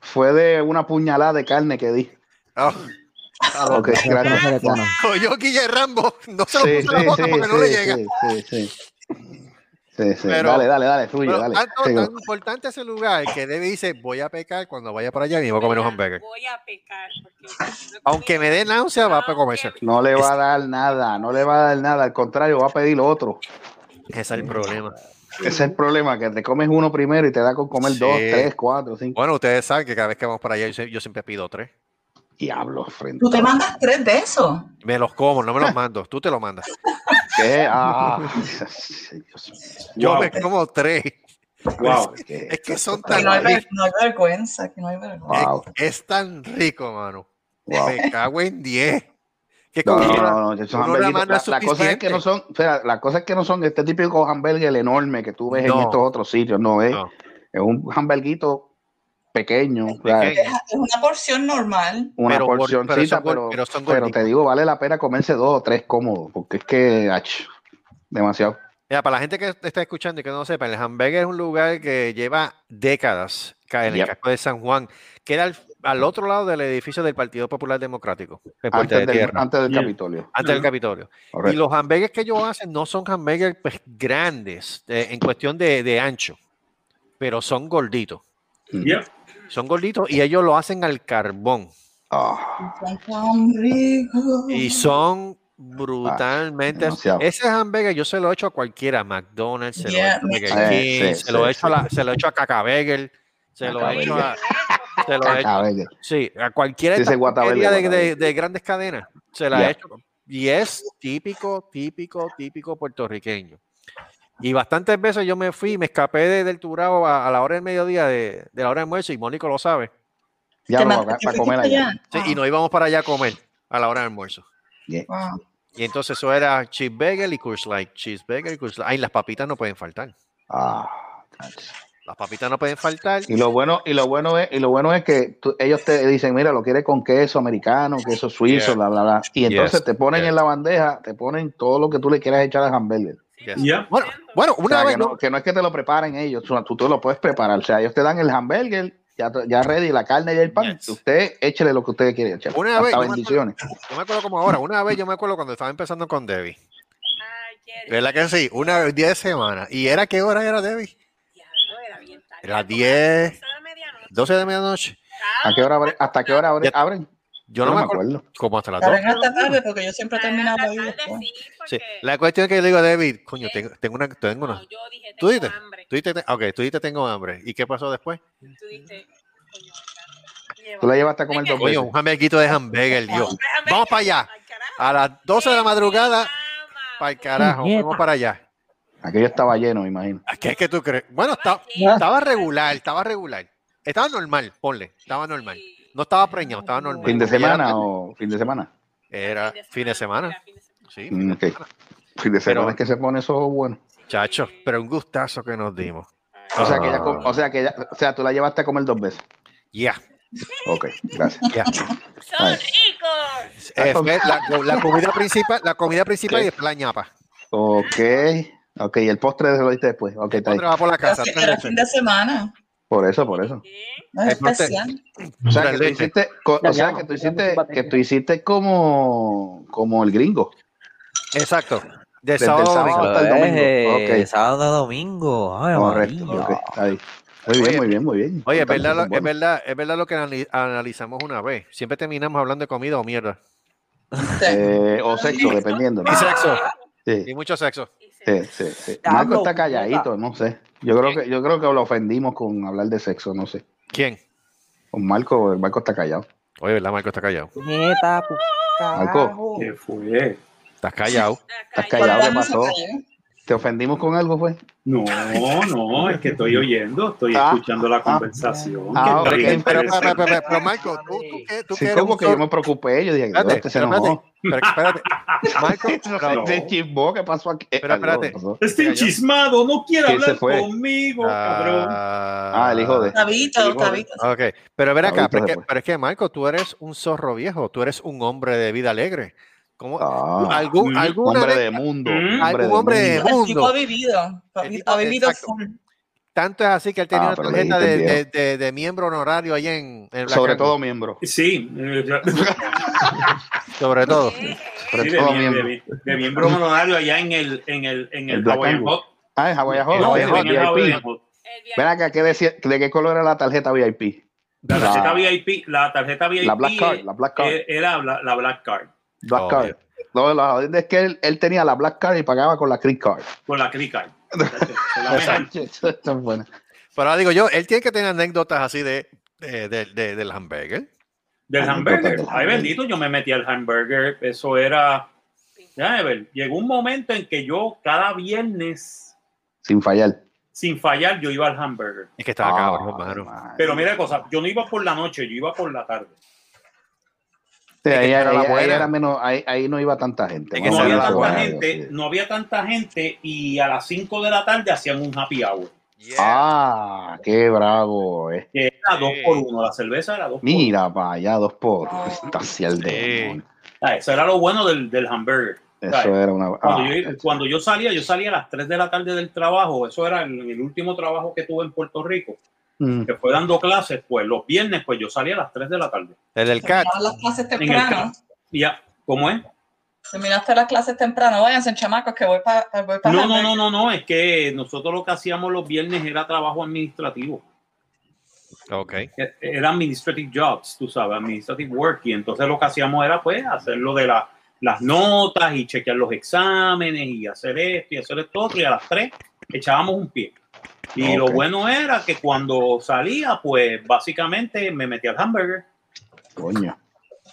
D: fue de una puñalada de carne que di.
C: Oh. (laughs) Ah,
D: Ok, gracias.
L: Fue de plátano.
C: Cogió Pues Guille Rambo, no se lo
D: Sí,
C: puso en la boca
D: sí,
C: porque no le
D: sí,
C: llega.
D: sí, sí, sí. Sí, sí.
C: Pero-
D: dale, dale, dale, fluye,
C: Pero
D: dale.
C: tanto-
D: Sí,
C: tan importante ese lugar que David dice, voy a pecar cuando vaya para allá y me voy a comer un hamburger.
E: Voy a pecar. Porque
C: Aunque me dé náusea, va a comerse.
D: no le va a dar nada, no le va a dar nada, al contrario, va a pedir otro.
C: Ese es el problema.
D: Ese es el problema, que te comes uno primero y te da con comer
C: Sí.
D: dos, tres, cuatro, cinco.
C: Bueno, ustedes saben que cada vez que vamos para allá, yo, se- yo siempre pido tres.
D: Diablo, frente.
G: ¿Tú te mandas tres de esos?
C: Me los como, no me los mando. Tú te los mandas.
D: ¿Qué?
C: (laughs)
D: Ah, (laughs) Dios mío.
C: Yo
B: Wow.
C: me como tres.
B: Wow.
D: ¿Qué?
C: Es que son
G: Que
C: tan
G: no hay, ver-
C: ricos.
G: no hay vergüenza, que no hay vergüenza.
D: Wow.
C: Es tan rico, mano.
D: Wow.
C: Me cago en diez. Que
D: No,
C: con
D: no,
C: una-
D: no, no, esos
C: con una
D: hamburguitos-
C: mano
D: la,
C: es
D: la cosa es que no son, espera, la cosa es que no son este típico hamburger enorme que tú ves
C: No.
D: en estos otros sitios, no es,
C: No.
D: es un hamburguito pequeño, o sea,
C: Pequeño.
G: Es es una porción normal.
D: una
C: Pero gor- pero
D: porcioncita,
C: son gor-
D: pero,
C: pero son
D: pero
C: gorditos.
D: te digo, vale la pena comerse dos o tres cómodos, porque es que, ach, demasiado.
C: Mira, para la gente que está escuchando y que no lo sepa, el hamburger es un lugar que lleva décadas ca- en el
D: Yep.
C: casco de San Juan, que era al, al otro lado del edificio del Partido Popular Democrático, en Puerta
D: Antes
C: de
D: del,
C: Tierra,
D: antes del
B: Yeah.
D: Capitolio.
C: antes del Capitolio. Y
D: correcto.
C: los hamburgues que ellos hacen no son hamburgues pues, grandes eh, en cuestión de, de ancho, pero son gorditos.
B: Yeah.
C: Son gorditos y ellos lo hacen al carbón.
D: Ah,
G: Son tan ricos.
C: Y son brutalmente.
D: demasiado.
C: ese hamburger yo se lo he hecho a cualquiera, a McDonald's, se
G: Yeah,
C: lo he hecho a
D: me
C: Burger
D: too.
C: King,
D: Sí,
C: se lo
D: sí,
C: he hecho a la- se lo he hecho a Cacaburger, se lo he hecho a. Se
D: ah,
C: lo he hecho,
D: cacabegue.
C: sí, a cualquiera de,
D: Dice
C: estas
D: Guatabelle,
C: porquerías de- de,
D: Guatabelle.
C: de grandes cadenas. Se la
D: Yeah.
C: he hecho. Y es típico, típico, típico puertorriqueño. Y bastantes veces yo me fui, me escapé de- del Turabo a, a la hora del mediodía, de, de la hora de almuerzo, y Mónico lo sabe.
D: Ya
G: Te
D: lo
G: mandaste
D: hagas para comer
G: allá.
D: allá.
C: Sí,
G: Ah.
C: Y nos íbamos para allá a comer a la hora del almuerzo.
D: ah.
G: Wow.
C: Y entonces eso era cheeseburger y Coors Light, cheeseburger y Coors Light. Ay, las papitas no pueden faltar.
D: Ah, ach.
C: Las papitas no pueden faltar.
D: Y lo bueno, y lo bueno es, y lo bueno es que tú- ellos te dicen, mira, lo quieres con queso americano, queso suizo,
C: Yeah.
D: bla, bla, bla. Y entonces
C: Yes,
D: te ponen
C: yes.
D: en la bandeja, te ponen todo lo que tú le quieras echar al hamburger.
C: Yes.
B: Yeah.
C: Bueno, bueno,
D: O
C: una
D: sea,
C: vez
D: que,
C: no-
D: no, que no es que te lo preparen ellos, tú, tú te lo puedes preparar. O sea, ellos te dan el hamburger, ya, ya ready, la carne y el pan.
C: Yes.
D: Usted échele lo que usted quiera echar.
C: Una vez,
D: Hasta
C: yo me
D: bendiciones.
C: yo me acuerdo como ahora. Una vez yo me acuerdo cuando estaba empezando con Debbie.
E: Ay, qué rico.
C: ¿Verdad que sí? Una vez, 10 semanas. ¿Y era qué hora era Debbie?
E: Diablo, era bien tarde.
C: Las 10,
E: Eso de medianoche.
C: 12 de medianoche.
D: ¿A qué hora abre- ¿Hasta qué hora abre-
C: Ya-
D: abren?
C: Yo no, me acuerdo. Como hasta las
G: Ahora
C: 2.
G: en esta tarde, porque yo siempre terminaba
E: Ah,
G: ahí
E: tarde,
D: pues.
G: después.
E: sí,
C: Sí.
E: porque-
C: La cuestión es que yo le digo a David, coño, tengo, tengo una, tengo
E: No,
C: una.
E: yo dije,
C: ¿Tú
E: tengo
C: dices?
E: hambre.
C: Tú dijiste, ok, tú dijiste tengo hambre. ¿Y qué pasó después?
E: Tú dijiste, coño, ¿verdad?
D: Tú la llevaste a comer
E: Es que-
D: dos
C: Coño,
D: veces.
C: un hamburguito de hamburger, Dios.
E: Déjame-
C: Vamos para allá.
E: Ay, carajo.
C: A las 12 de la madrugada,
E: Mamá,
C: para el carajo. Vamos para allá.
D: Aquello estaba lleno, me imagino.
C: Ah, ¿Qué es que tú crees? Bueno,
E: Estaba
C: esta-
E: lleno.
C: estaba regular, estaba regular. Estaba normal, ponle, estaba normal. No estaba preñado, estaba normal.
D: ¿Fin de
C: Porque
D: semana
C: era-
D: o fin de semana?
C: Era fin de semana.
E: era fin de semana.
C: Sí, fin
D: Mm,
C: de
D: ok.
C: semana.
D: Fin de semana
C: Pero-
D: es que se pone eso bueno.
C: Chacho, pero un gustazo que nos dimos.
D: O sea, que ella,
C: Ah.
D: com- o sea, que ella- o sea, tú la llevaste a comer dos veces.
C: Ya.
D: Ok, gracias.
E: Son ricos.
C: Eh, fue la,
D: (laughs)
C: la comida principal, la comida principal y después la ñapa.
D: Ok, ok, el postre se lo diste después. Ok, está ahí.
C: Postre va por la casa.
D: Gracias,
G: Era
C: (laughs)
G: fin de semana.
D: Por eso, por eso.
G: No es especial.
D: O sea, que tú hiciste, co- o sea, que tú hiciste, que tú hiciste como, como el gringo.
C: Exacto.
D: De
I: Desde el sábado
D: hasta el domingo.
I: eh,
D: Ok.
I: sábado a domingo. Ay,
D: Correcto,
I: María.
D: ok, está ahí. Muy bien, muy bien, muy bien.
C: Ah, Oye, es
D: Estamos
C: verdad, lo,
D: bueno.
C: es, verdad, es verdad lo que anali- analizamos una vez. Siempre terminamos hablando de comida o mierda.
D: Eh, o sexo, dependiendo. ¿no?
C: Y sexo.
D: Sí,
C: Y mucho sexo.
D: sí, sí, sí.
C: Ya
D: Marco
C: hablo,
D: está calladito, no sé. Yo creo que, yo creo que lo ofendimos con hablar de sexo, no sé.
C: ¿Quién?
D: Con Marco, Marco está callado.
C: Oye, ¿verdad, Marco? Está callado.
I: Nieta, pu-
D: Marco.
I: carajo.
D: ¿Qué fue?
C: Estás callado.
D: Estás callado, ¿qué pasó? ¿Te ofendimos con algo, pues? fue?
B: No, no, es que estoy oyendo, estoy escuchando la conversación.
D: ah,
B: que está
D: ok,
B: bien
D: pero-
B: interesante.
C: (laughs) Pero, pero, pero, Marco, tú, tú que, tú que
D: Sí,
C: eres
D: como
C: un
D: que yo
C: sor-
D: me preocupé, yo dije,
C: Espérate,
D: este se
C: pero espérate,
D: enojó.
C: pero espérate. Marco,
D: (laughs) No. Se chismó, ¿qué pasó aquí?
C: Pero espérate.
B: Estoy chismado, no quiere
D: ¿Quién se
B: hablar
D: fue? Ah,
B: conmigo, cabrón.
C: Ah,
D: el hijo de-
G: Tabito,
B: El hijo de-
G: Tabito.
C: Ok, pero ven acá,
D: Ahorita
C: pero es, que,
D: después.
C: pero es que, Marco, tú eres un zorro viejo, tú eres un hombre de vida alegre. ¿Cómo?
D: Ah,
C: algún,
D: mm,
C: alguna
D: hombre
C: vez-
D: de mundo.
C: algún
D: Hombre de
C: hombre de
D: mundo.
G: El tipo ha
C: mundo.
G: vivido.
C: El
G: Ha
C: tipo-
G: ha vivido
C: exacto.
G: full.
C: Tanto es así que él tenía
D: Ah,
C: una
D: pero le
C: tarjeta de,
D: dijiste
C: de- de- de miembro honorario allá en, en
D: Sobre
C: Black
D: todo
C: Angus.
D: miembro.
B: Sí, eh,
D: (laughs)
B: ya-
C: Sobre todo.
D: Sobre
B: sí, de,
D: todo
B: mie- de
D: miembro.
B: mie- de miembro honorario allá en el, en el, en el,
D: El Black
B: Hawaiian
D: Angus.
B: Hot.
D: Ah, en
C: Eh,
D: Hawaii Hall,
B: No,
D: Hawaii
B: en el
D: Hall,
B: Hawaiian
D: VIP.
B: Hot.
D: Ven acá, ¿qué decía, ¿de qué color era la tarjeta VIP?
B: La tarjeta
D: Ah.
B: VIP, la tarjeta VIP
D: La Black Card,
B: eh,
D: la Black Card.
B: eh, era la, la Black Card
D: Black
C: Oh,
D: Card. No, la jodida es que él, él tenía la Black Card y pagaba con la Creek Card.
B: con la Cree
D: (laughs)
B: Card. Se la
D: Esa
B: dejan.
D: esa es tan buena.
C: Pero ahora digo yo, él tiene que tener anécdotas así de, de, de- de- del hamburger.
B: Del hamburger.
D: Total, del
B: Ay,
D: hamburger.
B: bendito, yo me metí al hamburger. Eso era. Ya, Ever, llegó un momento en que yo cada viernes,
D: Sin fallar.
B: sin fallar, yo iba al hamburger.
C: Es que estaba
D: Ah,
C: cabrón, hermano.
D: man.
B: Pero mira cosa, yo no iba por la noche, yo iba por la tarde.
D: Sí,
C: Es que
D: ahí,
C: esa era la
D: ahí- ahí
C: buena.
D: era menos, ahí, ahí no iba tanta gente.
C: Es que
B: No
D: Vamos a
B: había
C: esa era
D: hablar
C: la
B: tanta
D: claro,
B: gente,
D: sí.
B: no había tanta gente y a las 5 de la tarde hacían un happy hour.
D: Ah, qué bravo. Eh.
B: Que era 2
C: Sí.
B: por 1, la cerveza era 2 por 1.
D: Mira para allá, dos por.
G: Ah.
D: Está hacia el
C: Sí.
D: demonio.
B: Eso era lo bueno del, del hamburger.
D: Eso era una.
B: Cuando,
D: ah,
B: yo, cuando yo salía, yo salía a las 3 de la tarde del trabajo. Eso era en el último trabajo que tuve en Puerto Rico.
D: mm.
B: Que fue dando clases, pues los viernes, pues yo salía a las 3 de la tarde.
C: El del cat.
G: Terminaban las clases
B: el
G: temprano.
B: Y ya, ¿cómo es?
G: Terminaste las clases temprano. Váyanse, chamacos, que voy para voy pa
B: No, no,
G: Hamburg.
B: no, no, no. Es que nosotros lo que hacíamos los viernes era trabajo administrativo.
C: Ok.
B: E- Era administrative jobs, tú sabes, administrative work. Y entonces lo que hacíamos era, pues, hacer lo de la- las notas y chequear los exámenes y hacer esto y hacer esto otro. Y a las 3 echábamos un pie. Y lo
D: Ok.
B: bueno era que cuando salía, pues básicamente me metía al hamburger.
D: Coño.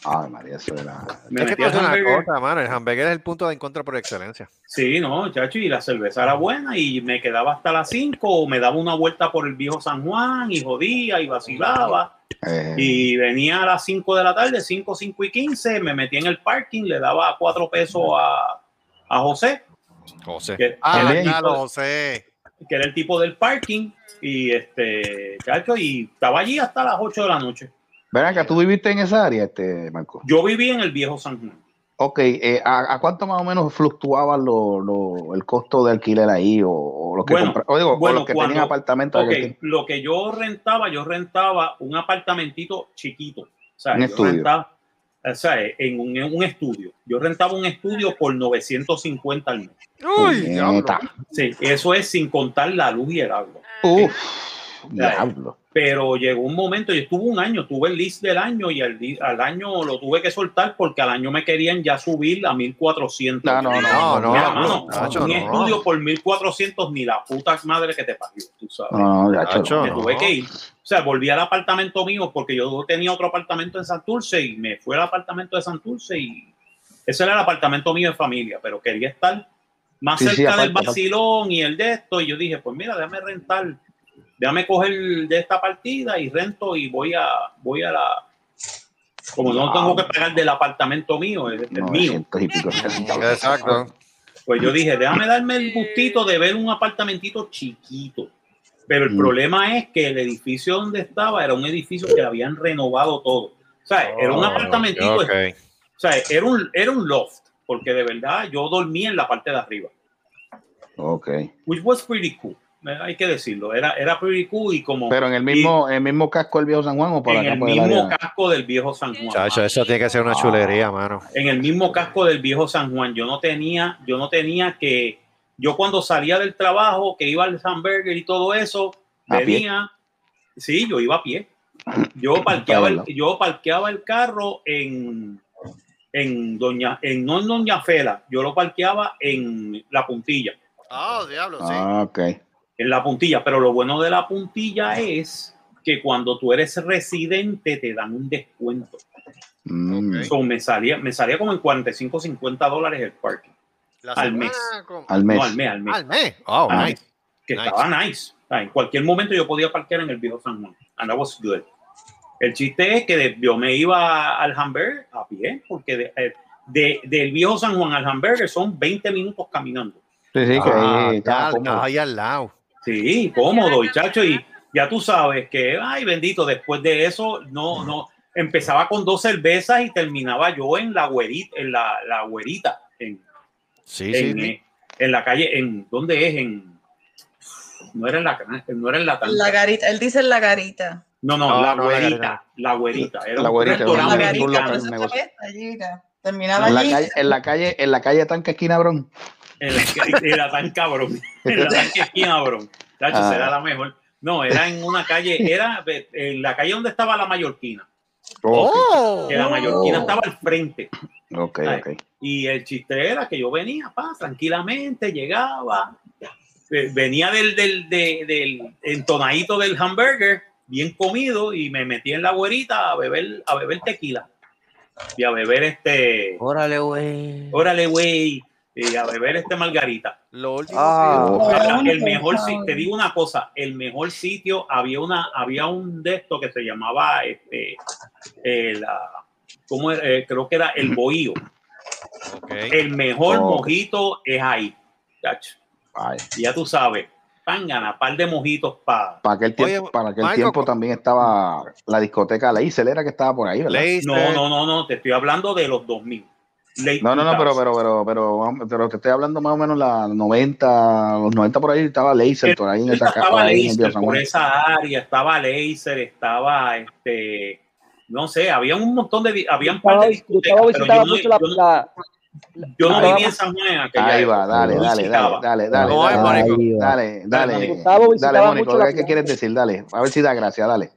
D: Ay, María, eso era.
B: Me
C: Es que
B: metí
C: tú
B: al
C: haces una
B: hamburger.
C: cosa, mano. El hamburger es el punto de encuentro por excelencia.
B: Sí, no, chacho, y la cerveza era buena y me quedaba hasta las 5 o me daba una vuelta por el viejo San Juan y jodía y vacilaba
D: eh,
B: y venía a las 5 de la tarde, 5, 5 y 15, me metía en el parking, le daba 4 pesos a, a José,
C: José.
B: que,
C: Ah,
D: Qué
C: claro,
B: lindo.
C: José.
B: que era el tipo del parking y este, chacho, y estaba allí hasta las 8 de la noche.
D: Ven acá, tú viviste en esa área, este, Marco.
B: Yo vivía en el viejo San Juan.
D: Ok, eh, ¿a, a cuánto más o menos fluctuaba lo, lo- el costo de alquiler ahí o, o los que
B: Bueno,
D: compra- o digo, o
B: bueno,
D: los que
B: cuando-
D: tenían apartamentos? de
B: Ok,
D: aquel tiempo?
B: lo que yo rentaba, yo rentaba un apartamentito chiquito. O sea,
D: Un
B: yo
D: estudio.
B: rentaba, o sea, en un, en un estudio. Yo rentaba un estudio por 950 al mes.
C: Uy, diablo.
D: Puñeta.
B: Sí, eso es sin contar la luz y el agua.
D: Uf,
E: Ah,
B: Ya, eh.
D: diablo.
B: Pero llegó un momento, yo estuve un año, tuve el list del año y al, di- al año lo tuve que soltar porque al año me querían ya subir a 1400.
D: No,
C: No,
D: no, no.
C: no,
B: Mira,
C: no,
B: mano,
C: Nacho,
B: un
C: no.
B: estudio por 1400 ni la puta madre que te parió, tú sabes.
D: No, no, ya,
C: Nacho,
D: chulo.
B: Me
C: no.
B: tuve que ir. O sea, volví al apartamento mío porque yo tenía otro apartamento en Santurce y me fui al apartamento de Santurce y ese era el apartamento mío de familia, pero quería estar más
D: Sí, sí,
B: cerca del
D: aparte,
B: vacilón y el de esto. Y yo dije, pues mira, déjame rentar, déjame coger de esta partida y rento y voy a, voy a la. Como no tengo que pagar del apartamento mío, es el mío.
D: 900 y pico pesos.
C: Exacto.
B: Pues yo dije, déjame darme el gustito de ver un apartamentito chiquito. Pero
D: Mm.
B: el problema es que el edificio donde estaba era un edificio que habían renovado todo. O sea, era un
C: Oh,
B: apartamentito.
C: ok.
B: O sea, era un, era un loft, porque de verdad yo dormía en la parte de arriba.
D: Ok.
B: Which was pretty cool. eh, Hay que decirlo, era, era pretty cool y como
D: Pero en el mismo, en el mismo casco del viejo San Juan o
B: y
D: por
B: en
D: acá
B: el
D: por el área?
B: mismo casco del viejo San Juan.
C: Chacho, eso tiene que ser una chulería, mano.
B: en el mismo casco del viejo San Juan. Yo no tenía, yo no tenía que, yo cuando salía del trabajo, que iba al Samberger y todo eso,
D: ¿A pie?
B: venía, sí, yo iba a pie.
D: (laughs)
B: Yo parqueaba el, yo parqueaba el carro en, en Doña, en no en Doña Fela, yo lo parqueaba en la puntilla.
C: Ah, diablo,
D: Ah, ok.
B: En la puntilla, pero lo bueno de la puntilla es que cuando tú eres residente te dan un descuento.
D: Mm.
B: So, me, salía, me salía como en 45 50 dólares el parking. al, mes.
D: Al mes.
B: No, al mes. Al mes.
C: Al mes. Oh,
B: Al
C: nice.
B: mes. Que estaba nice. O sea, En cualquier momento yo podía parquear en el viejo San Juan. And that was good. El chiste es que de- yo me iba al Hamburger a pie, porque de- eh, de- del viejo San Juan al Hamburger son 20 minutos caminando.
D: Sí, sí, que
C: Ah,
D: ahí estaba
C: tal,
D: cómodo.
C: estaba ahí al lado.
B: Sí, cómodo, y chacho, y ya tú sabes que, ay, bendito, después de eso, no, no, empezaba con dos cervezas y terminaba yo en la güerita, en la, la güerita, en,
C: Sí,
B: en,
C: sí, sí.
B: eh, en la calle, en, ¿dónde es? En, no era en la, cana- no era en la,
G: La garita, él dice la garita.
B: no, no,
D: No,
B: la
D: no, la
B: güerita, la güerita, era
D: La
B: un
D: güerita,
B: restaurante
D: la garita,
B: mexicano.
D: por eso está
G: Pues, allí era. Terminaba
D: En la
G: allí.
D: calle, en la calle, en la calle Tanque Esquina Brón.
B: En la- Era tan cabrón. Era tan que bien cabrón. Tacho,
D: Ah.
B: será la mejor. No, era en una calle, era eh, en la calle donde estaba la mallorquina.
D: Oh.
B: Que la mallorquina
D: Oh.
B: estaba al frente.
D: Ok,
B: Ay.
D: ok.
B: Y el chiste era que yo venía, pa, tranquilamente, llegaba. eh, Venía del, del, de- del entonadito del hamburger, bien comido, y me metí en la güerita a beber, a beber tequila. Y a beber este.
I: Órale, güey.
B: Órale, güey. Y a beber este margarita.
C: Lo último
I: Ah.
D: Oh,
B: Mira,
G: Ay,
B: el mejor
G: cabrón.
B: sitio, te digo una cosa, el mejor sitio había una, había un de esto que se llamaba este, eh, la- ¿cómo era? Eh, creo que era el bohío.
I: eh,
B: El mejor
D: Ok.
B: mojito es ahí, chacho.
D: Ay,
B: Ya tú sabes, pángana, par de mojitos para.
D: Para aquel
C: Oye,
D: tiempo, para aquel
C: Michael,
D: tiempo también estaba la discoteca Leisel, era que estaba por ahí, ¿verdad?
C: Leisel.
B: No, no, no, no, te estoy hablando de los 2000. Late
D: No, no, no, pero,
B: 2000.
D: pero, pero, pero, vamos, pero te estoy hablando más o menos la 90, los 90 por ahí estaba Leisel, por ahí en esa ca- por
B: estaba
D: ahí en el
B: Laser
D: Viejo San
B: por
D: Juan.
B: esa área, estaba Laser, estaba este, no sé, había un montón de, di- había un par de
F: Yo
B: discotecas,
F: estaba
B: pero yo
F: visitando
B: no,
F: mucho la,
B: yo no-
F: la-
B: yo no
F: la-
B: vivía en San Juan en aquella
D: Ahí va,
B: época.
D: dale, dale,
B: Visitaba.
D: dale, dale, dale,
C: No,
D: dale,
C: eh,
D: dale,
C: Mónico.
D: dale,
B: Dale,
D: dale,
F: Gustavo visitaba
D: dale, Mónico,
F: mucho la
D: ¿qué- ¿qué
F: planta.
D: quieres decir? Dale, a ver si da gracia, dale.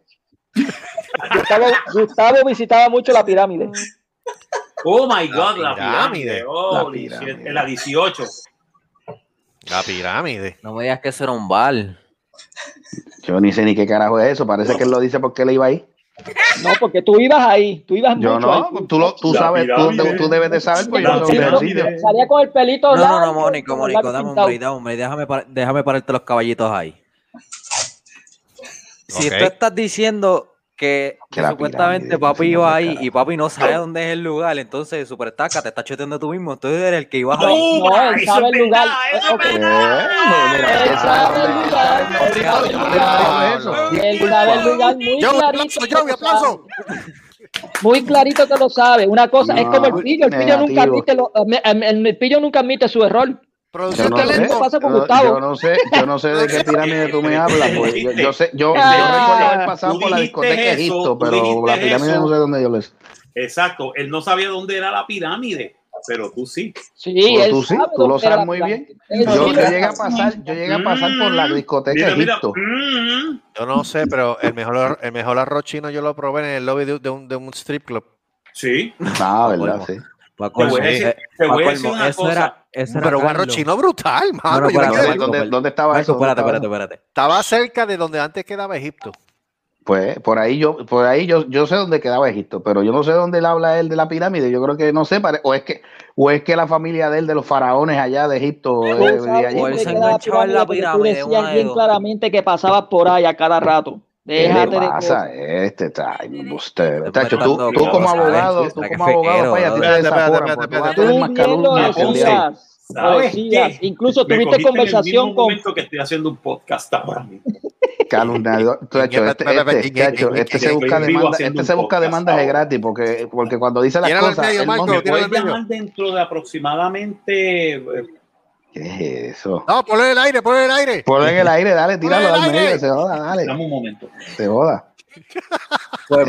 F: Gustavo, Gustavo visitaba mucho la pirámide.
B: Oh my
C: La
B: God, la
C: pirámide.
B: pirámide,
D: La
B: holy shit,
D: pirámide.
B: en la 18.
C: La pirámide.
I: No me digas que eso era un bar.
D: Yo ni sé ni qué carajo es eso, parece que él lo dice porque él iba ahí.
F: No, porque tú ibas ahí, tú ibas
D: Yo
F: mucho
D: no,
F: ahí.
D: tú, lo, tú
B: La
D: sabes, tú,
B: pirámide.
D: tú debes de saber, pues yo
B: La
D: no sé dónde
B: pirámide.
D: sitio.
F: Salía con el pelito
I: No, no,
F: largo,
I: no, Mónico,
F: con los
I: Mónico,
F: labios
I: dame un
F: pintados.
I: break, dame un break. Déjame, par- déjame pararte los caballitos ahí. Si
C: Ok.
I: tú estás diciendo que,
D: Que la
I: supuestamente
D: pirámide, no
I: papi
D: sé
I: iba
D: dónde
I: ahí
D: carajo.
I: y papi no sabe dónde es el lugar, entonces Superestaca te está choteando tú mismo. Entonces eres el que ibas ahí.
B: Oh,
F: No, él
B: eso
F: sabe
B: es
F: el lugar.
B: verdad,
F: Eh,
B: eso es
F: ok.
D: Eh,
B: verdad.
D: mira, ¿quién sabe dónde es?
C: Diablo.
F: Él sabe el lugar muy
C: Yo, un
F: clarito.
C: aplauso, yo, un
F: que lo
C: aplauso.
F: sabe. Muy clarito que lo sabe. Una cosa es como
D: No,
F: el pillo. El pillo nunca
D: negativo.
F: admite, lo- eh, el, el pillo nunca admite su error.
D: Yo
C: Producción
D: no,
F: Eso es
D: sé,
F: lo que
C: talento.
F: pasa con
D: yo,
F: Gustavo.
D: yo no sé, yo no sé de qué pirámide tú me hablas, pues. Yo, yo sé, yo, yo
F: Ah.
D: recuerdo haber pasado
B: Tú
D: por la
B: dijiste
D: discoteca de
B: eso,
D: Egipto,
B: tú
D: pero la
B: dijiste
D: pirámide
B: eso.
D: no sé dónde yo les.
B: Exacto, él no sabía dónde era la pirámide, pero tú sí.
F: Sí,
D: Pero
F: él
D: Pues tú sí,
F: sabe
D: tú lo
F: dónde era
D: sabes
F: la
D: muy
F: planta.
D: bien.
F: Él
D: Yo,
F: sí
D: yo
F: lo
D: llegué a
F: sabe.
D: pasar, yo llegué a pasar por la
B: Mm,
D: discoteca
B: mira,
D: de
B: mira,
D: Egipto.
B: mm.
C: Yo no sé, pero el mejor, el mejor arroz chino yo lo probé en el lobby de, de un, de un strip club.
B: Sí,
D: Ah,
I: Paco
D: verdad,
I: Elmo.
D: sí.
I: Paco
B: Te voy a
I: Elmo,
B: decir-
I: eh,
B: te voy a
I: Paco
B: decir
I: Elmo,
B: una
I: eso
B: cosa.
I: era, eso era
C: Pero un arroz
I: Carlos.
C: chino brutal,
I: No,
C: mano.
I: no,
C: Yo me quedé-
I: espérate,
D: ¿Dónde,
I: Paco,
D: dónde-
I: espérate.
D: dónde estaba
I: Paco,
D: eso? ¿Dónde
I: espérate,
D: estaba
I: espérate,
D: eso?
I: espérate.
C: Estaba cerca de donde antes quedaba Egipto.
D: Pues por ahí yo, por ahí yo, yo sé dónde quedaba Egipto, pero yo no sé dónde él habla él de la pirámide. Yo creo que no sé, pare- o es que, o es que la familia de él de los faraones allá de Egipto
F: Él
D: eh,
F: sabe
D: de allí,
I: O él
F: dónde
D: porque-
I: se
F: queda la
I: enganchaba en la
F: pirámide porque tú
I: pirámide,
F: decías
I: una de
F: bien
I: dos.
F: claramente que pasabas por ahí a cada rato.
D: ¿Qué le
F: Déjate de
D: pasa
F: cosas.
D: a este time bustero? Tacho, tú,
I: inventando
D: tú como
I: cosas,
D: abogado,
I: ¿eh?
D: tú
I: Qué
D: como abogado,
I: feero,
D: vaya, a ti te
C: brother. Espérate,
D: desaforan,
C: espérate,
D: porque tú vas a
C: espérate,
D: tener
F: Tú
D: más
F: bien lo
D: calumnias que el día de hoy.
F: decías, lo
B: ¿Sabes
F: decías.
B: qué?
F: Incluso
B: Me
F: tuviste
B: cogiste en el mismo
F: conversación con
B: momento que estoy haciendo un podcast ahora mismo.
D: Calumniador. Chacho, este, este, chacho, este se busca demanda, este se busca demandas de gratis porque, porque cuando dice las
B: Tíralo al
D: cosas.
B: medio,
D: él no-
B: Marco, tíralo al medio. dentro de aproximadamente. eh,
D: ¿Qué es eso?
C: No, ponlo en el aire, ponlo en el aire.
D: Ponlo en el aire, dale,
C: Ponlo en
D: tíralo
C: el
D: al medio,
C: aire.
D: se joda, dale.
B: Dame un momento.
D: Se joda.
I: Pues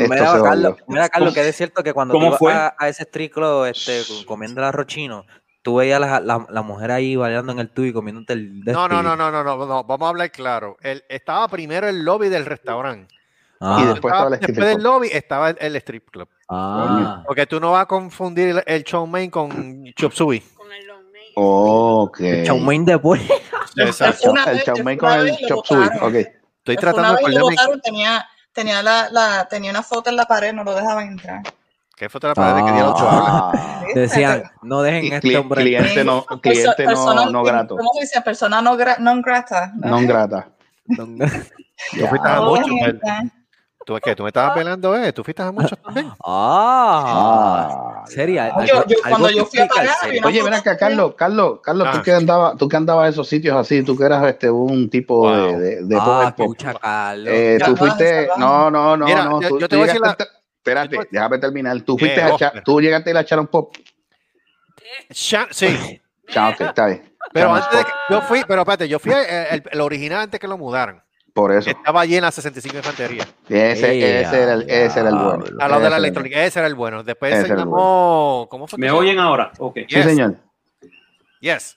D: (laughs) Esto
I: mira,
D: se
I: Carlos,
D: jodió.
I: mira, Carlos, que es cierto que cuando tú
D: ¿Cómo
I: ibas
D: fue?
I: a, a ese striclo este, co- comiendo el arrochino, tú veías la, la, la mujer ahí bailando en el tubo y comiéndote el de
C: No,
I: este
C: no,
I: y-
C: no, no, no, no, no, vamos a hablar claro. El- estaba primero el lobby del restaurante.
I: Ah.
C: Cuando
I: Y después
C: estaba-
I: estaba el strip
C: después del
I: club.
C: lobby estaba el, el strip club.
I: Ah.
C: Porque tú no vas a confundir el, el chow mein con chop suey.
D: Ok.
I: El chow mein
D: (laughs)
I: de pollo.
C: Exacto.
H: Una vez-
D: El chow mein con
H: una
D: el
H: vez lo
D: chop suey.
H: botaron.
D: Ok.
C: Estoy
H: Fue una
C: tratando de
H: vez que
C: acordarme.
H: votaron tenía, tenía, la, la, tenía una foto en la pared, no lo dejaban entrar.
C: ¿Qué foto de la pared de que diablo tú
D: Ah.
C: hablas?
I: Decían, no dejen
D: Y
I: este
D: cli-
I: hombre.
D: cliente no-
H: Perso-
D: cliente no, no grato.
H: ¿Cómo se dice? Persona no, gra- non grata. ¿no?
D: No grata.
C: Tú
D: Ah,
C: fuiste a
H: No lo
C: muchos.
H: dejan
C: ¿eh?
H: entrar.
C: ¿Tú, es que ¿Tú me estabas velando, eh? ¿Tú fuiste a muchos también?
I: Ah. Sería.
D: Yo- yo cuando yo fui a pagar,
I: serio.
D: Oye, ven acá, Carlos, Carlos, Carlos, tú
I: Ah.
D: que andabas, tú que andabas a esos sitios así, tú que eras este un tipo de, de, de
I: Ah,
D: pobre po-
I: escucha, Carlos.
D: Eh,
I: Ya
D: tú
I: vas,
D: fuiste,
I: ya vas.
D: no, no, no,
I: Mira,
D: no.
I: yo-
D: tú,
I: yo
D: tú
I: te voy a decir
D: llegaste
I: la-
D: a- Espérate, déjame terminar. Tú fuiste
I: Eh,
D: a
I: Oscar.
D: echar, tú llegaste a ir a echar un pop.
E: Este,
C: Shan- sí.
D: Ya, Ah, ok, está bien.
C: Pero
D: Sharon
C: antes de
D: Pop,
C: que, yo fui, pero espérate, yo fui el, el- el original antes que lo mudaran.
D: por eso.
C: Estaba allí en la 65 Infantería.
D: Ese, ese, era el, ese era el bueno.
C: Al lado de
D: Ese era
C: la
D: el-
C: electrónica, ese era el bueno. Después
D: Ese
C: se
D: era el
C: llamó. ¿Cómo fue? que
B: ¿Me
C: se
B: oyen
C: llamó?
B: ahora? Ok.
D: Sí, señor.
C: Yes.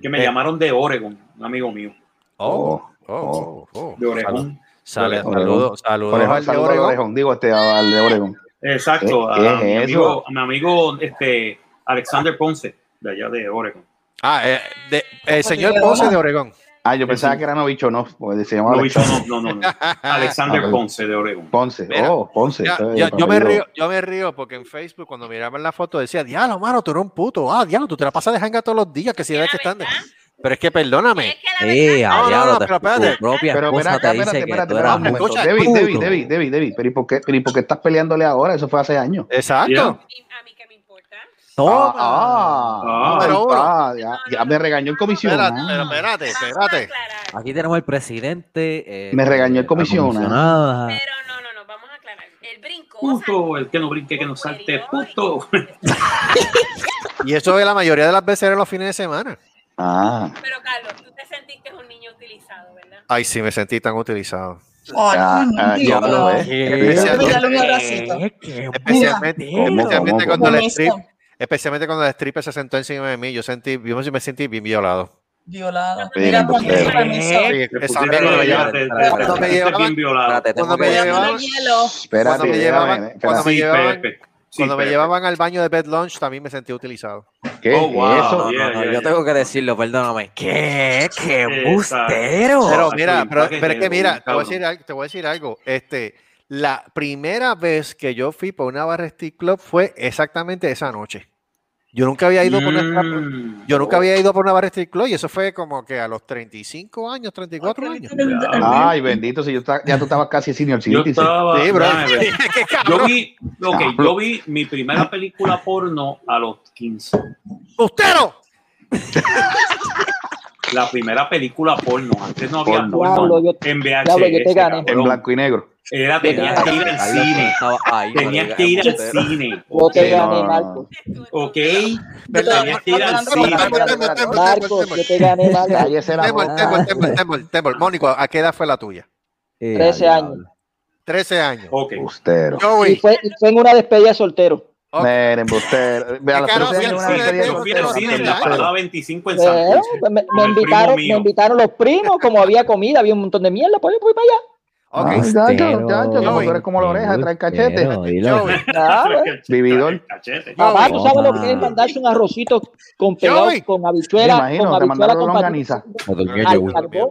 B: Que
D: Eh.
B: me llamaron de Oregon, un amigo mío.
C: Oh,
D: oh,
B: De Oregon.
C: Sale,
D: Oregón.
C: saludos, saludos
D: Orejón,
C: al de
D: saludo al
C: Oregón.
D: Orejón, digo este al de Oregón.
B: Exacto.
D: ¿Qué-
B: a,
D: qué
B: mi
D: es
B: amigo,
D: eso?
B: a mi amigo este, Alexander Ponce, de allá de Oregon.
C: Ah, eh, de- el señor Ponce de Oregón.
D: Ah, yo pensaba que era Novichonov, porque se llamaba
B: Novichonov, no, no, no. Alexander
D: Ah,
B: Ponce de Oregón.
D: Ponce,
C: Mira,
D: oh, Ponce.
C: Ya,
D: eso es
C: ya,
D: el
C: yo, me
D: apellido.
C: río, yo me río porque en Facebook cuando miraban la foto decía, diablo, mano, tú eres un puto, ah, diablo, tú te la pasas de hanga todos los días, que si ves que están... de-". Pero es que perdóname.
I: Eh, a
C: no, no,
I: diablo,
C: no,
I: te-
C: pero
I: tu
C: espérate.
I: propia
D: Pero
I: esposa
D: espérate,
I: te dice
D: espérate,
I: que
D: espérate,
I: tú
D: espérate.
I: eras un
D: un momento.
I: puto.
D: David, David, David, David, David, pero ¿y por qué, pero ¿y por qué estás peleándole ahora? Eso fue hace años.
C: Exacto.
D: Ah, ah,
I: Ah.
D: número
I: uno.
D: ah, ya, ya me regañó el comisionado.
C: Espérate, espérate.
I: Aquí tenemos el presidente. eh,
D: Me regañó el
I: la
D: comisionado. Ah.
I: comisionada.
B: Puto, el que no brinque, que no salte, puto.
C: Y eso de la mayoría de las veces era los fines de semana.
D: Ah.
E: (laughs) Pero Carlos, tú te sentiste un niño utilizado, ¿verdad?
C: Ay, sí, me sentí tan utilizado.
E: Ay,
D: Ah, ah, ya me lo ves.
E: Dale un
C: Especialmente,
E: abracito.
C: especialmente,
D: ¿Cómo,
C: especialmente
D: cómo,
C: cuando el
D: cómo?
C: strip, especialmente cuando el stripper se sentó encima de mí, yo sentí, yo me- me sentí bien violado.
H: Violado.
D: Sí,
H: Mira,
D: no,
H: con
D: pero-
H: permiso.
C: Sí,
B: Te
C: eso
B: pusiste
C: era lo que
B: bien,
C: yo-
B: te- te-
C: cuando
B: te
C: me
B: pusiste
C: llevaban-
B: bien violado.
C: cuando me llevaban-
H: hielo.
C: cuando
D: Espérate,
C: me llevaban,
D: espérate,
C: cuando me
D: espérate.
C: llevaban,
B: Pepe.
C: cuando me
B: Pepe.
C: llevaban al baño de bed lunch, también me sentí utilizado.
D: ¿Qué
B: Oh, wow.
D: es eso?
I: No, no,
B: Yeah,
I: no,
B: yeah,
I: yo
B: yeah.
I: tengo que decirlo, perdóname. ¿Qué? ¿Qué
B: Exacto.
I: bustero?
C: Pero mira, pero,
B: Paquete,
C: pero es que mira,
B: un
C: te voy, a
B: cabrón.
C: decir, algo- te voy a decir algo. Este, la primera vez que yo fui por una barra strip club fue exactamente esa noche. Yo nunca había ido por una,
B: Mm.
C: yo nunca había ido por una barra strip club y eso fue como que a los 35 años, 34 años.
D: Ay, bendito, si yo estaba- ya tú estabas casi senior
B: Yo
D: citizen.
B: estaba.
C: Ah, (laughs) Sí, bro.
B: dame, bro.
C: Qué
B: Yo
C: cabrón.
B: vi, ok, yo vi mi primera película porno a los 15.
C: ¡Bustero!
B: La primera película porno. Antes no había
D: Porno.
B: porno.
F: Diablo, yo-
B: en VHS.
F: diablo, yo te gané.
B: cabrón.
D: En blanco y negro.
B: Era, tenías que ir al cine. Tenías que ir al cine.
F: Yo te
D: Sí, no, no,
F: gané,
D: no.
F: Marco.
B: Ok. Tenías que ir al cine.
F: Marco, yo te
D: (laughs)
F: gané, Marco.
D: Cállese la
C: Temor,
D: boca.
C: temor, temor, temor, temor. Mónico, ¿a qué edad fue la tuya?
I: Eh,
F: 13 años.
C: 13 años.
B: Ok.
D: Bustero.
F: Y
C: Joey,
F: fue, y fue en una despedida de soltero.
D: Miren, bustero. Ve, a los
C: Qué caro,
D: 13
C: fui al
D: años una
C: cine,
D: despedida
C: yo fui al
D: soltero,
B: cine en
D: bastante
B: la
D: bustero.
B: parada 25 en San
F: Eh,
B: Francisco.
F: me, me
B: Con el primo
F: invitaron, me
B: mío.
F: invitaron los primos, como había comida, había un montón de mierda, pues yo fui para
B: (laughs)
F: allá.
C: ok.
D: Ay,
I: Bustero,
D: chacho, chacho, como tú eres como la oreja, trae cachete.
I: bustero, dilo. (laughs)
C: Joey,
B: (laughs)
F: Ah, bueno.
D: Vividor.
B: Cachete.
F: Papá, tú sabes lo
I: Toma.
F: que es mandarse un arrocito con pegado,
C: Joey.
F: con
D: Me
F: habichuela, con
D: imagino, te
F: habichuela,
D: mandaron
F: con
D: longaniza.
F: patata
I: Ay,
F: al carbón.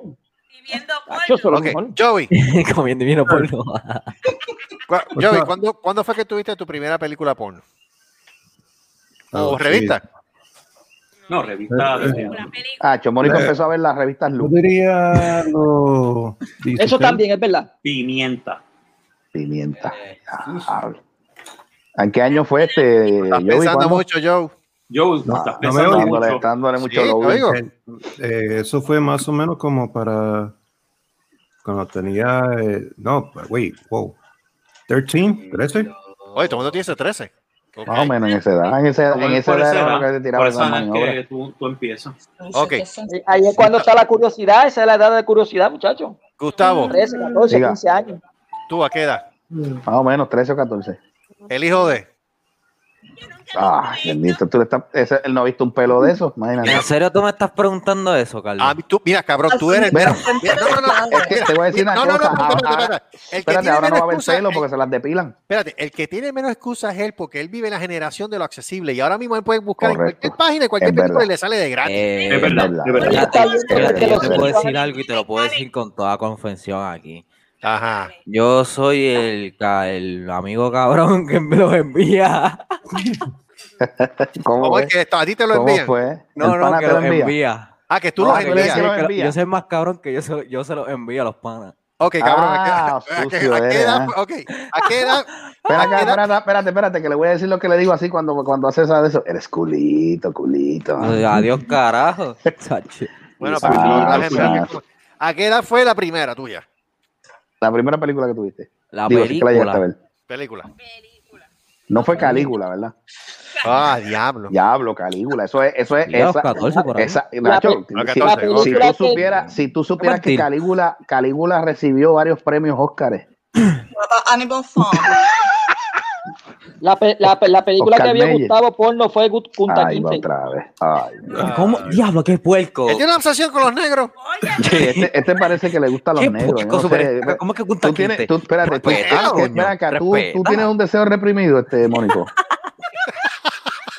D: Ah,
F: Tacho, eso es lo
C: ok.
F: mejor.
C: Joey,
I: (laughs) Comiendo vino porno.
C: cua- Joey, ¿cuándo, cuándo fue que tuviste tu primera película porno? ¿O
J: Oh, sí.
C: revista?
B: No, revista.
J: Eh,
B: de-
D: Ah, Chomónico
J: Eh.
D: empezó a ver las revistas
J: Yo
D: Luz.
J: diría lo.
F: Eso también es verdad.
B: Pimienta.
I: Eh,
D: Pimienta. Diablo. ¿En qué año fue este?
C: Estás
D: Joey?
C: pensando
D: ¿Cuándo?
C: mucho, Joe.
B: Yo, estás
J: no
B: pensando
J: me oye.
D: Dándole,
B: mucho.
D: dándole mucho
C: Sí,
D: lobby.
C: te oigo.
J: Eh, eh, eso fue más o menos como para. cuando tenía. eh, no, but wait, wow. 13, 13.
C: Oye, todo el mundo tiene ese 13. Ok.
D: Más o menos en esa edad. En esa, en esa edad era lo que se tiraba esa maniobra.
B: tú, tú empiezas.
C: Ok.
F: Eh, Ahí es cuando está la curiosidad, esa es la edad de curiosidad, muchachos.
C: Gustavo,
F: 13, 14,
D: Diga.
F: 15 años.
C: ¿tú a qué edad?
D: Más o menos 13 o 14.
C: El hijo de.
D: Ah, bendito, tú le estás, ese- él no ha visto un pelo de eso, imagínate.
I: ¿En serio tú me estás preguntando eso, Carlos?
C: Ah, tú, mira, cabrón, tú eres.
D: Mira,
C: mira, no, no, no.
D: es que te voy a decir una
C: No, no, no,
D: cosa.
C: no, espérate,
D: ahora-
C: espérate. El que
D: Espérate,
C: tiene
D: ahora no va a haber
C: menos excusa-
F: eh.
D: pelo porque se las depilan.
C: Espérate, el que tiene menos excusa es él porque él vive en la generación de lo accesible y ahora mismo él puede buscar en
D: Correcto.
C: cualquier página, en cualquier
D: Es
C: película y
D: verdad.
C: le sale de gratis.
I: Eh,
B: Ah, Es verdad, es verdad.
I: Mira,
F: Está bien,
I: te- mira,
F: pero que
I: yo
F: los
I: te puedo decir
F: sexuales-
I: algo y te lo puedo decir con toda confesión aquí.
C: Ajá.
I: Yo soy el, ca- el amigo cabrón (laughs) que me los envía.
D: ¿Cómo,
C: ¿Cómo
D: fue?
C: es que esto? a ti te lo
D: ¿Cómo
C: envían?
D: fue?
I: No,
D: ¿El
I: no,
D: pana
I: que
D: te lo
I: los envía.
C: Ah, que tú
D: No,
C: los
D: tú
I: Yo
C: envías.
D: eres-
I: soy,
D: los
I: el que-
D: envía.
I: yo soy más cabrón que yo se, lo- yo se los envío a los panas.
C: Ok, cabrón. ¿a qué- (laughs)
D: Ah,
C: a qué-
D: sucio
C: a qué
D: eres,
C: edad
D: ah.
C: fue? Ok, ¿a qué edad?
D: Espera, acá,
C: ¿A qué edad?
D: espérate, espérate, espérate, que le voy a decir lo que le digo así cuando, cuando hace esa de eso. Eres culito, culito.
I: Ay, Adiós,
D: (laughs)
I: carajo. (laughs) Chacho.
C: Bueno, para que tú lo
D: Ah,
C: trajes, pero
D: sí.
C: que como- ¿A qué edad fue la primera tuya?
D: La primera película que tuviste.
I: La
D: Digo, sí que la llegaste a
I: película.
D: ver.
C: Película.
D: No fue Calígula, ¿verdad?
C: Ah, diablo.
D: Diablo, Calígula. Eso es, eso es,
I: Ya, los
D: esa,
I: 14 por ahí.
D: esa-
F: La
C: pe-
D: Nacho, si,
C: la
D: si
F: película
D: tú
F: que-
D: supieras, si tú supieras que
I: Mentir.
D: Calígula, Calígula recibió varios premios Óscares.
G: What about Animal Farm?
F: La, pe- la, pe- la película
D: Oscar
F: que vio
D: Meyer.
F: Gustavo Porno fue Gut- Kunta
D: Ay, va
F: Kinte.
D: otra vez. Ay,
B: Ah,
I: ¿Cómo? Diablo, qué puerco.
C: Él tiene una obsesión con los negros.
I: (laughs)
D: este, este parece que le gusta a los
I: Qué
D: negros. yo
I: puerco
D: no sé.
I: superestar- ¿Cómo que Kunta
D: tú tienes,
I: Kinte?
D: tú, espérate, tú,
I: Respeta,
D: ah, que,
I: coño,
D: espera acá, tú, tú
I: respeta.
D: tienes un deseo reprimido, este
F: (laughs)
D: Mónico.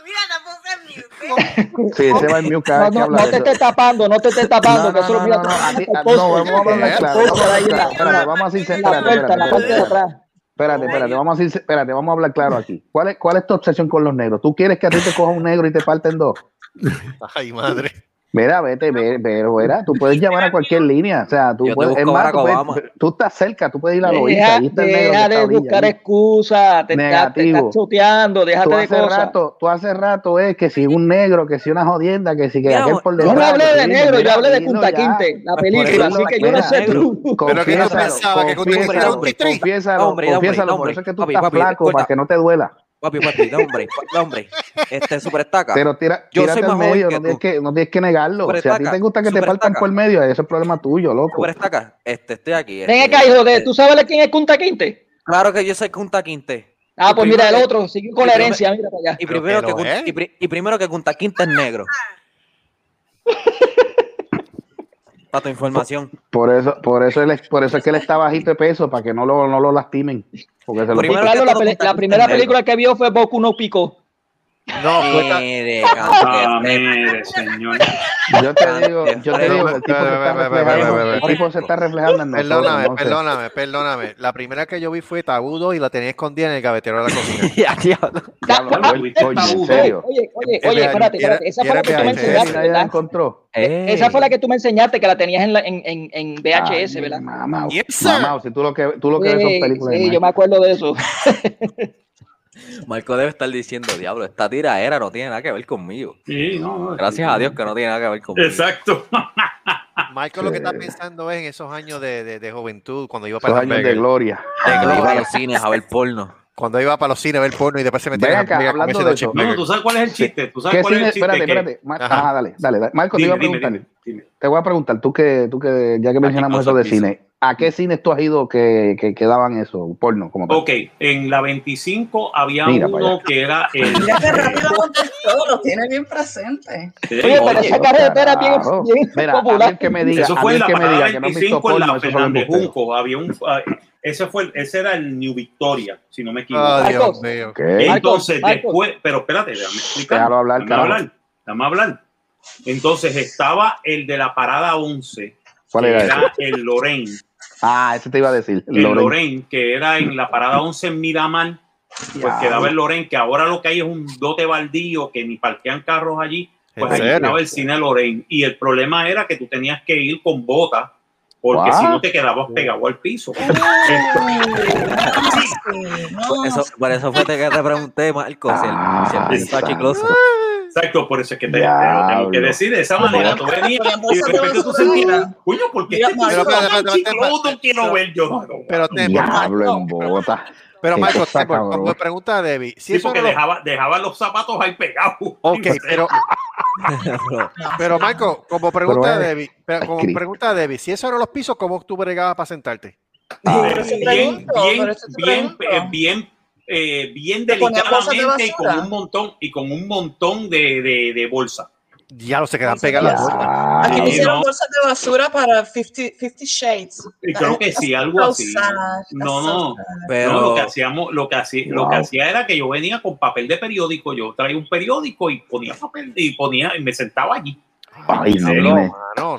E: Mira, la puse en mute.
D: Sí, ese va en mute cada
F: No,
D: vez que
F: no,
D: habla
F: no
D: de
F: te
D: eso.
F: estés tapando, no te estés tapando.
D: No,
F: que
D: no,
F: eso lo
D: no,
F: mira
D: no, no,
F: todo
D: a
F: el
D: ti-
F: mundo,
D: a-
F: todo
D: no,
F: el
D: vamos a
F: mundo,
D: hablar
C: ¿Qué?
D: claro,
F: todo
D: vamos a hablar
F: el mundo,
D: claro, espérate,
F: en la-
D: vamos a ser
F: en la
D: sinceros,
F: puerta,
D: espérate,
F: en la
D: espérate,
F: parte de
D: espérate.
F: atrás.
D: Espérate, espérate, vamos a, ser- espérate, vamos a hablar claro aquí. ¿Cuál es, ¿Cuál es tu obsesión con los negros? ¿Tú quieres que a ti te coja un negro y te parten dos?
C: Ay, madre.
D: Mira, vete, ve- pero verá, tú puedes llamar a cualquier línea, o sea, tú
I: Yo te
D: puedes,
I: busco
D: es más,
I: Barack
D: tú, puedes-
I: Obama.
D: tú estás cerca, tú puedes ir a lo
F: Deja,
D: ahí está el negro
F: deja
D: que está a
F: de
D: orilla,
F: buscar
D: ahí.
F: excusas, te estás, te estás
D: Negativo.
F: choteando, déjate
D: Tú
F: de
D: hace
F: cosas.
D: rato, tú hace rato es que si un negro, que si una jodienda, que si que
I: Mi
D: aquel
I: amor,
D: por
I: yo
F: Yo
D: detrás.
F: no hablé
D: que
F: de
D: dime,
F: negro, yo
D: mira,
F: hablé de
D: dilo
F: Kunta
D: ya.
F: Quinte, la
I: Pues por
F: película,
I: eso
F: así que yo no
I: mira,
F: sé
I: negro.
F: tú.
C: Pero que no
D: Confiésalo,
C: pensaba que Kunta Kinte era
D: confiésalo,
C: un titri.
D: confiésalo,
I: Hombre, hombre,
D: confiésalo, por
I: hombre,
D: eso es que tú
I: papi,
D: estás
I: papi,
D: flaco,
I: corta.
D: para que no te duela.
I: Papi, papi, da hombre, pa- da hombre. Este superestaca.
D: Pero tira,
I: Yo
D: tírate
I: soy
D: al
I: más joven
D: medio,
I: que
D: no, tienes
I: tú.
D: que, no tienes que negarlo.
I: Super
D: si a ti
I: estaca,
D: te gusta que te
I: super
D: partan
I: estaca.
D: por medio, eso es problema tuyo, loco.
I: Superestaca, este, estoy aquí.
F: Ven
I: este,
F: acá, hijo de,
I: este.
F: ¿tú sabes quién es Kunta Quinte?
I: Claro que yo soy Kunta Quinte.
F: Ah,
I: Y
F: pues mira, el
I: primero-
F: otro, sigue con
I: y
F: la
I: primero-
F: herencia, mira para allá.
I: Y
C: Pero
I: primero
C: que
I: que,
C: lo
I: Kun-
C: es.
I: y, pri- y primero que Kunta Quinte es
F: (laughs)
I: negro. Para tu información.
D: Por eso, por eso, él es, por eso es que él está bajito de peso, para que no lo, no lo lastimen. Porque se lo
I: Primero-
D: pican.
F: Claro, la,
I: todo
F: pele-
I: Kunta
F: la
I: Kinte
F: primera
I: es negro.
F: película que vio fue Boku no Pico.
C: No, fue tan-
F: Eh,
I: Mire,
B: Ah,
I: canto (laughs) que-
B: mire, señor.
D: Yo te digo, yo te digo, el tipo se está
C: Ve, ve, ve, ve,
D: reflejando,
I: ve, ve,
D: el
I: ve.
D: tipo se está reflejando en nosotros.
C: Perdóname,
D: entonces.
C: perdóname, perdóname. La primera que yo vi fue Tabudo y la tenía escondida en el gavetero de la
D: (laughs)
C: cocina.
I: Ya, diablo.
D: Diablo,
F: Da-
D: Manuel, coño, en
B: Oye,
F: Oye,
D: serio.
F: ah, oye, oye,
C: Era-
F: oye, espérate,
C: era-
F: espérate. Esa fue
C: era
F: la que tú me
C: VHS.
F: enseñaste,
D: Mira, ya la
F: ¿verdad?
D: encontró.
F: E- Esa fue la
I: Ey.
F: que tú me enseñaste, que la tenías en, la, en, en, en VHS,
D: Ay,
F: ¿verdad?
D: Mamá,
C: Yes, sir.
D: mamá, si tú lo que, tú lo que ves son
F: Sí,
D: películas
F: sí,
D: de
F: yo me
D: Mike.
F: acuerdo de eso.
I: Marco debe estar diciendo, diablo, esta tira era, no tiene nada que ver conmigo.
B: Sí, no, no,
I: Gracias
B: sí.
I: a Dios que no tiene nada que ver conmigo.
B: Exacto.
C: Michael lo que está
D: Sí.
C: pensando es en esos años de, de- de juventud, cuando iba para
D: Esos
C: Las
D: años de
C: Vegas.
D: gloria.
I: Cuando iba a los cines a ver porno.
C: Cuando iba para los cines a ver porno y después se metía
D: Ven
C: en Las
D: acá,
C: Vegas a
D: hablando
C: comerse
D: de
C: los
B: No, no,
D: eso.
B: tú
C: cheeseburgers.
B: sabes cuál es el chiste. Tú sabes
D: ¿Qué
B: cuál es
D: cine?
B: el chiste.
D: Espérate,
B: que-
D: espérate. Ma-
C: Ajá.
D: Ajá, dale, dale. dale. Marco, te
B: Dime,
D: iba a
B: dime,
D: preguntar.
B: dime, dime.
D: Te voy a preguntar, tú que, tú que, ya que mencionamos
B: causa
D: eso de
B: el piso.
D: cine, ¿a qué cines tú has ido que, que, que daban eso? Porno, como tal.
B: Ok, en la 25 había
D: Mira pa'
B: uno
D: allá.
B: que
D: (laughs)
B: era el.
G: Mira qué rápido contestó, lo tiene bien presente.
F: Oye,
B: Sí,
F: pero
D: Oye,
F: esa carretera
D: carajo.
F: bien, bien
D: Mira,
F: popular.
D: alguien que me diga,
B: Eso fue en
D: alguien
B: la
D: que me
B: parada
D: diga que no has visto
B: 25 en
D: porno,
B: la
D: eso son
B: Fernández
D: embusteros.
B: Junco. Había un, ah, ese, fue, ese era el New Victoria, si no me equivoco.
C: Oh, Dios
F: Marcos.
C: mío.
D: ¿Qué?
B: Entonces,
F: Ah, Marcos, Marcos.
B: después, pero espérate, déjame explicar.
D: Déjalo hablar,
B: déjame
D: carajo.
B: hablar, déjame hablar. Entonces estaba el de la parada 11,
D: ¿Cuál
B: que
D: era ese?
B: era el Lorraine.
D: Ah, ese te iba a decir.
B: El
D: Loren.
B: Lorraine, que era en la parada 11 en Miramar, pues
D: Diablo.
B: quedaba el Lorraine, que ahora lo que hay es un dote baldío que ni parquean carros allí. Pues
C: ¿En
B: ahí
C: serio?
B: estaba el cine Lorraine. Y el problema era que tú tenías que ir con botas, porque
D: What?
B: si no te quedabas pegado al piso.
G: Sí, no,
I: Por eso, por eso fue que te pregunté, Marco, si el, si el
D: Ay,
I: piso está
D: santo.
I: chicloso.
B: Exacto, por eso es que te, te
D: Diablo.
B: lo tengo que decir de esa
D: Pero
B: manera.
D: por
B: Tú
D: la cara,
B: venías
D: por
B: y
D: la
B: de
D: bolsa te
B: repente
D: vas
B: tú
D: a ver.
B: sentías, coño, ¿por qué este tipo
C: Pero, pero,
B: tan
C: pero, pero,
B: chicloso quiero ver yo? No, no,
C: Pero te
D: Diablo en bota.
C: Pero
D: Qué
C: Marco,
D: cosa,
C: Tepper,
D: cabrón.
C: me pregunta a Debbie. Si
B: Sí,
C: eso
B: porque ¿eh?
C: no lo-
B: dejaba, dejaba los zapatos ahí pegados.
C: Ok, pero, pero Marco, como pregunta
D: Pero,
C: a
D: eh,
C: Debbie, pero
D: ay,
C: como
D: Cristo.
C: pregunta a Debbie, si eso eran los pisos, ¿cómo tú bregabas para sentarte?
B: Pero
G: eso te
B: Ah, bien,
G: pregunto,
B: bien,
G: pero eso te
B: bien,
G: pregunto.
B: eh, bien, eh, bien
G: Te ponían bolsas de
B: delicadamente y con
G: basura.
B: un montón y con un montón de, de, de bolsa.
C: Ya lo se quedan pegadas las bolsas.
G: Aquí
B: no.
G: pusieron bolsas de basura para 50, 50 Shades.
B: Y creo que sí, algo así. No, no,
I: Pero-
B: no, lo que hacíamos, lo que hacía, lo que
D: Wow.
B: hacía era que yo venía con papel de periódico, yo traía un periódico y ponía papel y ponía y me sentaba allí.
D: Ay,
B: Sí,
D: nene.
C: Mano, no.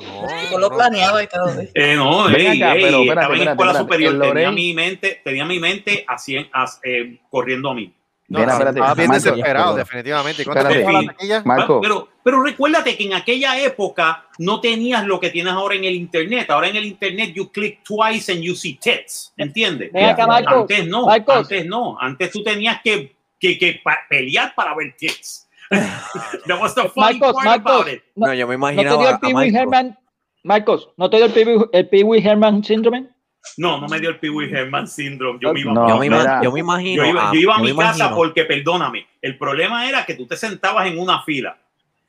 G: Yo lo planeaba y todo. ¿eh?
B: Eh, no,
D: Ven
B: ey,
D: acá,
B: ey,
D: pero
B: estaba
D: espérate,
B: en
D: espérate,
B: escuela
D: espérate.
B: superior,
D: El
B: tenía
D: Loren-
B: mi mente, tenía mi mente así en- as- eh, corriendo a mí.
C: No,
D: Mira,
C: no,
D: espérate,
C: estaba bien
D: Marco,
C: desesperado,
D: perdón.
C: definitivamente. ¿Y ¿Cuánto
D: Espérate.
C: costaba la taquilla?
D: Marco.
B: Pero, pero recuérdate que en aquella época no tenías lo que tienes ahora en el internet. Ahora en el internet you click twice and you see tits, ¿entiendes?
F: Ven acá, Marcos.
B: Antes no,
F: Marcos.
B: antes no. Antes tú tenías que, que, que pa- pelear para ver tits. (laughs) That was the funny
F: Marcos,
B: part
F: Marcos.
B: about it.
F: No,
I: No, yo me
F: ¿No te dio
I: imaginaba
F: el
I: a
F: Pee Wee
I: Michael.
F: Herman? Marcos, ¿no te dio el Pee Wee- el Pee Wee Herman Syndrome?
B: No, no me dio el Pee Wee Herman Syndrome. Yo me iba
D: No,
I: yo, me ima-
D: mira.
I: yo me imagino.
B: Yo iba, yo iba a mi casa porque,
I: porque
B: perdóname, el problema era que tú te sentabas en una fila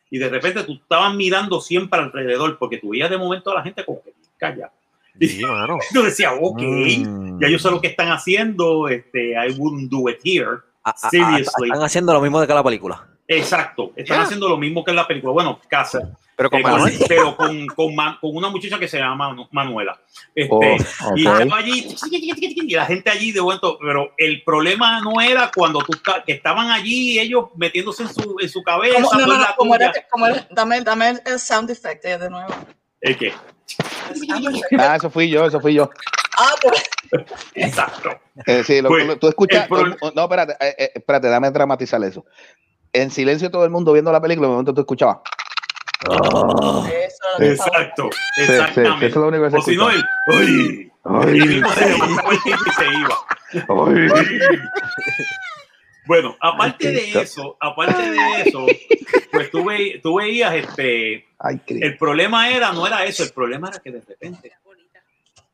B: y de repente tú estabas mirando siempre alrededor porque tú veías de momento a la gente como que calla.
C: Sí, mano.
B: Yo decía, ok,
I: Mm.
B: ya yo sé lo que están haciendo, este, I wouldn't do it here. Seriously.
I: Están haciendo lo mismo de que la película.
B: Exacto, están
C: Ya.
B: haciendo lo mismo que en la película. Bueno, casi.
C: Pero con
B: Eh, con-
C: Manuel.
B: pero con, con Ma- con una muchacha que se llama Manu- Manuela. Este,
D: Oh,
B: Y
D: ok.
B: estaba allí, y la gente allí de momento, pero el problema no era cuando tú esta- que estaban allí ellos metiéndose en su, en su cabeza.
G: ¿Cómo- no,
B: tú
G: no,
B: en
G: no,
B: la
G: ¿cómo era
B: tuya.
G: que- cómo era? dame, dame el- el sound effect eh, de nuevo.
B: ¿El qué?
G: El sound
D: (laughs)
G: effect.
D: Ah, eso fui yo, eso fui yo.
G: Ah, pues,
B: Exacto.
D: Eh, sí, lo-
B: Pues,
D: lo- tú escuchas.
B: el pro-
D: tú- no, espérate, eh, eh, espérate, dame dramatizar eso. En silencio todo el mundo viendo la película, en el momento tú escuchabas.
G: eso era lo que estaba-
B: Ah. Exacto,
D: sí,
B: exactamente.
D: eso es lo único que se
B: o si no, el, ¡ay!
D: Ay.
B: Y mismo se levantaba el tipo y se iba. Bueno, aparte
D: Ay, Cristo.
B: de eso, aparte de eso, pues tú, ve- tú veías este,
D: Ay, Cristo.
B: El problema era, no era eso, el problema era que de repente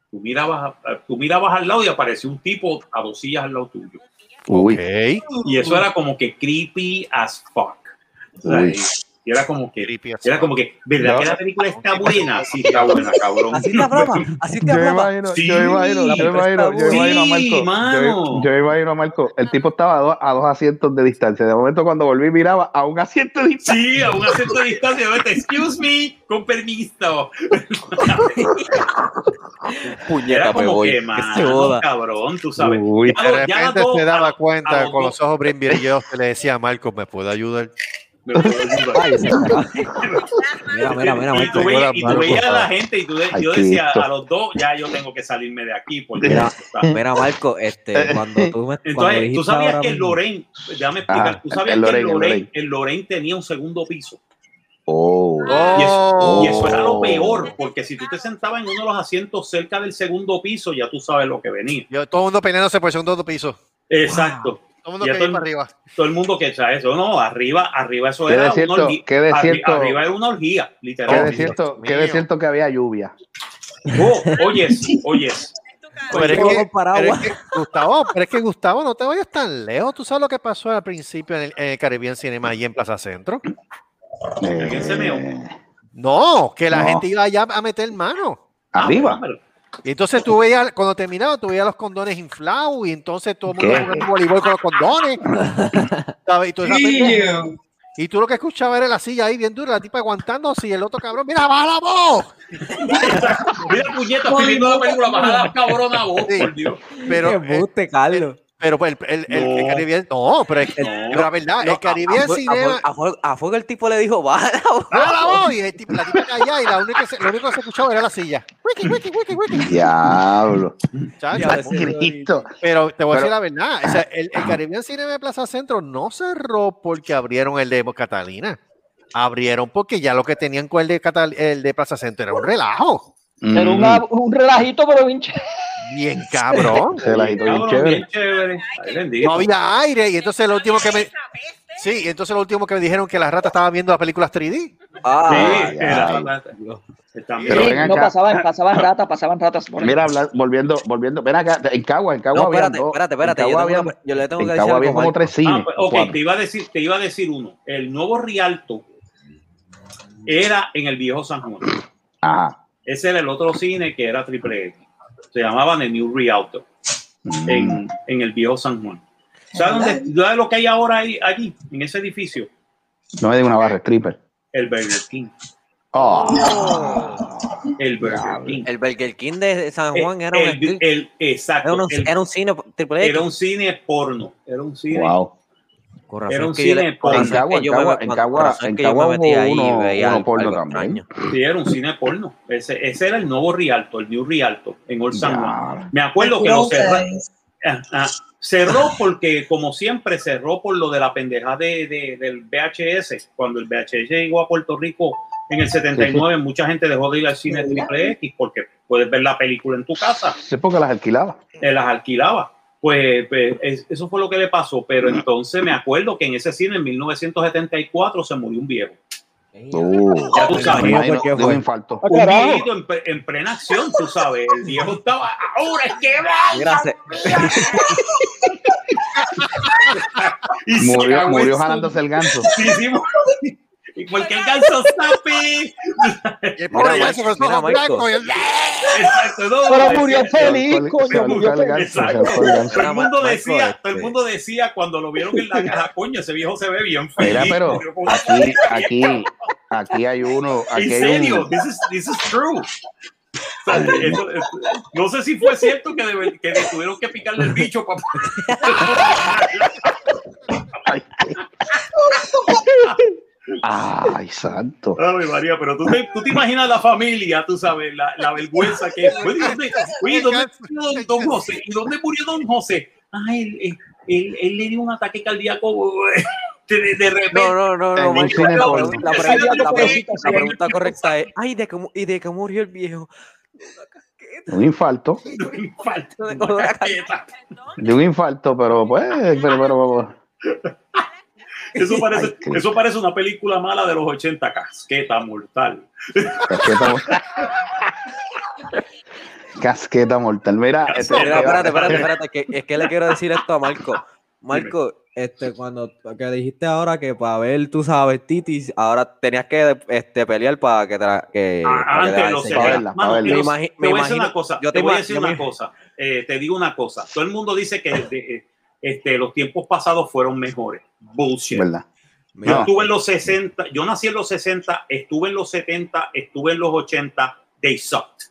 B: tú mirabas, a- tú mirabas al lado y apareció un tipo a dos sillas al lado tuyo.
D: Uy.
C: Ok.
B: Y eso era como que creepy as fuck. O sea,
D: Uy.
B: y era como que,
C: Creepy as
B: era
C: fuck.
B: como que, ¿verdad
D: No.
B: que la película está buena? Sí, está buena, cabrón.
I: Así te hablaba, así te
D: Yo me
I: hablaba.
D: imagino,
B: Sí.
D: yo me imagino, yo me imagino, yo me
I: Sí,
D: imagino a Marco. Yo,
B: mano.
D: yo me imagino a Marco. El tipo estaba a dos, a dos asientos de distancia. De momento, cuando volví, miraba a un asiento de distancia.
B: Sí, a un acento de distancia, de repente, excuse me, con permiso. Era
I: Puñeta, me
B: como
I: voy.
B: que,
I: Que se
B: mano,
I: joda.
B: cabrón, tú sabes.
D: Uy.
B: Ya
C: De
B: lo- ya
C: repente
B: dos-
C: se
B: a
C: daba
B: los- a
C: cuenta
B: los
C: con
B: dos-
C: los ojos brimbrillos que le decía a Marco, ¿me puede ayudar?
B: me puedo ayudar.
I: Mira, mira, mira,
B: y tú veías,
I: Michael.
C: Fuera
B: y tú
C: Marco,
B: veías a la
C: papá.
B: gente y tú de-
D: Ay,
B: yo decía
D: Cristo.
B: a los dos, ya yo tengo que salirme de aquí. pues, Porque
D: Mira.
B: esto está-
I: Mira, Marco, este, cuando tú me. cuando
B: Entonces, tú
I: dijiste
B: sabías
I: ahora
B: que el
I: mismo- Ah,
B: Loren, déjame explicar,
D: Ajá,
B: tú sabías que
D: el
B: el
D: Loren, el
B: Loren,
D: Loren.
B: el Loren tenía un segundo piso.
D: Oh.
B: Y eso,
C: Oh.
B: y eso era lo
D: Oh.
B: peor, porque si tú te sentabas en uno de los asientos cerca del segundo piso, ya tú sabes lo que venía.
C: Yo, todo el mundo peleándose por el segundo piso.
B: Exacto.
C: Todo el mundo
B: Ya
C: quería ir
B: todo
C: para
B: el-
C: arriba.
B: Todo el mundo que echa eso, no, arriba, arriba eso
D: Qué
B: era
D: desierto,
B: una orgía.
D: qué
B: Arri-
D: desierto.
B: Arriba era una orgía,
D: Qué
C: Oh,
B: literal.
D: desierto,
C: Dios
D: qué
C: mío.
D: desierto que había lluvia.
B: Oh, oyes, oyes.
E: Es tu casa.
C: Pero es,
I: Yo
C: que,
I: con paraguas.
C: pero es que, Gustavo, pero es que Gustavo, no te vayas tan lejos. Tú sabes lo que pasó al principio en el, en el Caribbean Cinema y en Plaza Centro.
B: ¿Alguien se meó?
C: No, que la
D: No.
C: gente iba allá a meter mano.
B: Ah,
D: arriba.
C: Y entonces tú veías, cuando terminaba, tú veías los condones inflados y entonces todo el mundo
D: ¿Qué?
C: jugando voleibol con los condones.
D: (laughs)
C: ¿sabes? Y, tú, esa pendeja. Y tú lo que escuchabas era la silla ahí bien dura, la tipa aguantando y el otro cabrón, ¡mira, baja la voz!
B: Mira, puñeta, estoy viendo la película bajada la cabrona voz,
C: Sí.
B: Oh, por Dios.
C: Pero, eh,
I: Qué embuste, Carlos.
C: pero pues, el, el, el, el
B: No.
C: Caribbean, no, pero, es,
B: No. ah, pues,
C: pero la verdad, el Caribbean Cinema,
I: A fuego, a fuego el tipo le dijo, baja la voz.
C: ¡baja la voz! Y el tipo- la tipa callada y la única que se- lo único que se escuchaba era la silla. Wiki, wiki, wiki, wiki.
D: Diablo.
C: Chacho,
I: Ya, ese
D: Cristo.
C: Pero te voy
D: Pero-
C: a decir la verdad, o sea, el, el Caribbean Cinema de Plaza Centro no cerró porque abrieron el de Catalina. Abrieron porque ya lo que tenían con el de, Catal- el de Plaza Centro era un relajo.
F: Era
D: Mm,
F: una- un relajito, pero bien chévere.
C: Bien cabrón.
D: se la hizo bien
B: Cabrón,
D: chévere.
B: bien chévere. Ay, bendito.
C: No había aire y entonces lo último que me...
E: Esa peste.
C: Sí, y entonces lo último que me dijeron que las ratas estaban viendo las películas 3D.
B: Sí, era-
D: Pero ven
F: no
D: acá.
F: pasaban, pasaban ratas, pasaban ratas. por ahí. Ah,
D: Mira, habla- volviendo, volviendo, ven acá, en Cagua, en Cagua
F: No, espérate,
D: habían dos-
F: espérate,
D: en
F: espérate, yo
D: Cagua
F: tengo
D: habían-
F: una- yo le tengo
D: en
F: que
D: Cagua
F: decir
D: habían
F: algo,
D: como
F: Marco.
D: tres cines.
B: Ah, pues,
D: o
B: ok,
D: cuatro.
B: te iba, a decir, te iba a decir uno. El nuevo Rialto era en el viejo San Juan.
D: Ajá.
B: Ese era el otro cine que era triple X. Se llamaban el New Rialto
D: Mm.
B: en, en el viejo San Juan. ¿Sabes dónde- sabes lo que hay ahora ahí, allí, en ese edificio?
D: No me diga una barra, Oh. stripper.
B: El Burger King. El Burger King.
I: El Burger King de San Juan era,
B: Eh, el-
I: un, strip-
B: el- exacto,
I: era, un,
B: el-
I: era un cine triple X.
B: Era un cine porno. Era un cine.
D: Wow.
I: Con razón
B: era un
I: es que yo le-
B: cine
I: por
B: porno.
I: razón es que
B: En
I: yo
B: Cagua,
I: me-
B: en
I: por
B: Cagua,
I: razón es
B: en
I: que yo me
B: Cagua
I: metí
B: hubo
I: ahí y
B: uno-
I: veía
B: uno
I: algo
B: porno
I: extraño.
B: Sí, era un cine porno. Ese, ese era el nuevo Rialto, el New Rialto, en Old San Juan. Me acuerdo que lo cerraron. Ah, cerró porque, como siempre, cerró por lo de la pendeja de, de- del VHS. Cuando el VHS llegó a Puerto Rico en el 79, mucha gente dejó de ir al cine triple X porque puedes ver la película en tu casa
D: Sí, porque las alquilaba.
B: eh, las alquilaba. Pues, pues, es- eso fue lo que le pasó, pero entonces me acuerdo que en ese cine en 1974 se murió un viejo.
D: Uh,
B: Ya tú
D: me
B: sabes.
D: imagino,
B: ¿Qué
D: de
B: fue?
D: un infarto.
F: Ah,
B: Un viejito en, pre- en plena acción, tú sabes. El viejo estaba, ahora es que va.
I: Gracias.
B: Y se
D: Murió,
B: cagó en
D: murió
B: su-
D: jalándose el ganso.
B: Sí, sí, (laughs) murió. Y porque el ganso sapi.
C: el
D: pobre Mira, ganso con los mira, ojos Michael. blancos y el-
B: Exacto, no,
F: Pero
B: no,
F: murió
B: exacto.
F: feliz,
D: Se
F: coño,
D: ahorcó
F: murió
D: el
F: feliz.
D: ganso, se
B: Exacto.
D: ahorcó el ganso.
B: Todo el mundo
I: Michael,
B: decía, todo el
I: este.
B: mundo decía cuando lo vieron en la caja, coño, ese viejo se ve bien feliz.
D: Mira,
B: (laughs)
D: pero aquí, aquí, aquí hay uno,
B: en
D: aquí hay
B: serio,
D: uno.
B: this is, this is true. O sea, eso- eso- no sé si fue cierto que, debe- que le tuvieron que picarle el bicho para
D: Ay, santo.
B: Ay, María, pero tú te, tú te imaginas la familia, tú sabes, la, la vergüenza que es. Oye, ¿y ¿dónde, oye, ¿dónde murió don, don José? ¿Y dónde murió don José? Ah, él, él, él- él le dio un ataque cardíaco de, de repente.
I: No, no, no,
D: En
I: no,
D: un
I: Michael,
D: cine
I: la,
D: porno.
I: pregunta- la
B: Ese
I: pregunta-
B: era
I: la
B: tu
I: pregunta-
B: pregunta.
I: la pregunta correcta es, ay, ¿de cómo, ¿y de qué murió el viejo?
D: Un infarto,
B: Falta
I: de
B: una
I: una
B: caqueta.
D: de un infarto, pero pues, pero, pero,
I: (laughs)
B: Eso
D: Ay,
B: parece,
D: qué-
B: eso parece una película mala de los 80, casqueta mortal.
D: casqueta mortal. Casqueta mortal. Mira, este-
I: Mira, espérate, espérate, espérate, que, es que le quiero decir esto a (laughs) Marco. Marco, este, cuando que dijiste ahora que para ver, tú sabes, Titis, ahora tenías que este, pelear para que, te la- que, para que te
B: Ah, Antes
I: la
B: los
I: enseñaran.
B: 70. Mano,
I: Me
B: en los-
I: imagi-
B: Te
I: me
B: voy a decir
I: imagino-
B: una cosa.
I: yo
B: Te voy a
I: ima-
B: decir
I: yo
B: una
I: me-
B: cosa. eh, Te digo una cosa. Todo el mundo dice que de- este, los tiempos pasados fueron mejores. Bullshit.
D: ¿verdad?
B: Yo
D: No.
B: estuve en los 60, yo nací en los 60, estuve en los 70, estuve en los 80, they sucked.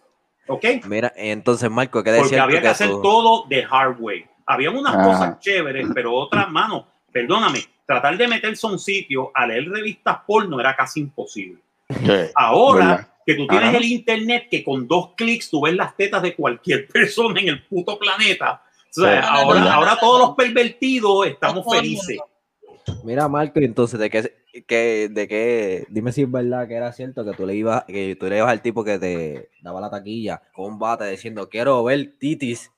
B: ¿Ok?
I: Mira, entonces, Marco,
B: Porque
I: ¿qué decías tú
B: había que
I: que
B: hacer
I: tú-
B: todo de hard way. Había unas
D: Ajá.
B: cosas chéveres, pero otras, mano, perdóname, tratar de meterse a un sitio a leer revistas porno era casi imposible.
D: Sí,
B: Ahora
D: ¿verdad? Ah.
B: que tú tienes
D: Ajá.
B: el internet, que con dos clics tú ves las tetas de cualquier (laughs) persona en el puto planeta. O sea,
D: Sí. Ah,
B: ahora,
D: No, no, no,
B: ahora todos los pervertidos estamos
G: Todo el mundo.
B: felices.
I: Mira, Marco, entonces, ¿de qué, qué- de qué, dime si es verdad que era cierto que tú le ibas, que tú le ibas al tipo que te daba la taquilla con un bate diciendo, quiero ver Titis?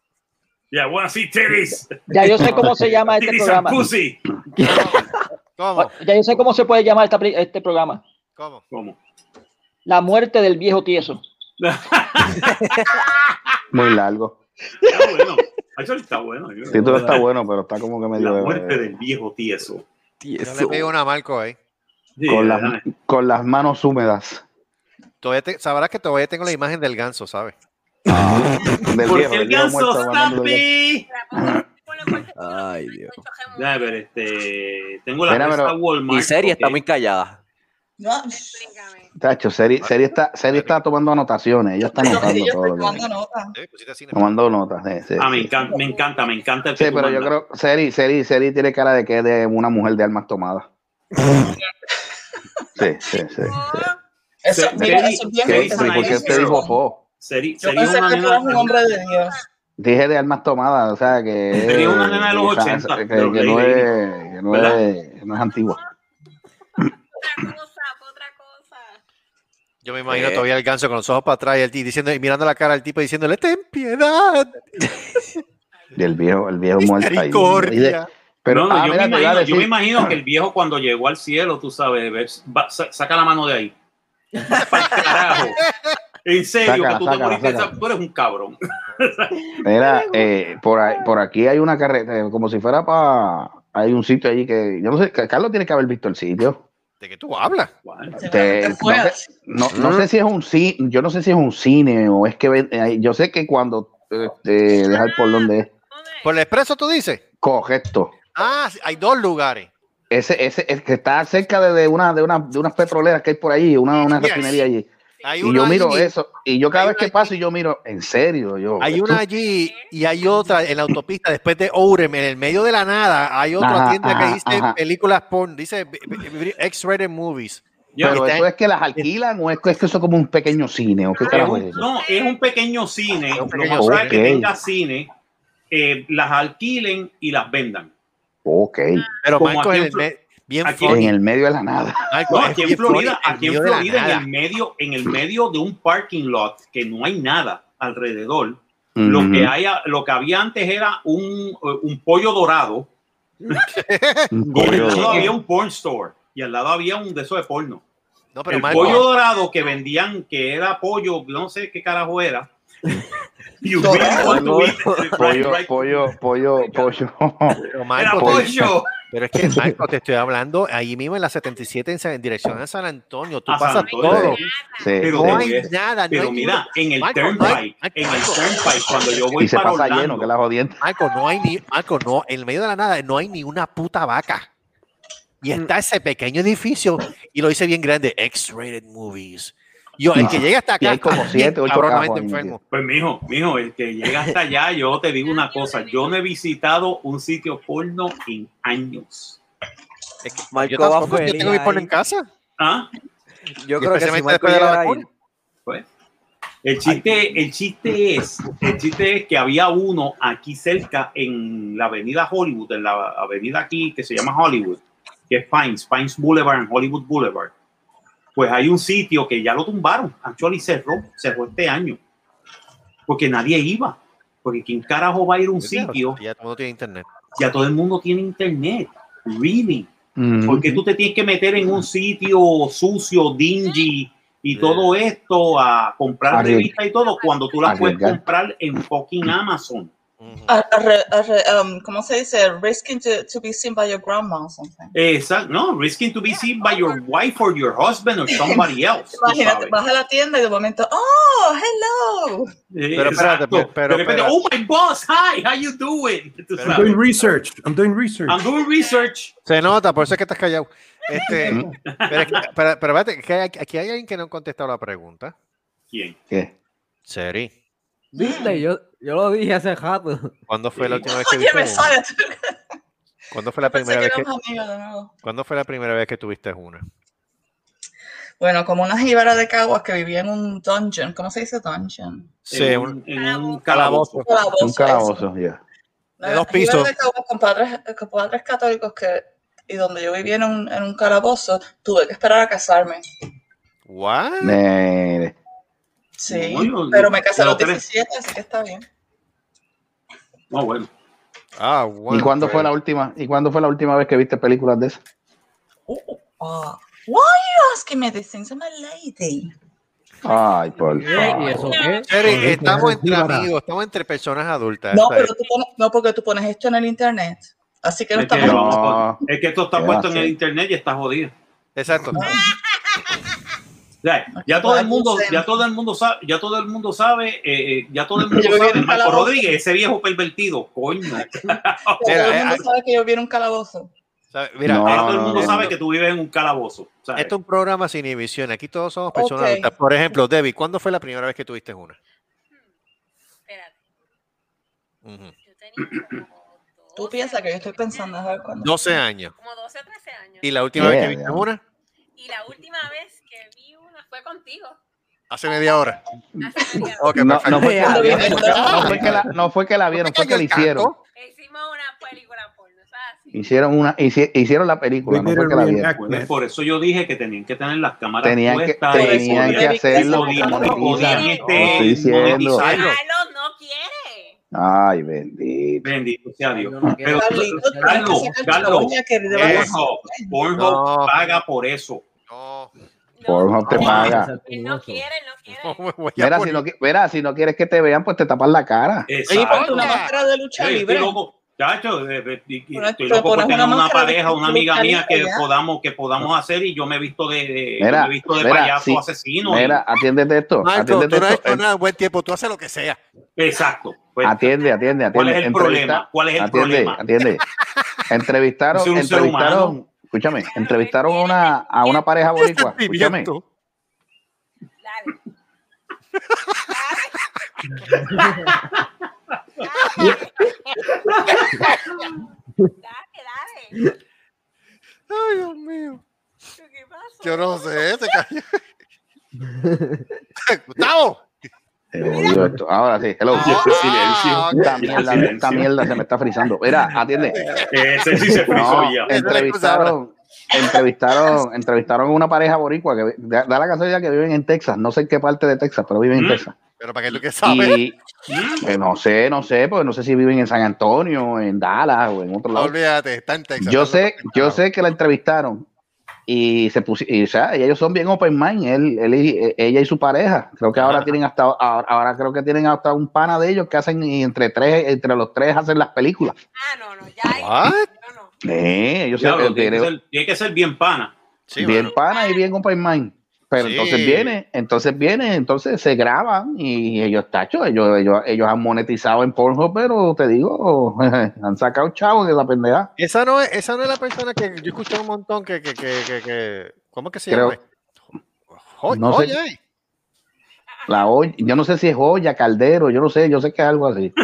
B: Ya, bueno, sí, titties.
F: Ya yo sé cómo se llama este
B: Titties and
F: programa.
B: pussy.
D: (laughs)
C: ¿Cómo?
F: Ya yo sé cómo se puede llamar esta pri- este programa.
C: ¿Cómo?
B: ¿Cómo?
F: La muerte del viejo tieso.
D: Muy largo.
B: Está bueno. Eso está bueno. yo-
D: El título está bueno, pero está como que eh, medio.
B: La muerte del viejo tieso.
C: Yo le pedí una a Marco ahí.
B: Sí,
D: con, las,
B: ¿verdad?
D: con las manos húmedas.
C: Todavía te- sabrás que todavía tengo la imagen del ganso, ¿sabes?
D: Del
B: Porque el
D: del muerto
B: ganso
D: hablando del-
B: Stampy.
I: Ay, Dios.
B: Ya, pero este, tengo la
D: Mira,
B: resta
D: pero-
B: Walmart.
I: Mi serie está
B: ok.
I: muy callada.
G: No,
D: Tacho, Seri, Seri está, Seri está tomando anotaciones. Ella está
G: no,
D: anotando
G: yo
D: todo
G: estoy
D: lo que
G: tomando nota.
C: Eh, pusiste así en el-
D: Tomando notas. sí, sí,
B: Ah, me
D: sí.
B: encanta, me encanta, me encanta el que
D: Sí,
B: tú
D: pero yo
B: mandas.
D: creo, Seri, Seri, Seri tiene cara de que es de una mujer de almas tomadas. Sí, sí, sí.
G: Eso,
B: Sí,
G: mira,
B: Kelly-
G: eso es bien
D: ¿Qué,
B: Kelly,
D: ¿Y
G: eso es
D: por qué
G: bien
D: usted dijo po?
B: Seri-
G: Yo
B: sería
G: pensé
B: una
G: que tú
B: nena,
G: eras un hombre de Dios.
D: Dije de almas tomadas, o sea que.
B: Sería una nena de los 80,
D: Que,
B: pero
D: que no
B: Lady.
D: es, que no
B: ¿Verdad?
D: es, no es antigua.
E: Otra cosa, otra cosa.
C: Yo me imagino
I: Eh.
C: todavía el ganso con los ojos para atrás y, el ti- diciendo, y mirando la cara al tipo y diciéndole, ten piedad,
D: Y el viejo, el viejo muerto ahí. Y de-
C: misericordia.
D: Pero,
B: No, no,
D: ah,
B: yo,
D: mira,
B: me
D: te iba
B: imagino,
D: a
B: yo me
D: decir-
B: imagino que el viejo cuando llegó al cielo, tú sabes, ve- va- sa- saca la mano de ahí. (laughs) Pa'l carajo. En serio,
D: Sácala,
B: que tú te
D: sácala,
B: moriste,
D: sácala.
B: esa- tú eres un cabrón. (laughs)
D: Mira, eh, por, ahí- por aquí hay una carretera, como si fuera para. Hay un sitio allí que. Yo no sé, Carlos tiene que haber visto el sitio.
C: ¿De qué tú hablas?
D: Te- no, sé, no-
C: ¿Mm?
D: no sé si es un cine, yo no sé si es un cine o es que ven- eh, yo sé que cuando este, dejar por donde es.
C: ¿Por el expreso tú dices?
D: Correcto.
C: Ah, sí, hay dos lugares.
D: Ese, ese, el que está cerca de, de una, de una, de unas petroleras que hay por allí, una, una
C: Yes.
D: refinería allí.
C: Hay
D: y
C: una
D: yo miro
C: allí.
D: eso, y yo cada vez que paso, y yo miro, en serio, yo.
C: Hay
D: esto-
C: una allí y hay otra en la autopista después de Ourem, en el medio de la nada. Hay otra
D: Ajá,
C: tienda
D: ajá,
C: que dice
D: ajá.
C: películas porn, dice b- b- b- X-rated movies.
D: Pero
C: Está-
D: eso es que las alquilan o es que, es que eso es como un pequeño cine o qué
B: Es
D: carajo
B: un-
D: es eso?
B: no, es un pequeño cine. lo
D: pequeño
B: más probable es que
D: cine. Ok.
B: tenga cine, eh, las alquilen y las vendan.
D: Ok.
C: Pero
B: Como
C: Marco
B: aquí
C: en
B: en
C: el
B: Flo-
C: me- bien
B: aquí-
C: funny.
D: en el medio de la nada.
C: Marco,
B: No,
C: es
B: aquí en
C: bien
B: Florida,
C: funny,
B: aquí en
C: medio de la
B: Florida, en
C: nada.
B: el medio, en el medio de un parking lot que no hay nada alrededor,
D: Ujú.
B: lo que haya, lo que había antes era un, eh, un pollo dorado. y
D: Un
B: al
D: pollo
B: lado
D: dorado.
B: había un porn store y al lado había un de esos de porno.
C: No, pero
B: el
C: Marco-
B: pollo dorado que vendían, que era pollo, no sé qué carajo era. (laughs) You really want (laughs) to eat it, right,
D: pollo,
B: right.
D: pollo, pollo, pollo.
C: Pero, Marco,
B: Era
C: te-
B: pollo. (laughs)
C: pero es que, Marco, te estoy hablando ahí mismo en la 77 en, San- en dirección a San Antonio. Tú
B: A San
C: pasas
B: Antonio.
C: todo.
B: Sí,
D: Sí,
B: Pero,
C: no
B: te-
C: hay nada. no
B: pero
C: hay
B: mira,
C: ni-
B: en el
C: Marco, no hay-
B: turnpike, en el turnpike, cuando yo voy
D: y se
B: para
D: pasa
B: Orlando,
D: lleno, que la jodiente.
C: Marco, no hay ni, Marco, no, en el medio de la nada no hay ni una puta vaca. Y
D: Mm.
C: está ese pequeño edificio y lo dice bien grande, X-rated movies. Yo, el que llega hasta
D: Y
C: acá,
D: hay como
C: está bien
D: siete, ocho
C: cabronamente
D: cajos ahí,
C: enfermo.
B: Pues mijo, mijo, el que llega hasta allá, yo te digo una cosa, yo no he visitado un sitio porno en años.
C: Es que
I: Marco
C: yo
I: va
C: tampoco, yo
I: feliz
C: tengo mi porno
I: ahí.
C: en casa.
B: ¿Ah?
I: Yo creo que si
C: especialmente
I: Marco
C: después de la
I: llegara ahí,
C: vacuna.
B: Pues, el chiste, el chiste es, el chiste es que había uno aquí cerca en la avenida Hollywood, en la avenida aquí que se llama Hollywood, que es Pines, Pines Boulevard, en Hollywood Boulevard. Pues hay un sitio que ya lo tumbaron, actually cerró, cerró este año, porque nadie iba, porque quién carajo va a ir a un sitio
C: Ya todo tiene internet.
B: ya todo el mundo tiene internet. Really. ¿Por qué tú te tienes que meter en un sitio sucio, dingy y todo esto a comprar
D: Arriesga-
B: revistas y todo cuando tú las puedes
D: arriesgar.
B: comprar en fucking Amazon?
G: A- a re- a re- um, ¿Cómo se dice? Risking to, to be seen by your grandma or something.
B: Exacto, no, risking to be seen by your wife or your husband or
G: (laughs)
B: somebody else. tú
G: Imagínate,
B: sabes.
G: vas a la tienda y de momento, ¡Oh, hello!
B: Eh,
C: Pero espérate,
B: exacto.
C: pero- pero
B: de repente,
C: espérate.
B: oh my boss, hi, how you doing? Tú
J: I'm
B: sabes.
J: doing research. I'm doing research.
B: I'm doing research.
C: Se nota, por eso es que estás callado. Este, pero, es que- pero, pero espérate, que hay- aquí hay alguien que no ha contestado la pregunta.
B: ¿Quién?
D: ¿Qué?
C: Seri,
B: (laughs)
I: viste, yo, yo lo dije hace rato.
C: ¿cuándo fue la última vez que
G: Oye,
C: viste
G: me
C: una?
G: sale.
C: ¿Cuándo fue la
G: Pensé
C: primera
G: que
C: vez que,
G: éramos amigos de nuevo.
C: ¿cuándo fue la primera vez que tuviste una?
G: Bueno, como una jíbara de caguas que vivía en un dungeon. ¿Cómo se dice dungeon?
C: Sí,
B: en
C: Eh, un-
B: un, en un calabozo.
G: Calabozo,
D: Un calabozo, ya.
G: eso.
C: de dos
G: Una jíbara
C: pisos.
G: de caguas con padres, con padres católicos que, y donde yo vivía en un, en un calabozo, tuve que esperar a casarme.
C: ¿What?
D: Nene.
G: Sí,
B: Coño,
G: pero me casé a los
B: pero
G: 17, así que está bien.
B: No, bueno.
C: Ah,
D: ¿Y
C: bueno,
D: cuándo
C: pues.
D: fue la última? ¿Y cuándo fue la última vez que viste películas de esas?
G: Ah, why are you asking me these things? I'm a lady.
D: Ay, por
I: ¿Y
D: favor.
I: eso qué?
C: Sherry,
I: Porque
C: estamos entre
I: jíbara.
C: amigos, estamos entre personas adultas.
G: No,
C: o sea,
G: pero tú pones- no, porque tú pones esto en el internet. Así que no
B: Es que,
G: estamos.
D: No.
B: vamos a- es que esto está
D: ¿Qué
B: puesto en
D: hace?
B: el internet y está jodido.
C: Exacto.
B: O sea, ya todo el mundo, ya todo el mundo sabe, ya todo el mundo sabe, eh, eh, ya
D: (laughs)
B: todo el mundo
G: Yo vivo
B: sabe,
G: en
B: Marco
G: Calabozo.
B: Rodríguez, ese viejo pervertido, coño.
G: Todo
C: Mira,
G: el
C: eh,
G: mundo
C: eh,
G: sabe que yo viera un calabozo.
C: sabe, Mira,
D: No,
B: Ahora
C: esto,
B: todo el mundo
D: no,
B: sabe
D: no.
B: que tú vives en un calabozo. ¿sabes?
C: esto es un programa sin inhibición. Aquí todos somos personas
G: Ok.
C: adultas. Por ejemplo, Debbie, ¿cuándo fue la primera vez que tuviste una?
E: Espérate,
C: Ujú.
E: yo tenía como 12,
G: Tú piensas que yo estoy pensando, a ver cuándo.
C: 12 años.
E: como 12 o 13 años.
C: ¿Y la última vez que
D: Yeah,
C: viste
D: yeah.
C: una?
E: Y la última vez que vi una fue contigo.
C: Hace media hora.
E: Hace media hora.
C: Ok,
D: No,
C: perfecto.
D: no fue que la
G: Cuando
D: vieron,
G: viene el
D: no fue que la, no fue que la vieron, fue que la hicieron.
E: E Hicimos una película porno, ¿sabes? Así.
D: Hicieron una, hici- hicieron la película,
J: We
D: no
J: did a
D: fue que la vieron.
B: Bueno, es
J: reenactment.
B: por eso yo dije que tenían que tener las cámaras
D: Tenían que,
B: puestas.
D: tenían
B: podían-
D: que hacerlo
B: podían-
D: como monetizan.
B: podían,
D: No
B: este,
D: estoy diciendo.
B: monetizarlo.
E: Carlos no quiere.
D: Ay, bendito.
B: Bendito sea Dios.
D: no
B: Pero,
D: quiero-
B: Carlos, Carlos,
D: Carlos,
B: Carlos,
D: que le debo-
B: eso, Pornhub paga por eso.
D: Pornhub te paga.
E: no quiere,
C: (laughs) no quiere.
D: Mira si no, qui- mira, si no quieres que te vean, pues te tapas la cara.
B: Exacto.
H: ponte una máscara de lucha
B: Oye,
H: libre.
B: Estoy loco, chacho, eh, eh, y- y
H: Bueno,
B: estoy
H: te
B: loco por
H: pones
B: tener
H: una
B: una
H: máscara de
B: pareja, una
H: lucha
B: amiga mía que
H: libre, ya.
B: podamos, que podamos hacer y yo me he visto de, de- yo
D: Mira,
B: me he visto de
D: mira,
B: payaso
D: sí,
B: asesino. y-
D: Mira, atiéndete esto.
C: Marco,
D: atiéndete
C: tú no has
D: esto.
C: hecho nada en buen tiempo, tú haces lo que sea.
B: Exacto. pues,
D: Atiende, atiende, atiende.
B: ¿Cuál es el
D: Entrevista-
B: problema? ¿Cuál es el
D: atiende,
B: problema? (laughs)
D: Atiende. Entrevistaron,
B: Soy un ser
D: entrevistaron,
B: humano.
D: escúchame, entrevistaron a una, a una pareja (laughs) boricua. Escúchame.
C: Ay, Dios mío. Yo no sé, se cayó. (laughs) Gustavo.
D: Te odio esto. Ahora sí, hello.
C: Ah,
D: Silencio. Esta
C: ok.
D: mierda,
C: Silencio.
D: esta mierda se me está frizando. Mira, atiende.
B: Ese sí se frizó ya.
D: Entrevistaron, entrevistaron, entrevistaron a una pareja boricua que vi- da da la casualidad que viven en Texas. No sé en qué parte de Texas, pero viven en
B: Mm,
D: Texas.
C: Pero para que tú que sabes.
D: Y eh, no sé, no sé, porque no sé si viven en San Antonio, en Dallas o en otro
C: (laughs)
D: lado.
C: Olvídate, está en Texas.
D: Yo sé, yo sé que la entrevistaron y se pusi- y, o sea, y ellos son bien open mind, él, él y- e- ella y su pareja. Creo que ahora tienen hasta ahora, ahora creo que tienen hasta un pana de ellos que hacen y entre tres, entre los tres hacen las películas.
B: Ah,
D: Eh, ellos se-
B: diablo, tiene,
D: tienen
B: que ser, tiene que ser bien pana.
D: bien pana y bien open mind. Pero
B: Sí.
D: entonces viene, entonces viene, entonces se graban y ellos tacho, ellos, ellos, ellos han monetizado en Pornhub, pero te digo, (laughs) han sacado chavos de la pendeja.
C: Esa no, es, esa no es la persona que yo escuché un montón que, que, que, que, que- ¿cómo es que se
D: Creo-
C: llama? Jo-
D: no sé.
C: Oye,
D: La olla, yo no sé si es olla, caldero, yo no sé, yo sé que es algo así.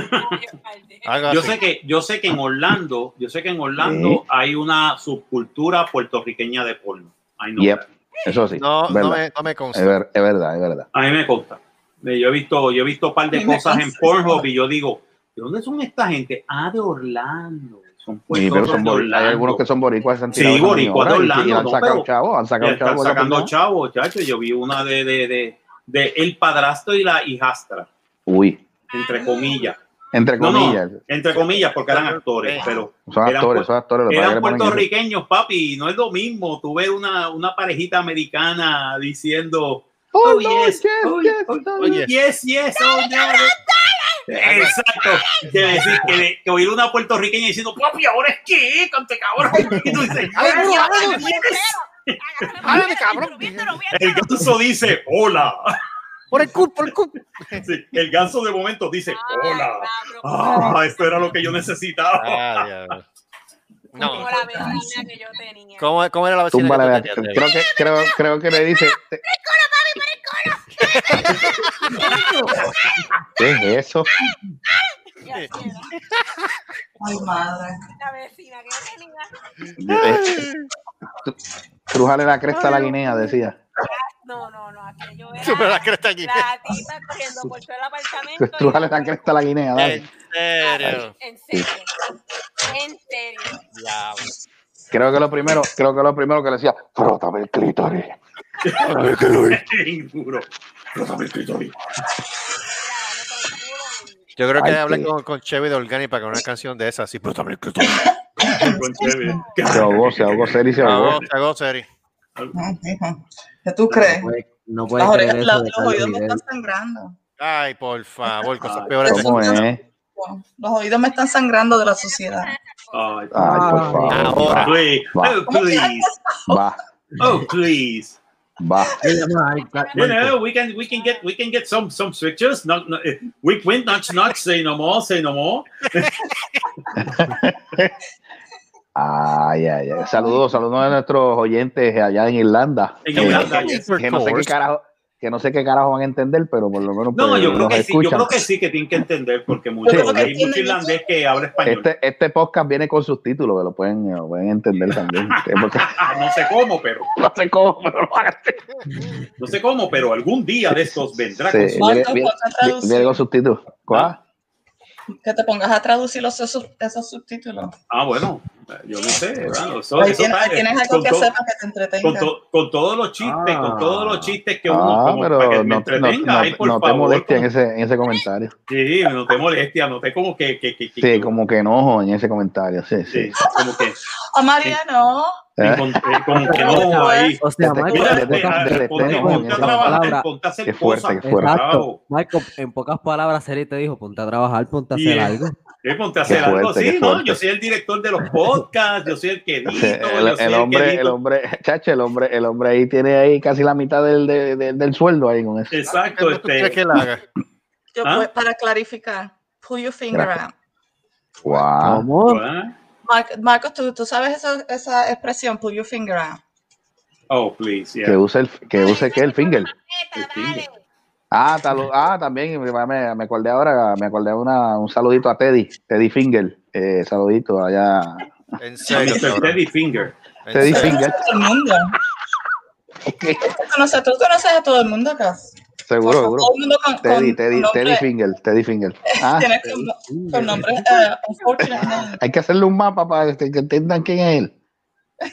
C: Ah,
B: Yo sé que, yo sé que en Orlando, yo sé que en Orlando
D: Sí.
B: hay una subcultura puertorriqueña de porno. Ay, no.
D: Yep, Eso sí.
C: No, no
D: verdad.
C: me- no me consta.
D: Es, ver- es verdad, es verdad.
B: A mí me consta. Eh, Yo he visto, yo he visto un par de
D: A mí me
B: cosas en
D: consta.
B: Pornhub y yo digo, ¿de dónde son esta gente? Ah, de Orlando. Son
D: Sí, pero
B: puertorriqueños
D: son
B: de
D: bori- hay
B: Orlando.
D: algunos que son boricuas. se han tirado
B: Sí,
D: esa
B: boricua de
D: maniobra y-
B: Orlando.
D: Y, han
B: no,
D: sacado
B: pero
D: chavos, han sacado
B: ya están
D: chavos. de la
B: sacando
D: pendeja.
B: chavos, chacho. Yo vi una de, de, de, de El Padrastro y la Hijastra,
D: Uy,
B: entre comillas.
D: entre
B: No, no,
D: comillas.
B: entre comillas, porque
D: Ah.
B: eran actores, pero
D: Son
B: eran
D: actores,
B: puer-
D: son actores. lo que pasa es que
B: eran
D: le ponen eso.
B: puertorriqueños, papi, y no es lo mismo. Tú ves una, una parejita americana diciendo, oh, yes, oh, oh, oh, yes, yes, oh, no. Exacto. Que, decir, que, que oír una puertorriqueña diciendo, papi, ahora es que, cante cabrón. Y tú dices, "Ay,
E: Ay,
B: Dios,
E: Dios,
B: yes".
C: Háblame, cabrón.
B: El ganso dice, hola.
C: Por el culo, por el culo.
B: Sí, el ganso de momento dice, hola. Ah, esto era lo que yo necesitaba.
C: No.
E: Como la vecina que yo tenía.
C: ¿Cómo, cómo era la vecina?
D: Túmbale
C: que tú
D: la-
C: tenías,
D: creo, que, creo, creo que le dice. te- ¿Qué es eso?
G: Ay, madre.
E: La vecina que yo tenía.
D: Eh, Tú- Trújale la cresta a la guinea, decía.
E: No, no, no, aquello era.
C: Súper la cresta aquí.
E: La tipa corriendo por todo el apartamento. y
D: Trújale la cresta a la guinea, dale.
C: En serio.
E: En serio. En serio.
D: Creo que lo primero, creo que lo primero que le decía, frótame el clítoris. Frótame el clítoris.
B: Bien duro. Frótame el clítoris.
C: Yo creo que
D: Ay,
C: hablé
D: sí.
C: con, con Chevy de Organi para que una canción de esa así. Pero también que tú.
B: Con Chevy.
D: Se ahogó, se ahogó, Seri se ahogó.
C: Cagó, cagó, Seri.
G: ¿Qué tú crees?
L: No puede
G: Las
L: creer
G: orejas, la-
L: eso de
G: los oídos me
L: Carlos
G: están sangrando.
C: Ay, por favor, cosas
B: Ay,
C: peores.
D: ¿Cómo es?
G: Los oídos me están sangrando de la suciedad.
B: Ay,
D: Ay, por favor.
B: Ah,
C: Ahora.
D: Va,
B: please.
D: Va.
B: Oh, please.
D: va,
B: Oh, please.
D: va.
B: You know, we can we can get we can get some some switches. Not, not eh, we win. Not not say no more. Say no more.
D: Ay, ay, ay. Saludos, saludos a nuestros oyentes allá en Irlanda.
B: En
D: Que-
B: Irlanda,
D: que,
B: yes,
D: que
C: of
D: no sé qué
C: course.
D: carajo, que no sé qué carajo van a entender, pero por lo menos
B: No,
D: pues,
B: yo creo
D: nos
B: que sí. Yo
D: escuchan.
B: creo que sí que tienen que entender porque muchos
D: creo que
B: hay mucho
G: entienden.
B: irlandés que habla español.
D: Este, este podcast viene con subtítulos, que lo pueden, lo pueden entender también.
B: Ah, no sé cómo, pero
D: (laughs) no sé cómo, pero lo van a hacer.
B: no sé cómo, pero algún día de estos vendrá.
D: Sí,
B: con su-
D: viene, viene-
G: traducir.
D: viene con
B: Ah.
D: subtítulos. ¿Cuál?
G: Que te pongas a traducir los, esos, esos subtítulos.
B: Ah, bueno. Yo no sé, hermano. Eso,
G: Ahí
B: eso
G: tienes,
B: está-
G: ahí tienes algo
B: con
G: que
B: to-
G: hacer para que te entretenga.
B: con, to- con todos los chistes,
D: Ah.
B: con todos los chistes que uno
D: Ah,
B: como para que
D: pero
B: me
D: no, no,
B: entretenga,
D: no-
B: ay, por
D: no te
B: favor.
D: molestia en ese, en ese comentario.
B: Sí, no te molestia, no te como que, que, que, que-
D: Sí, como que enojo en ese comentario. Sí, sí.
B: Sí, como que
G: Oh, María, no.
B: me
D: ¿Eh?
B: encontré como que no ahí.
I: O sea,
D: este
B: Mira,
I: Marco,
B: te-
I: te-
B: a-
I: te- te-
B: ponte-
I: te-
B: ponte a
I: te-
B: trabajar,
I: palabra.
B: ponte a hacer
D: Qué fuerte,
B: cosas,
D: qué fuerte.
B: bravo.
I: Exacto. Marco, en pocas palabras, Seri te dijo, ponte a trabajar, ponte a hacer
B: Bien.
I: algo.
B: Sí, Eh, ponte a
D: Qué
B: hacer algo,
D: fuerte,
B: sí,
D: qué
B: ¿no?
D: fuerte.
B: Yo soy el director de los podcasts, yo soy el que edito,
D: (laughs) Sí, el,
B: yo soy
D: el
B: el que
D: hombre, el
B: edito.
D: hombre, chacho, el hombre, el hombre ahí tiene ahí casi la mitad del, de- de- del sueldo ahí con eso.
B: Exacto,
C: ¿Qué tú quieres
B: este.
C: que la haga?
G: Yo,
B: ¿Ah?
G: pues, Para clarificar, pull your finger
D: Gracias.
G: out.
D: Wow.
I: Amor.
B: ¿Ah?
G: Mar- Marcos, ¿tú, tú sabes eso- esa expresión, pull your finger out.
B: Oh, please, yeah.
D: Que use el, que use que el finger.
B: El finger.
D: Ah, tal- ah, también me, me- me acordé ahora, me acordé una, un saludito a Teddy, Teddy Finger, eh, saludito allá.
C: En serio,
B: Mr.
C: cabrón.
B: Teddy Finger.
C: En serio.
D: Teddy (laughs) Finger,
G: Todo el mundo. Tú conoces, tú conoces a todo el mundo acá.
D: seguro,
G: Todo
D: seguro.
G: el mundo con,
D: Teddy,
G: con
D: Teddy,
G: nombre-
D: Teddy Finger, Teddy Finger. Ah,
G: tienes con, con nombres eh, unfortunate names.
D: hay que hacerle un mapa para que que entiendan quién es él.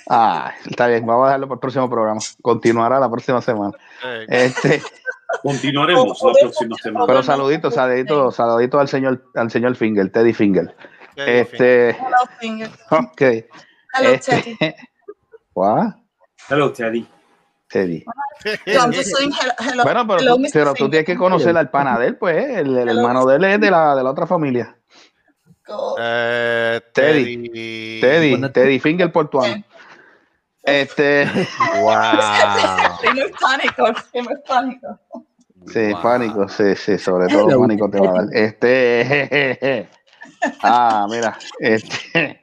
D: Ah, está bien, vamos a dejarlo para el próximo programa. Continuará la próxima semana.
C: Eh,
D: Este,
C: (laughs)
B: Continuaremos la próxima semana.
D: pero saludito, saludito, saludito al señor, al señor Finger, Teddy Finger.
C: Teddy Finger.
D: (laughs) Este, (laughs)
G: Hello, finger.
D: ok.
G: Hello,
D: Este,
G: Teddy.
D: ¿What?
B: Hello, Teddy.
D: Teddy.
G: Yo, I'm just saying hello, hello-
D: Eh, Bueno, pero,
G: hello,
D: tú,
G: Mr.
D: pero tú
G: Finger.
D: tienes que conocer al pana de él, pues, eh, el, el hermano de él es de la, de la otra familia.
G: Go.
C: eh,
D: Teddy.
C: Teddy.
D: Teddy, Teddy Finger
G: (laughs)
D: Portuano. Este,
C: Wow.
G: Primo hispánico, primo hispánico.
D: sí,
I: Wow.
D: pánico, sí, sí,
I: (laughs)
D: sobre todo
I: Hello,
D: pánico te va a dar. Este, (laughs) jejeje. ah, mira, este,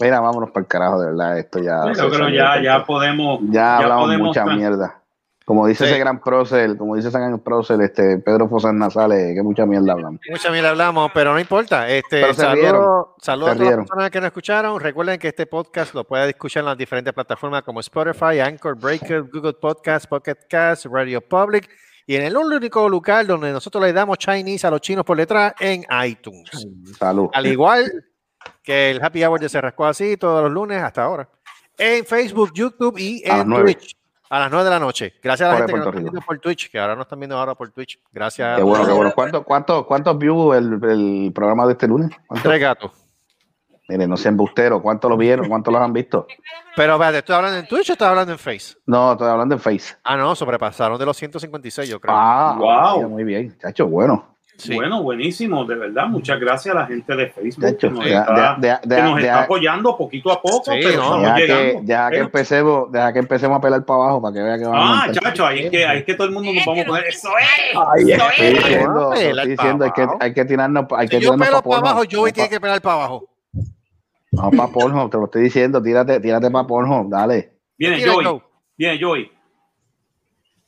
D: mira, vámonos para el carajo, de verdad, esto ya.
B: Yo
D: se
B: creo
D: salió
B: que
D: de
B: ya, ya
D: control.
B: podemos.
D: Ya hablamos
B: podemos
D: mucha
B: tra-
D: mierda. Como dice
C: Sí.
D: ese gran prócer, como dice ese gran prócer, este, Pedro Fosas Nasales, que mucha mierda hablamos.
C: Mucha mil hablamos, pero no importa. Este,
D: Pero se rieron,
C: saludo, saludo
D: se
C: a todas
D: rieron.
C: las personas que nos escucharon. Recuerden que este podcast lo pueden escuchar en las diferentes plataformas como Spotify, Anchor, Breaker, Google Podcast, Pocket Cast, Radio Public y en el único lugar donde nosotros le damos Chinese a los chinos por detrás en iTunes.
D: Salud.
C: Al igual que el Happy Hour de Se Rascó Así todos los lunes hasta ahora. En Facebook, YouTube y
D: A las
C: en
D: nueve.
C: Twitch. A las 9 de la noche. Gracias a la
D: Hora de
C: gente que nos
D: Puerto
C: está
D: Rico.
C: viendo por Twitch, que ahora nos están viendo ahora por Twitch. Gracias.
D: Qué bueno, qué bueno. ¿Cuánto- cuánto- ¿Cuántos views el, el programa de este lunes? ¿Cuántos?
C: Tres gatos.
D: Miren, no sean busteros. ¿Cuántos los vieron? ¿Cuántos los han visto?
C: Pero espérate, ¿estoy hablando en Twitch o estoy hablando en Face?
D: No, estoy hablando en Face.
C: Ah, no, sobrepasaron de los 156, yo creo.
D: Ah,
B: Wow.
D: mira, muy bien. Chacho, bueno.
C: Sí.
B: Bueno, buenísimo, de verdad. Muchas gracias a la gente de Facebook
D: Chacho,
B: que nos,
D: de-
B: está,
D: de- de- de-
B: que nos está
D: de-
B: apoyando poquito a poco,
C: Sí,
B: pero
C: no,
B: estamos
D: Deja que,
B: llegando.
D: deja que
B: Pero-
D: empecemos, deja que empecemos a pelar para abajo para que vea que vamos a
B: ah,
D: empezar.
B: chacho, ahí es que, ahí es que todo el mundo nos vamos a poner. Eso
C: pues,
B: es. eso
D: Estoy
B: es.
D: diciendo,
C: Vamos a
D: estoy
C: pelar
D: diciendo,
C: para
D: hay que,
C: abajo.
D: hay que tirarnos, hay que
C: Si yo
D: tirarnos
C: pelo para
D: porno.
C: abajo, Joey
D: No
C: tiene
D: pa-
C: que pelar para abajo.
D: No, para porno, te lo estoy diciendo, tírate, tírate para porno, dale.
B: Viene
C: Tira el
B: Joy.
C: go.
B: Viene Joy.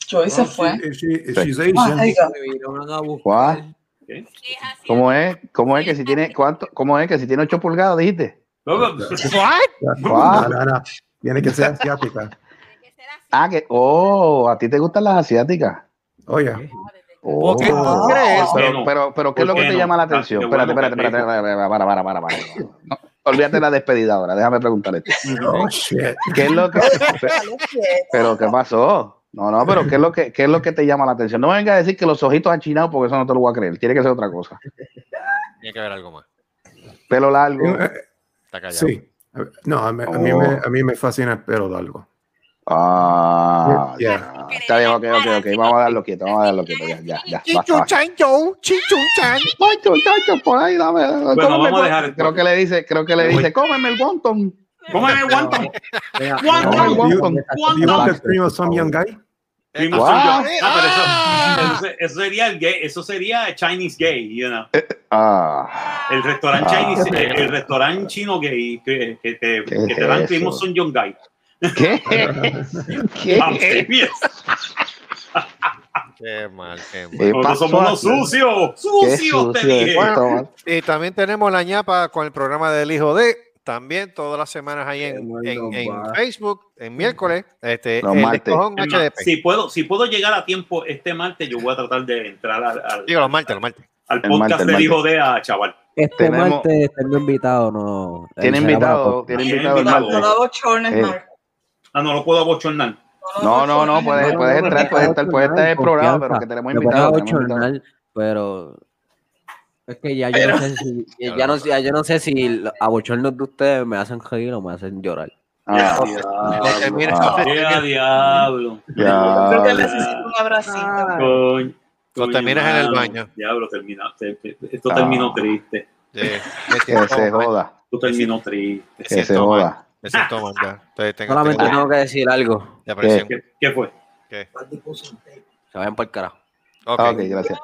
G: Joy se
J: Oh,
G: fue.
J: she- she-
D: Sí.
J: she's Asian.
G: Ah, ahí va.
I: Me vinieron a buscar.
D: ¿Cuá?
E: Es así.
D: ¿Cómo es? ¿Cómo es que si tiene cuánto? ¿Cómo es que si tiene 8 pulgadas, dijiste?
B: (laughs) Luego-
C: What?
J: No,
D: ¿Cuá?
J: no, no. Tiene que ser asiática.
E: Tiene que ser así.
D: Ah, que oh, a ti te gustan las asiáticas.
J: Oye,
D: Oh.
C: ¿Por qué tú crees?
B: ¿Por qué
D: Pero,
B: no?
D: pero, pero, ¿qué es lo
B: ¿Por
D: que
B: qué
D: te
B: no?
D: llama la
B: Así de
D: atención?
B: bueno, pues, eh,
D: Espérate, espérate,
B: perfecto.
D: espérate, espérate, para, para, para, para. No, olvídate de la despedida ahora, déjame preguntar esto.
J: oh shit.
D: ¿Qué es lo que,
G: Dale, quieto.
D: pero qué pasó? oh. No, no, pero ¿qué es lo que, qué es lo que te llama la atención? No me vengas a decir que los ojitos achinados porque eso no te lo voy a creer, tiene que ser otra cosa.
C: Tiene que haber algo más.
D: Pelo largo.
C: Está callado.
J: Eh, Sí. No, a mí, a mí me, a mí me fascina el pelo largo.
D: Ah,
J: Yeah.
D: ya. Está bien, ok, ok, ok. Vamos a darlo quieto, vamos a darlo quieto. Ya, ya, ya. Basta, basta.
C: yo, Chinchunchan.
D: Chacho, chacho, por ahí, dame. cómeme
B: vamos a
D: el gon-
B: dejar el-
D: Creo que le dice, creo que le dice, cómeme el wonton.
B: ¿Cómo es el guantón?
L: Mira,
B: Guantón.
L: mira, mira,
D: Guantón.
L: mira,
J: Do you want
B: Guantón.
J: the cream of some young guy?
B: Primo
D: Wow.
B: soy yo. Ah,
C: Ah.
B: pero eso, eso, eso sería el gay, eso sería Chinese gay, you know.
D: Ah,
B: El restaurante
D: Ah.
B: Chinese, el, el restaurante chino gay que, que te,
D: ¿Qué
B: que
D: es
B: te dan
D: eso?
B: primo son John Guy. (laughs)
D: ¿qué?
B: I'm
D: ¿Qué?
B: serious.
C: Qué mal, qué mal.
D: ¿Qué
B: Nosotros somos unos
D: aquí?
B: sucios,
D: Eh, Qué
B: sucios, te
D: sucio
B: dije.
D: esto, man.
C: Y también tenemos la ñapa con el programa del hijo de. También todas las semanas ahí en,
L: Qué
C: en-
L: bueno,
C: en
L: va.
C: Facebook, en miércoles. Este,
D: Los
C: el
D: martes.
C: Escojón
B: Es más,
C: HDP.
B: si puedo, si puedo llegar a tiempo este martes, yo voy a tratar de entrar al, al-
C: Digo, los martes, los martes.
B: al
D: El martes,
B: podcast
D: el
B: del
D: martes.
B: hijo de a chaval.
L: Este
D: Tenemos-
L: martes tengo invitado, no.
D: Tiene
L: Él se llama
D: invitado,
L: Paco.
D: tiene invitado el martes. Eh,
B: Ah, no lo puedo abochornar.
D: No, no, no, puedes, puedes entrar, puedes estar, puedes estar en el programa, pero que tenemos
L: Me
D: invitados.
L: pongo a
D: tenemos invitados.
L: bochornar, pero es que ya yo
I: Pero-
L: no sé si ya, ya no, ya yo no sé si los abochornos de ustedes me hacen reír o me hacen llorar.
D: Ah,
B: Diablo.
D: mira.
C: (laughs)
B: Ya, diablo.
D: Yo creo que
G: necesito un
B: Ah.
G: abracito.
B: Coño,
C: Lo
B: coño,
C: terminas en el
B: mano.
C: baño.
B: Diablo, termina- te- te- esto
D: Ah.
B: terminó triste.
D: Que se joda.
B: Esto terminó triste.
D: Que se joda.
C: Me siento mal ya. Entonces tengo-
L: Solamente
C: tengo-
L: tengo que decir algo.
C: Ya apareció.
B: ¿Qué, qué fue?
C: ¿Qué?
L: Se vayan para el carajo.
C: Ok.
D: Ah, Ok, gracias.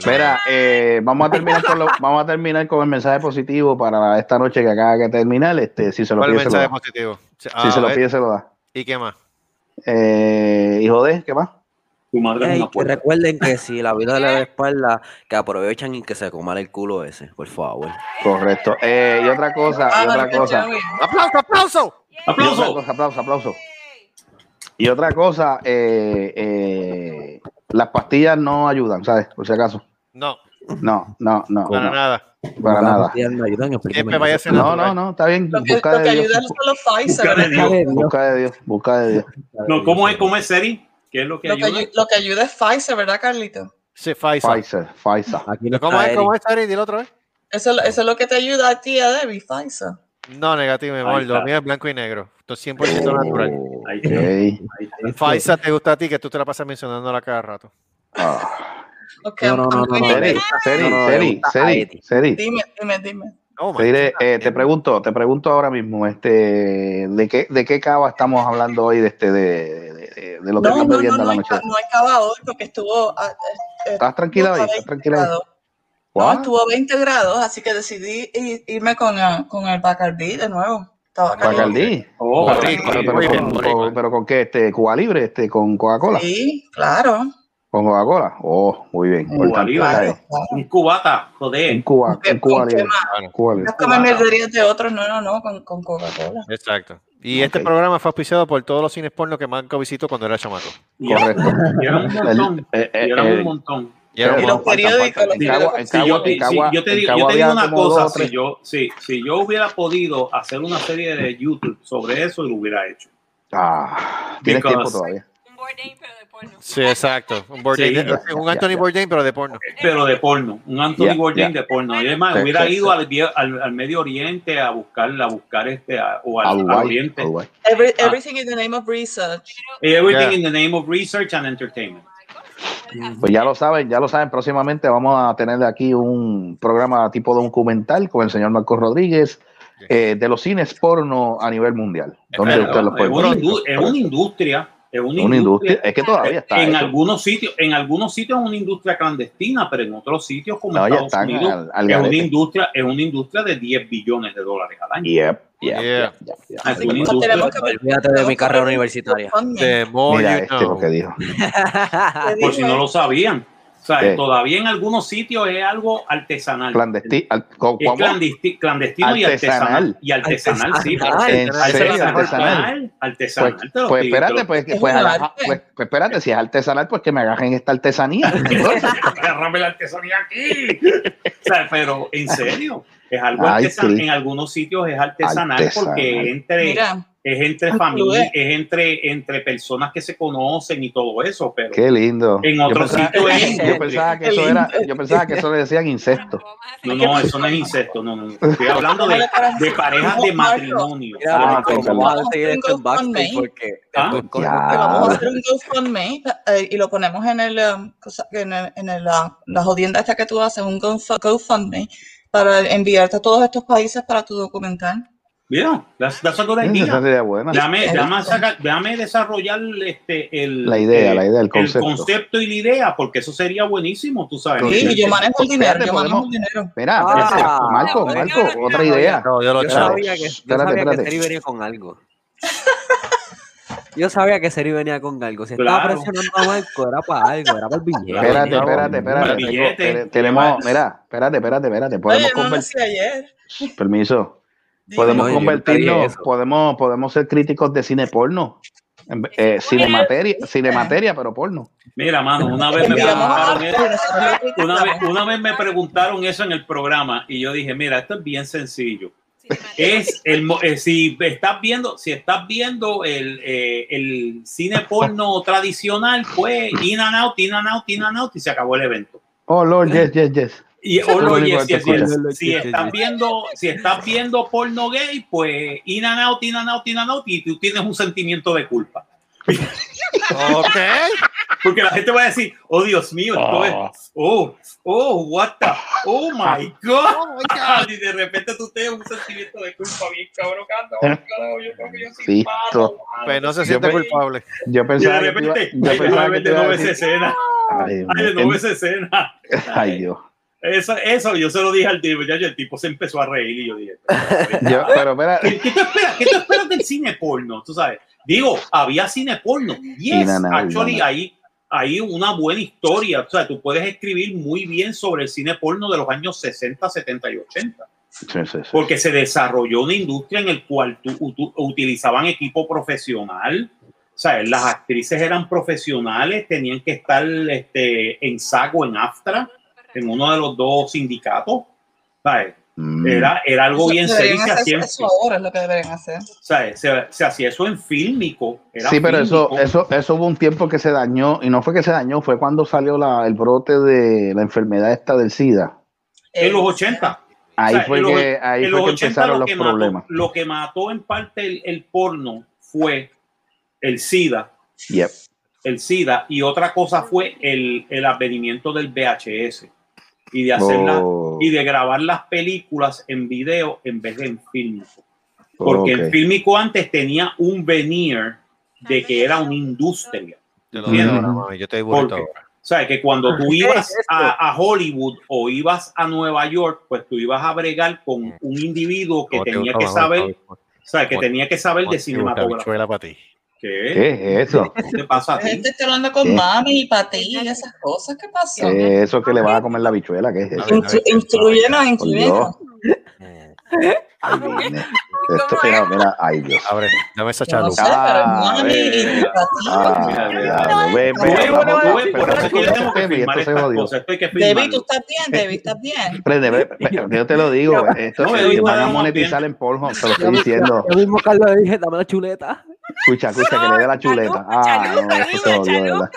D: Espera, eh, vamos, a terminar con lo- vamos a terminar con el mensaje positivo para esta noche que acaba de terminar. Este, si se lo
C: ¿Cuál
D: pide, se lo
C: mensaje
D: da.
C: positivo?
D: si
C: Ah,
D: se lo
C: eh,
D: pide, se lo da.
C: ¿Y qué más?
D: Eh, hijo de, ¿qué más?
B: Tu madre
I: Ey, que recuerden que si la
D: (laughs)
I: vida le da la espalda, que aprovechan y que se coman el culo ese, por favor.
D: Correcto. Eh, y otra cosa,
G: Ah,
D: y otra cosa.
C: ¡Aplauso, aplauso!
D: Y otra cosa, aplauso, aplauso. Y otra cosa, eh, eh, las pastillas no ayudan, ¿sabes? Por si acaso.
C: No,
D: No, no, no.
C: para
D: no.
C: nada.
D: Para
I: Las
D: nada.
I: pastillas no ayudan,
C: Siempre
I: explíqueme.
C: vaya a ser
D: No,
C: natural.
D: no, no, está bien.
G: Lo que,
D: Busca
G: lo que
D: de Dios.
G: ayuda son los Pfizer.
B: Busca de Dios.
D: Busca de Dios. Busca de Dios.
B: No, ¿cómo es, cómo es, Seri? ¿Qué es lo que
G: Lo que,
B: ayuda?
G: ayu- lo que ayuda es Pfizer, ¿verdad, Carlito?
C: Sí, Pfizer.
D: Pfizer, Pfizer.
L: Aquí no
C: ¿Cómo
L: está
C: es?
L: Eric.
C: ¿Cómo es, Ari? Dilo otra vez.
G: Eso, es lo- eso es lo que te ayuda a ti, a Debbie, Pfizer.
C: No, negativo, mi amor.
B: Ahí está.
C: Lo mío es blanco y negro. Esto es 100%
D: Oh.
C: natural.
B: Ahí está,
D: Ok.
B: ahí está.
D: eh,
C: Pfizer te gusta a ti, que tú te la pasas mencionándola cada rato.
D: Ah.
G: Ok,
L: No, no, no, no, no.
D: Seri, Seri,
L: No, no, le
D: Seri,
L: gusta a
D: Seri,
L: Eddie.
D: Seri.
G: Dime, dime, dime.
C: Oh, my
D: Te, diré,
C: God.
D: eh, te pregunto, te pregunto ahora mismo, este, ¿de qué, de qué cava estamos hablando hoy de este, de, de- de- de lo que
G: No,
D: están
G: no, no,
D: bebiendo
G: no,
D: la
G: hay
D: noche?
G: ca- no hay cava hoy porque estuvo. ah, eh, eh,
D: ¿Estás tranquila ahí?
G: estuvo
D: ¿Estás tranquila ahí?
G: grados. No,
D: ¿What?
G: estuvo 20 grados, así que decidí i- irme con, ah, con el Bacardí de nuevo. Estaba caliente.
D: Bacardí.
B: Oh,
C: Boricua,
D: Pero, pero, pero
C: muy bien,
D: con,
C: boricua.
D: con- pero con qué, este, Cuba Libre, este, con Coca-Cola,
G: Sí, claro.
D: con Coca-Cola. Oh, muy bien.
B: Cuba
D: importante,
B: Libre.
D: está
G: claro,
D: bien.
B: Un cubata, joder.
D: En Cuba,
G: ¿Con
D: en
G: qué-
D: Cuba
G: con qué
D: Libre.
G: más?
C: Bueno,
D: Cuba Libre.
G: Las camaraderías de otros, no, no, no, con, con Coca-Cola.
C: exacto. Y este
D: Ok.
C: programa fue auspiciado por todos los cines porno que Manco visitó cuando era chamaco.
B: Y eran-
D: Correcto.
B: y eran un montón.
D: (laughs) El- eh, eh,
B: y eran
D: eh,
B: un montón.
C: Y era un
G: Y
D: Pero
G: los
C: montón.
D: faltan,
G: periódicos,
D: faltan.
G: los
D: En Cagua-
G: periódicos.
D: en
B: Si
D: Cagua-
B: yo,
D: en
B: si-
D: Cagua-
B: yo te
D: en
B: digo, yo
D: Cagua
B: te digo
D: había
B: una
D: como dos
B: cosa,
D: o tres.
B: si yo, sí, si yo hubiera podido hacer una serie de YouTube sobre eso, lo hubiera hecho.
D: Ah, tienes
B: Because-
D: tiempo todavía.
E: Un Bourdain, pero de porno.
C: Sí, exacto. Un, Bourdain
B: Sí,
C: de-
B: ya,
C: un
D: ya,
C: Anthony
D: ya.
C: Bourdain, pero de porno.
B: Pero de porno, un Anthony
D: Yeah,
B: Bourdain
D: yeah.
B: de porno. Y además,
D: Sí,
B: hubiera
D: sí,
B: ido
D: sí.
B: Al, vie- al, al Medio Oriente a buscar, a buscar este, a- o al,
D: A
B: al
D: Uruguay,
B: Oriente.
D: a Uruguay.
G: Every-
B: Ah.
G: everything in the name of research.
B: Everything
C: Yeah.
B: in the name of research and entertainment.
D: Pues ya lo saben, ya lo saben. Próximamente vamos a tener aquí un programa tipo documental con el señor Marcos Rodríguez eh, de los cines porno a nivel mundial. ¿Dónde
B: Pero
D: ustedes los
B: es,
D: pueden
B: una
D: ver?
B: indu- es una industria. Es una
D: Una industria.
B: industria.
D: Es que todavía está.
B: en
D: eso.
B: algunos sitios, en algunos sitios es una industria clandestina, pero en otros sitios como
D: No, ya
B: Estados
D: están
B: Unidos
D: al- al
B: es una
D: garete.
B: industria, es una industria de 10 billones de dólares al año.
D: Yep, yep,
C: Yeah.
D: yep, yep,
B: Así
D: yep.
G: Así que
B: Una
G: pues,
B: industria.
G: tenemos que
I: Olvídate de mi carrera universitaria.
C: The
B: Oh,
C: more
D: Mira
C: you
D: este
C: know.
D: lo que dijo.
G: (laughs)
B: Por si no lo sabían. O sea,
D: Sí.
B: todavía en algunos sitios es algo artesanal.
D: Clandestino. al- ¿cómo?
B: Es clandesti- clandestino y artesanal.
D: Artesanal.
B: Y artesanal, sí.
I: Artesanal.
B: pero-
D: ¿En
B: Ahí se
D: serio,
B: la saca
D: artesanal?
B: artesanal. Artesanal.
D: Pues,
B: te lo
D: pues
B: digo,
D: espérate,
B: te lo-
D: pues,
G: Es
D: pues,
G: un
D: agaja-
G: arte.
D: pues, pues espérate, si es artesanal, pues que me agajen esta artesanía.
B: (laughs) Agárrame la artesanía aquí. O sea, pero en serio, es algo
D: Ay,
B: artesanal.
D: sí.
B: En algunos sitios es artesanal,
D: Artesanal.
B: porque entre,
G: Mira,
B: es entre
G: Ay,
B: familia,
G: clubes.
B: es entre, entre personas que se conocen y todo eso, pero
D: Qué lindo.
B: en
D: Yo
B: otro
D: pensaba,
B: sitio es
D: yo pensaba que eso era, yo pensaba que eso le decían incesto.
B: No, no, eso no es incesto, no, no. no. Estoy hablando de, de parejas de matrimonio.
I: Mira,
D: Ah,
I: Marco,
D: ok,
I: vamos
G: perdón.
I: a seguir esto en backstage
G: Tengo
I: porque
B: Ah,
I: esto es con- este
G: que vamos a
D: Ya.
G: hacer un GoFundMe eh, y lo ponemos en el, um, cosa- en el, en el, ah, la jodienda esta que tú haces, un GoFu- GoFundMe, para enviarte a todos estos países para tu documental.
B: Mira, that's, that's a good
D: Esa
B: idea.
D: sería buena.
B: Déjame, déjame sacar- déjame desarrollar este, el,
D: La idea, la idea, el concepto.
B: concepto y la idea, porque eso sería buenísimo, tú sabes. Este,
D: Sí,
G: Sí,
B: Gente-
G: yo manejo el dinero,
D: Espérate,
G: yo manejo el
D: podemos-
G: dinero.
D: Mira,
I: Ah,
D: espérate, Marco,
I: ok.
D: Marco, otra idea.
C: No, yo lo
I: Yo
D: Espérate,
I: sabía que, yo
D: espérate,
I: sabía que
D: espérate.
I: Seri venía con algo. Yo sabía que Seri venía con algo. Si
B: Claro.
I: estaba presionando a Marco, era para algo, era para el billete.
D: Espérate,
I: Era para-
D: espérate, espérate.
B: Para
D: tengo-
B: billete.
D: te- Tenemos, mira, espérate, espérate, espérate. Podemos
G: Oye, no
D: conver-
G: nací ayer.
D: Permiso.
G: Dime.
D: Podemos
I: No, yo nunca dije
D: convertirnos,
I: eso.
D: podemos, podemos ser críticos de cine porno. Eh, cine materia, cine materia, pero porno.
B: Mira, mano, una vez me preguntaron eso, una vez, una vez me preguntaron eso en el programa y yo dije, mira, esto es bien sencillo. Es el, mo- eh, si estás viendo, si estás viendo el, eh, el cine porno tradicional, pues in and out, in and out, in and out y se acabó el evento.
D: Oh, Lord, yes, yes, yes.
B: Y
D: Eso es
B: oh,
D: lo
B: no,
D: único
B: yes,
D: que
B: yes,
D: te
B: yes.
D: escuchas.
B: Si estás viendo, si estás viendo porno gay, pues in and out, in and out, in and out, y tú tienes un sentimiento de culpa.
C: ok.
B: Porque la gente va a decir, oh Dios mío, esto
M: Oh.
D: Ah.
B: es, oh, oh, what the, oh my god. Y de repente tú tienes un sentimiento de culpa bien cabrón,
D: ¿Eh?
B: cabrón, cabrón, yo creo que yo soy
D: Sí,
B: malo, mano.
C: Pues no se
D: Yo
C: siente
D: pe-
C: culpable.
B: Y
D: Yo
B: de
D: pensaba que te iba-
B: repente,
D: yo
B: ay,
D: pensaba que
B: de
D: te iba
B: no
D: a
B: ves
D: decir-
B: escena,
D: Ay,
B: ay, no
D: en-
B: ves escena.
D: (laughs) Ay, Dios.
B: Eso, eso yo se lo dije al tipo, ya el tipo se empezó a reír y yo dije,
D: (laughs) Yo- pero espera,
B: ¿qué tú esperas? ¿Qué tú esperas del cine porno? Tú sabes, digo, había cine porno. Yes,
D: no, no, no,
B: actually,
D: no.
B: Hay, hay una buena historia. O sea, tú puedes escribir muy bien sobre el cine porno de los años 60, 70 y 80.
D: Sí, sí, sí.
B: Porque se desarrolló una industria en el cual tú- tú- utilizaban equipo profesional. O sea, las actrices eran profesionales, tenían que estar este, en saco, en AFTRA, en uno de los dos sindicatos. O sea,
D: Mm.
B: Era, era algo bien serio. y
G: Deberían
B: se
G: hacer
B: hacía en
G: eso ahora, es lo que deberían hacer.
B: o sea, se, se hacía eso en fílmico. Era
D: Sí, pero eso,
B: fílmico.
D: eso, eso hubo un tiempo que se dañó, y no fue que se dañó, fue cuando salió la, el brote de la enfermedad esta del SIDA.
B: En
G: Eh,
B: los 80.
D: Ahí
B: O sea,
D: fue
B: en los-
D: que- ahí
B: en
D: fue
B: los
D: que
B: 80
D: empezaron
B: lo
D: los
B: que mató-
D: problemas.
B: lo que mató en parte el, el porno fue el SIDA,
D: Yep.
B: el SIDA, y otra cosa fue el, el advenimiento del VHS y de hacerla
D: Oh.
B: y de grabar las películas en video en vez de en fílmico. Porque el fílmico antes tenía un venir de que era una industria.
C: Yo lo digo
B: ¿Entiendes?
C: ahora, mami, yo estoy
B: Porque,
C: bonito
B: o sea, que cuando tú ibas a, a Hollywood o ibas a Nueva York, pues tú ibas a bregar con un individuo que
C: No, te
B: tenía
C: gusta
B: que
C: bajar,
B: saber,
C: bajar.
B: o sea, que tenía que saber de cinematografía.
C: cinematografía. para ti.
B: ¿Qué?
D: ¿Qué es eso?
B: ¿Qué te pasa a
G: La
B: ti?
G: gente está hablando con
D: Sí.
G: mami y para ti y esas cosas. ¿Qué pasó?
D: ¿Qué es eso que le vas Eh, a comer la bichuela? ¿Qué es eso?
G: Inclu- Incluyenos,
D: Por Dios.
G: incluyenos.
I: Eh.
D: Ay, nene. Esto, mira, mira, ay, Dios.
C: Abre, dame esa
G: Yo no sé,
C: chalupa.
G: pero
D: Ah,
G: mami y
D: mira.
G: para ti.
D: Ah, diablo,
E: Este-
D: ve,
B: Tú ves,
D: ve, vamos,
B: tú ves,
D: pero
B: por eso
D: esto
B: es que yo tengo que
D: se
B: filmar
D: jodió, esto se
B: estas
D: jodió.
B: cosas, esto hay que
G: Debbie, tú
B: filmarlo.
G: estás bien, Debbie, estás bien.
D: Prende, ve, ve, yo te lo digo, esto
B: No,
D: se-
B: Eddie,
D: van a
B: estamos
D: monetizar en Pornhub, te lo estoy
B: (laughs)
D: diciendo.
L: Yo mismo Carlos le dije, dame la chuleta.
D: Escucha, escucha, que le dé la chuleta. Ah, no, esto se jodió, de ¿verdad?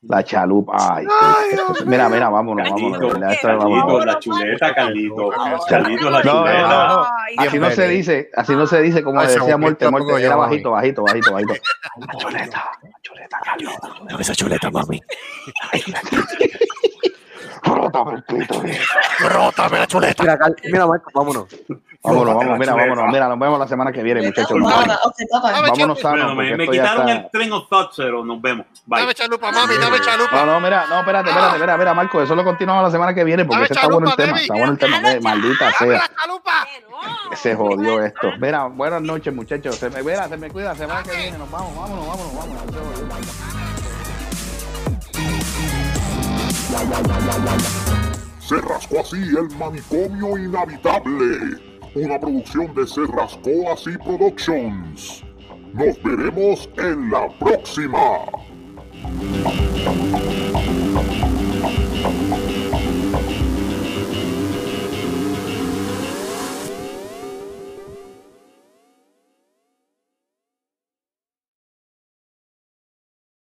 D: La chalupa, ay. qué- qué cosa. Mira, mira, vámonos, vámonos, de ¿verdad? Esto es-
B: Carlito,
D: vámonos.
B: la chuleta, Carlito.
E: Este-
B: Carlito,
D: No,
B: la
D: no,
B: chuleta.
D: no. Así no se dice, así no se dice,
B: Ah,
D: como
C: Ay, se
D: decía
C: volvió
D: Morte, Morte,
C: tampoco
D: era
C: yo,
D: bajito, bajito, bajito,
B: (laughs)
D: bajito.
K: Dame esa chuleta, mami.
D: Rótame el clítoris.
K: Rótame la chuleta.
L: Mira, Carlos, mira, Marco, vámonos.
K: Rótame
D: Vámonos,
K: la
D: vámonos, mira,
K: chuleta.
D: vámonos, mira, nos vemos la semana que viene, muchachos.
G: Nada, ok, papá.
D: Vámonos
B: Bueno,
D: sanos,
B: me,
D: porque
B: me
D: esto ya
B: quitaron
D: está...
B: el tren of thought, pero nos vemos. Bye.
C: chalupa, mami, dame
D: No, no, mira, no,
B: Ah.
D: espérate, espérate, espérate, espérate, Marco, eso lo continuamos la semana que viene porque
C: Dame
D: ese está bueno el
C: chalupa,
D: tema,
C: Debbie.
D: está bueno el tema, eh, maldita sea. Se jodió eh. esto. Mira, buenas noches, muchachos. Se me, mira, se me cuida, semana que viene, nos vamos, vámonos, vámonos, vámonos. Se jodió.
A: Se rascó así el manicomio inhabitable. Una producción de Se rascó así Productions. Nos veremos en la próxima.